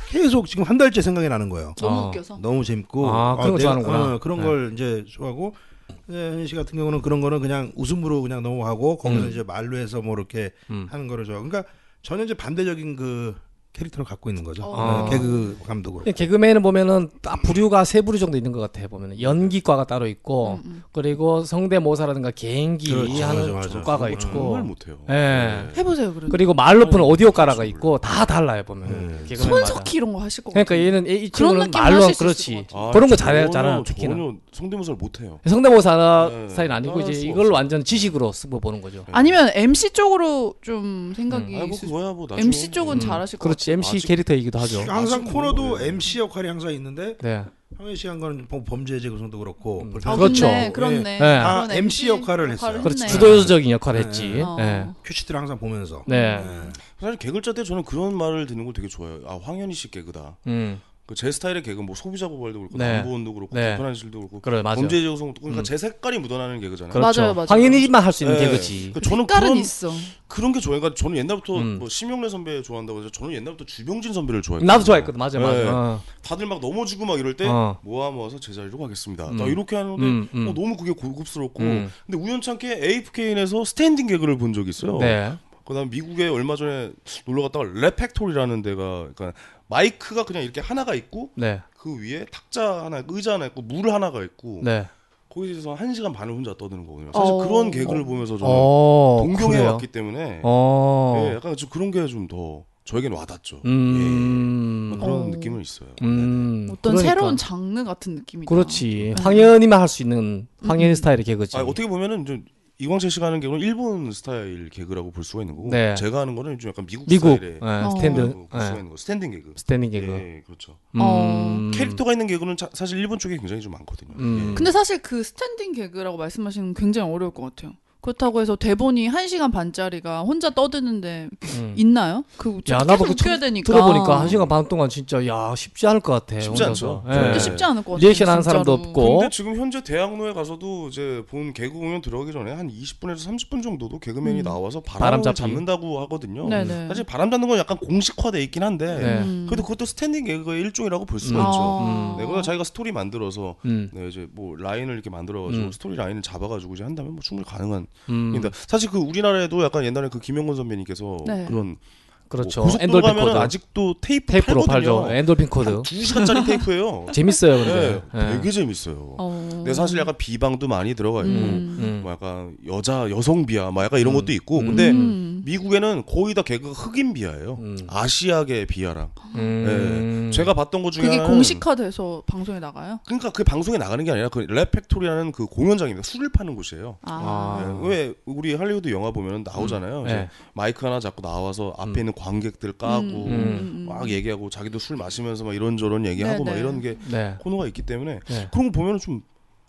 Speaker 6: 계속 지금 한 달째 생각이 나는 거예요.
Speaker 4: 너무
Speaker 3: 어.
Speaker 4: 웃겨서.
Speaker 6: 너무 재밌고
Speaker 3: 아, 그런 거 좋아하는구나.
Speaker 6: 어, 그런
Speaker 3: 네.
Speaker 6: 걸 이제 좋아하고 네, 현씨 같은 경우는 그런 거는 그냥 웃음으로 그냥 넘어가고 거기서 이제 말로 해서 뭐 이렇게
Speaker 3: 음.
Speaker 6: 하는 거를 좋아. 그러니까 저는 이제 반대적인 그 캐릭터를 갖고 있는 거죠.
Speaker 4: 어.
Speaker 3: 아.
Speaker 6: 네, 개그 감독으로.
Speaker 3: 개그맨은 보면은 딱 부류가 세 부류 정도 있는 것 같아요. 보면은 연기과가 따로 있고
Speaker 4: 음, 음.
Speaker 3: 그리고 성대모사라든가 개인기
Speaker 6: 그렇죠,
Speaker 3: 하는
Speaker 6: 맞아, 맞아.
Speaker 3: 과가
Speaker 5: 네. 정말 뭐.
Speaker 3: 있고
Speaker 5: 못해요. 네.
Speaker 3: 예.
Speaker 4: 해보세요 그래도.
Speaker 3: 그리고 말로프는 오디오과라가 있고 다 달라요 보면. 네.
Speaker 4: 손석희 이런 거 하실 것
Speaker 3: 그러니까
Speaker 4: 같아요.
Speaker 3: 얘는 이, 이
Speaker 4: 그런
Speaker 3: 친구는
Speaker 4: 느낌을
Speaker 3: 말로
Speaker 4: 하실 수 있을
Speaker 3: 그렇지
Speaker 4: 것
Speaker 5: 아,
Speaker 3: 그런 거
Speaker 5: 전혀,
Speaker 3: 잘 잘하는 특히나
Speaker 5: 전혀 성대모사를 못해요.
Speaker 3: 성대모사
Speaker 5: 네.
Speaker 3: 스타일은 아니고
Speaker 5: 따라할
Speaker 3: 이제
Speaker 5: 수가
Speaker 3: 이걸
Speaker 5: 없어.
Speaker 3: 완전 지식으로 쓰고 보는 거죠.
Speaker 4: 아니면 MC 쪽으로 좀 생각이
Speaker 5: 아, 뭐
Speaker 4: 있으
Speaker 5: 그거야 뭐 나중에.
Speaker 4: MC 쪽은 잘하실 것
Speaker 3: 음. 그렇지 MC
Speaker 5: 아직-
Speaker 3: 캐릭터이기도 하죠.
Speaker 6: 항상
Speaker 5: 아직도
Speaker 6: 코너도
Speaker 5: 네.
Speaker 6: MC 역할이 항상 있는데
Speaker 3: 네.
Speaker 6: 황현 씨한 거는 뭐 범- 범죄 재구성도 그렇고
Speaker 3: 음.
Speaker 6: 불편-
Speaker 4: 같아요. 아,
Speaker 3: 그렇죠.
Speaker 4: 그렇네, 그렇네.
Speaker 6: 예.
Speaker 3: 네.
Speaker 6: 아,
Speaker 4: 그런
Speaker 6: MC 역할을 했어요.
Speaker 4: 했네.
Speaker 3: 그렇지 주도적인 역할을 했지.
Speaker 4: 어.
Speaker 3: 네.
Speaker 6: 큐시트를 항상 보면서
Speaker 3: 네.
Speaker 5: 음. 사실 개글자 때 저는 그런 말을 듣는 걸 되게 좋아해요. 아 황현희 씨 개그다.
Speaker 3: 음.
Speaker 5: 그 제 스타일의 개그 뭐 소비자 고발도 그렇고
Speaker 3: 네.
Speaker 5: 남보원도 그렇고
Speaker 3: 네.
Speaker 5: 불편한 실도 그렇고
Speaker 3: 그래 맞아.
Speaker 5: 범죄 재구성도 그러니까
Speaker 3: 음.
Speaker 5: 제 색깔이 묻어나는 개그잖아요.
Speaker 3: 그렇죠.
Speaker 4: 맞아요, 맞아요.
Speaker 3: 황인이만 할 수 있는
Speaker 5: 예.
Speaker 3: 개그지.
Speaker 5: 그러니까 저는
Speaker 4: 색깔은
Speaker 5: 그런
Speaker 4: 있어.
Speaker 5: 그런 게 좋아요. 그러니까 저는 옛날부터
Speaker 3: 음.
Speaker 5: 뭐 심영래 선배 좋아한다고 해서 저는 옛날부터 주병진 선배를 좋아했거든요.
Speaker 3: 나도 좋아했거든. 맞아 맞아.
Speaker 5: 그렇죠. 네.
Speaker 3: 어.
Speaker 5: 다들 막 넘어지고 막 이럴 때
Speaker 3: 어.
Speaker 5: 모아 모아서 제자리로 가겠습니다.
Speaker 3: 음.
Speaker 5: 나 이렇게 하는데
Speaker 3: 음, 음.
Speaker 5: 어, 너무 그게 고급스럽고
Speaker 3: 음.
Speaker 5: 근데 우연찮게 AFK인에서 스탠딩 개그를 본 적이 있어요.
Speaker 3: 네.
Speaker 5: 그다음 미국에 얼마 전에 놀러 갔다가 레팩토리라는 데가 그러니까 마이크가 그냥 이렇게 하나가 있고
Speaker 3: 네.
Speaker 5: 그 위에 탁자 하나, 의자 하나 있고 물 하나가 있고
Speaker 3: 네.
Speaker 5: 거기서 한 시간 반을 혼자 떠드는 거거든요. 사실
Speaker 4: 어.
Speaker 5: 그런 개그를 보면서 저는
Speaker 3: 어.
Speaker 5: 동경해
Speaker 3: 그래요?
Speaker 5: 왔기 때문에
Speaker 3: 어.
Speaker 5: 예, 약간 좀 그런 게 좀 더 저에겐 와닿죠. 예,
Speaker 3: 음.
Speaker 5: 그런
Speaker 4: 어.
Speaker 5: 느낌은 있어요.
Speaker 3: 음.
Speaker 4: 어떤
Speaker 3: 그러니까.
Speaker 4: 새로운 네. 장르 같은 느낌이.
Speaker 3: 그렇지. 황현이만 할 수 있는
Speaker 4: 음.
Speaker 3: 황현 스타일의 개그지.
Speaker 5: 아, 어떻게 보면은 좀 이광철 씨가 하는 경우는 일본 스타일 개그라고 볼 수가 있는 거고
Speaker 3: 네.
Speaker 5: 제가 하는 거는 좀 약간 미국,
Speaker 3: 미국
Speaker 5: 스타일의
Speaker 3: 예,
Speaker 4: 어.
Speaker 3: 스탠드
Speaker 5: 개그라고 볼 수가
Speaker 3: 예,
Speaker 5: 있는 거 스탠딩 개그.
Speaker 3: 스탠딩 개그.
Speaker 5: 예, 그렇죠.
Speaker 4: 어.
Speaker 3: 음.
Speaker 5: 캐릭터가 있는 개그는 차- 사실 일본 쪽에 굉장히 좀 많거든요.
Speaker 3: 음.
Speaker 5: 예.
Speaker 4: 근데 사실 그 스탠딩 개그라고 말씀하시는 건 굉장히 어려울 것 같아요. 그렇다고 해서 대본이 1시간 반짜리가 혼자 떠드는데
Speaker 3: 음.
Speaker 4: 있나요? 그
Speaker 3: 야,
Speaker 4: 계속
Speaker 3: 나도 그
Speaker 4: 웃겨야
Speaker 3: 처음
Speaker 4: 되니까.
Speaker 3: 들어보니까 한 시간 반 동안 진짜 야 쉽지 않을 것 같아.
Speaker 5: 쉽지
Speaker 3: 혼자서.
Speaker 5: 않죠.
Speaker 3: 예.
Speaker 5: 네.
Speaker 4: 근데 쉽지 않을 것 같아요.
Speaker 3: 리액션 하는 사람도
Speaker 4: 진짜로.
Speaker 3: 없고.
Speaker 5: 근데 지금 현재 대학로에 가서도 이제 본 개그 공연 들어가기 전에 한 20분에서 30분 정도도 개그맨이
Speaker 4: 음.
Speaker 5: 나와서 바람
Speaker 3: 바람
Speaker 5: 을
Speaker 3: 잡기.
Speaker 5: 잡는다고 하거든요.
Speaker 4: 그러니까. 네네.
Speaker 5: 음. 사실 바람 잡는 건 약간 공식화돼 있긴 한데
Speaker 3: 네.
Speaker 4: 음.
Speaker 5: 그래도 그것도 스탠딩 개그의 일종이라고 볼 수가
Speaker 3: 음.
Speaker 5: 있죠.
Speaker 4: 아.
Speaker 5: 네, 그래서 자기가 스토리 만들어서
Speaker 3: 음.
Speaker 5: 네, 이제 뭐 라인을 이렇게 만들어가지고
Speaker 3: 음.
Speaker 5: 스토리 라인을 잡아가지고 이제 한다면 뭐 충분히 가능한.
Speaker 3: 음.
Speaker 5: 일인데 사실 그 우리나라에도 약간 옛날에 그 김영건 선배님께서
Speaker 4: 네.
Speaker 5: 그런
Speaker 3: 그렇죠.
Speaker 5: 뭐 고속도로
Speaker 3: 엔돌핀
Speaker 5: 가면
Speaker 3: 코드.
Speaker 5: 아직도 테이프
Speaker 3: 테이프로
Speaker 5: 팔거든요.
Speaker 3: 팔죠. 엔돌핀
Speaker 5: 한
Speaker 3: 코드.
Speaker 5: 두 시간짜리
Speaker 3: <laughs>
Speaker 5: 테이프예요.
Speaker 3: 재밌어요,
Speaker 5: 네,
Speaker 3: 근데. 예.
Speaker 5: 되게 재밌어요.
Speaker 4: 어.
Speaker 5: 근데 사실 약간 비방도 많이 들어가 있고
Speaker 4: 음.
Speaker 3: 음.
Speaker 5: 뭐 약간 여자 여성 비하 막 약간 이런 것도 있고
Speaker 3: 음.
Speaker 5: 근데
Speaker 4: 음.
Speaker 5: 미국에는 거의 다 개그가 흑인 비하예요.
Speaker 3: 음.
Speaker 5: 아시아계 비하랑
Speaker 3: 음.
Speaker 5: 제가 봤던 것 중에
Speaker 4: 그게
Speaker 5: 하나는-
Speaker 4: 공식화돼서 방송에 나가요?
Speaker 5: 그러니까 그 방송에 나가는 게 아니라 그 랩팩토리라는 그 공연장입니다. 술을 파는 곳이에요.
Speaker 4: 아.
Speaker 3: 아.
Speaker 5: 예, 왜 우리 할리우드 영화 보면 나오잖아요. 이제
Speaker 3: 네.
Speaker 5: 마이크 하나 잡고 나와서 앞에 있는 관객들 까고
Speaker 3: 음.
Speaker 5: 막 얘기하고 자기도 술 마시면서 막 이런저런 얘기하고
Speaker 4: 네,
Speaker 5: 막
Speaker 4: 네.
Speaker 5: 이런 게
Speaker 3: 네.
Speaker 5: 코너가 있기 때문에
Speaker 3: 네.
Speaker 5: 그런 거 보면은 좀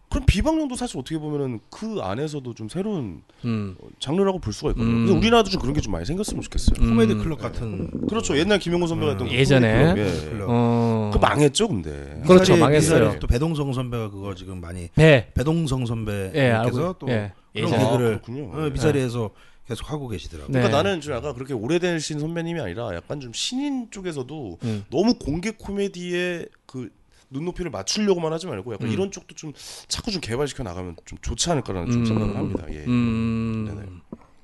Speaker 5: 그런 비방용도 사실 어떻게 보면은 그 안에서도 좀 새로운
Speaker 3: 음.
Speaker 5: 어, 장르라고 볼 수가 있거든요.
Speaker 3: 음.
Speaker 5: 그래서 우리나라도 좀 그런 게 좀 많이 생겼으면 좋겠어요.
Speaker 6: 코미디 클럽 같은
Speaker 5: 그렇죠. 옛날 김용호 선배가 했던 그
Speaker 3: 예전에.
Speaker 5: 코미디 클럽, 예.
Speaker 6: 클럽.
Speaker 3: 어.
Speaker 5: 그 망했죠, 근데.
Speaker 3: 그렇죠,
Speaker 6: 이 자리에- 이
Speaker 3: 망했어요.
Speaker 6: 자리에서 또 배동성 선배가 그거 지금 많이
Speaker 3: 배.
Speaker 6: 배동성
Speaker 3: 네. 예,
Speaker 6: 선배님께서
Speaker 3: 알고.
Speaker 6: 또
Speaker 3: 예.
Speaker 6: 그런
Speaker 5: 예전에.
Speaker 6: 개그를
Speaker 5: 아, 그렇군요.
Speaker 6: 어,
Speaker 5: 예.
Speaker 6: 미자리에서 계속 하고 계시더라고요.
Speaker 3: 네.
Speaker 5: 그러니까 나는 좀 약간 그렇게 오래되신 선배님이 아니라 약간 좀 신인 쪽에서도
Speaker 3: 음.
Speaker 5: 너무 공개 코미디에 그 눈높이를 맞추려고만 하지 말고
Speaker 3: 음.
Speaker 5: 약간 이런 쪽도 좀 자꾸 좀 개발시켜 나가면 좀 좋지 않을까라는 좀
Speaker 3: 음.
Speaker 5: 생각을 합니다. 예. 네네.
Speaker 3: 음.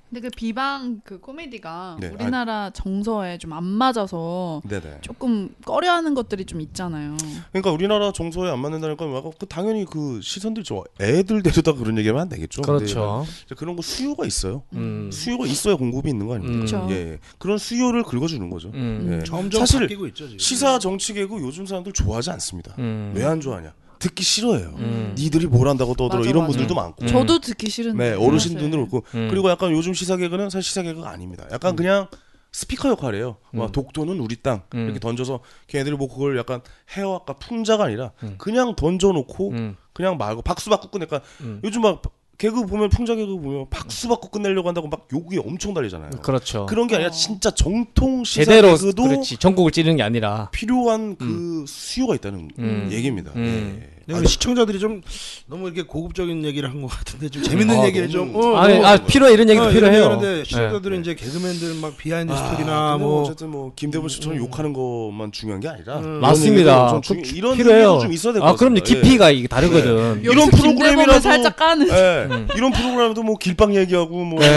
Speaker 4: 근데 그 비방 그 코미디가
Speaker 5: 네,
Speaker 4: 우리나라 정서에 좀 안 맞아서
Speaker 5: 네네.
Speaker 4: 조금 꺼려하는 것들이 좀 있잖아요.
Speaker 5: 그러니까 우리나라 정서에 안 맞는다니까 막 그 당연히 그 시선들 저 애들 데려다 그런 얘기하면 안 되겠죠. 근데
Speaker 3: 그렇죠.
Speaker 5: 이제 그런 거 수요가 있어요.
Speaker 3: 음.
Speaker 5: 수요가 있어야 공급이 있는 거 아닙니까?
Speaker 4: 그쵸.
Speaker 5: 예, 예. 그런 수요를 긁어주는 거죠.
Speaker 3: 음.
Speaker 5: 예.
Speaker 6: 점점
Speaker 5: 사실
Speaker 6: 아, 바뀌고 있죠 지금.
Speaker 5: 시사 정치 개그 요즘 사람들 좋아하지 않습니다.
Speaker 3: 음.
Speaker 5: 왜 안 좋아하냐? 듣기 싫어해요.
Speaker 3: 음.
Speaker 5: 니들이 뭘 한다고 떠들어
Speaker 4: 맞아,
Speaker 5: 이런
Speaker 4: 맞아.
Speaker 5: 분들도 많고.
Speaker 4: 저도 듣기 싫은데.
Speaker 5: 네, 어르신들도
Speaker 4: 사실.
Speaker 5: 그렇고
Speaker 3: 음.
Speaker 5: 그리고 약간 요즘 시사 개그는 사실 시사 개그가 아닙니다. 약간 그냥 스피커 역할이에요. 와, 독도는 우리 땅
Speaker 3: 음.
Speaker 5: 이렇게 던져서 걔네들이 뭐 그걸 약간 해어 아까 풍자가 아니라 그냥 던져놓고
Speaker 3: 음.
Speaker 5: 그냥 말고 박수 받고 끝내니까 요즘 막 개그 보면 풍자 개그 보면 박수 받고 끝내려고 한다고 막 욕이 엄청 달리잖아요.
Speaker 3: 음. 그렇죠.
Speaker 5: 그런 게
Speaker 4: 어.
Speaker 5: 아니라 진짜 정통 시사
Speaker 3: 제대로
Speaker 5: 개그도
Speaker 3: 그렇지. 전국을 찌르는 게 아니라.
Speaker 5: 필요한 그 수요가 있다는
Speaker 3: 음.
Speaker 5: 얘기입니다.
Speaker 3: 음.
Speaker 5: 예.
Speaker 6: 네, 시청자들이 좀 너무 이렇게 고급적인 얘기를 한 것 같은데 좀 재밌는
Speaker 5: 아,
Speaker 6: 얘기를
Speaker 5: 너무-
Speaker 6: 좀 어,
Speaker 3: 아니,
Speaker 6: 너무-
Speaker 3: 아 필요해 이런 얘기도
Speaker 6: 어,
Speaker 3: 필요해요. 네.
Speaker 6: 그런데 시청자들은 이제 개그맨들 막 비하인드
Speaker 5: 아,
Speaker 6: 스토리나
Speaker 5: 근데 뭐
Speaker 6: 뭐 음.
Speaker 5: 어쨌든 뭐 김대범 씨처럼 욕하는 것만 중요한 게 아니라 이런
Speaker 3: 맞습니다.
Speaker 5: 얘기도 좀
Speaker 3: 그
Speaker 5: 중- 이런
Speaker 3: 필요해요.
Speaker 5: 얘기도 좀 있어야 될 것 예.
Speaker 3: 아,
Speaker 5: 같아요.
Speaker 3: 그럼요. 깊이가 이게 다르거든.
Speaker 5: 이런
Speaker 4: 여기서 김대범을
Speaker 5: 프로그램이라도-
Speaker 4: 살짝 까는.
Speaker 5: 예.
Speaker 3: 음.
Speaker 5: 이런 프로그램도 뭐 길방 얘기하고 뭐
Speaker 3: 예.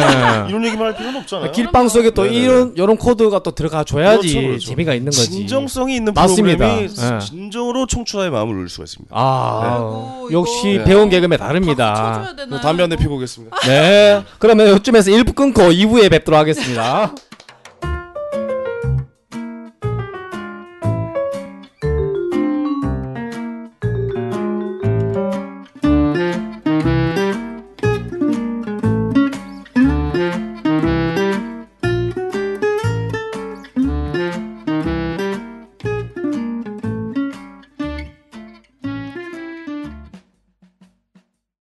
Speaker 5: 이런 얘기만 할 필요는 없잖아요.
Speaker 3: 길방 속에 또
Speaker 5: 네네네.
Speaker 3: 이런 이런 코드가 또 들어가 줘야지
Speaker 5: 그렇죠, 그렇죠.
Speaker 3: 재미가 있는 거지.
Speaker 5: 진정성이 있는
Speaker 3: 맞습니다.
Speaker 5: 프로그램이
Speaker 3: 예.
Speaker 5: 진정으로 청춘의 마음을 울릴 수가 있습니다.
Speaker 3: 아,
Speaker 4: 아이고,
Speaker 5: 네.
Speaker 3: 역시
Speaker 4: 이거
Speaker 3: 배운 개그맨
Speaker 4: 박수
Speaker 5: 그
Speaker 3: 다릅니다.
Speaker 4: 쳐줘야 되나요?
Speaker 5: 담배 한대 피고 오겠습니다.
Speaker 3: 네. 그러면 요쯤에서 1부 끊고 2부에 뵙도록 하겠습니다.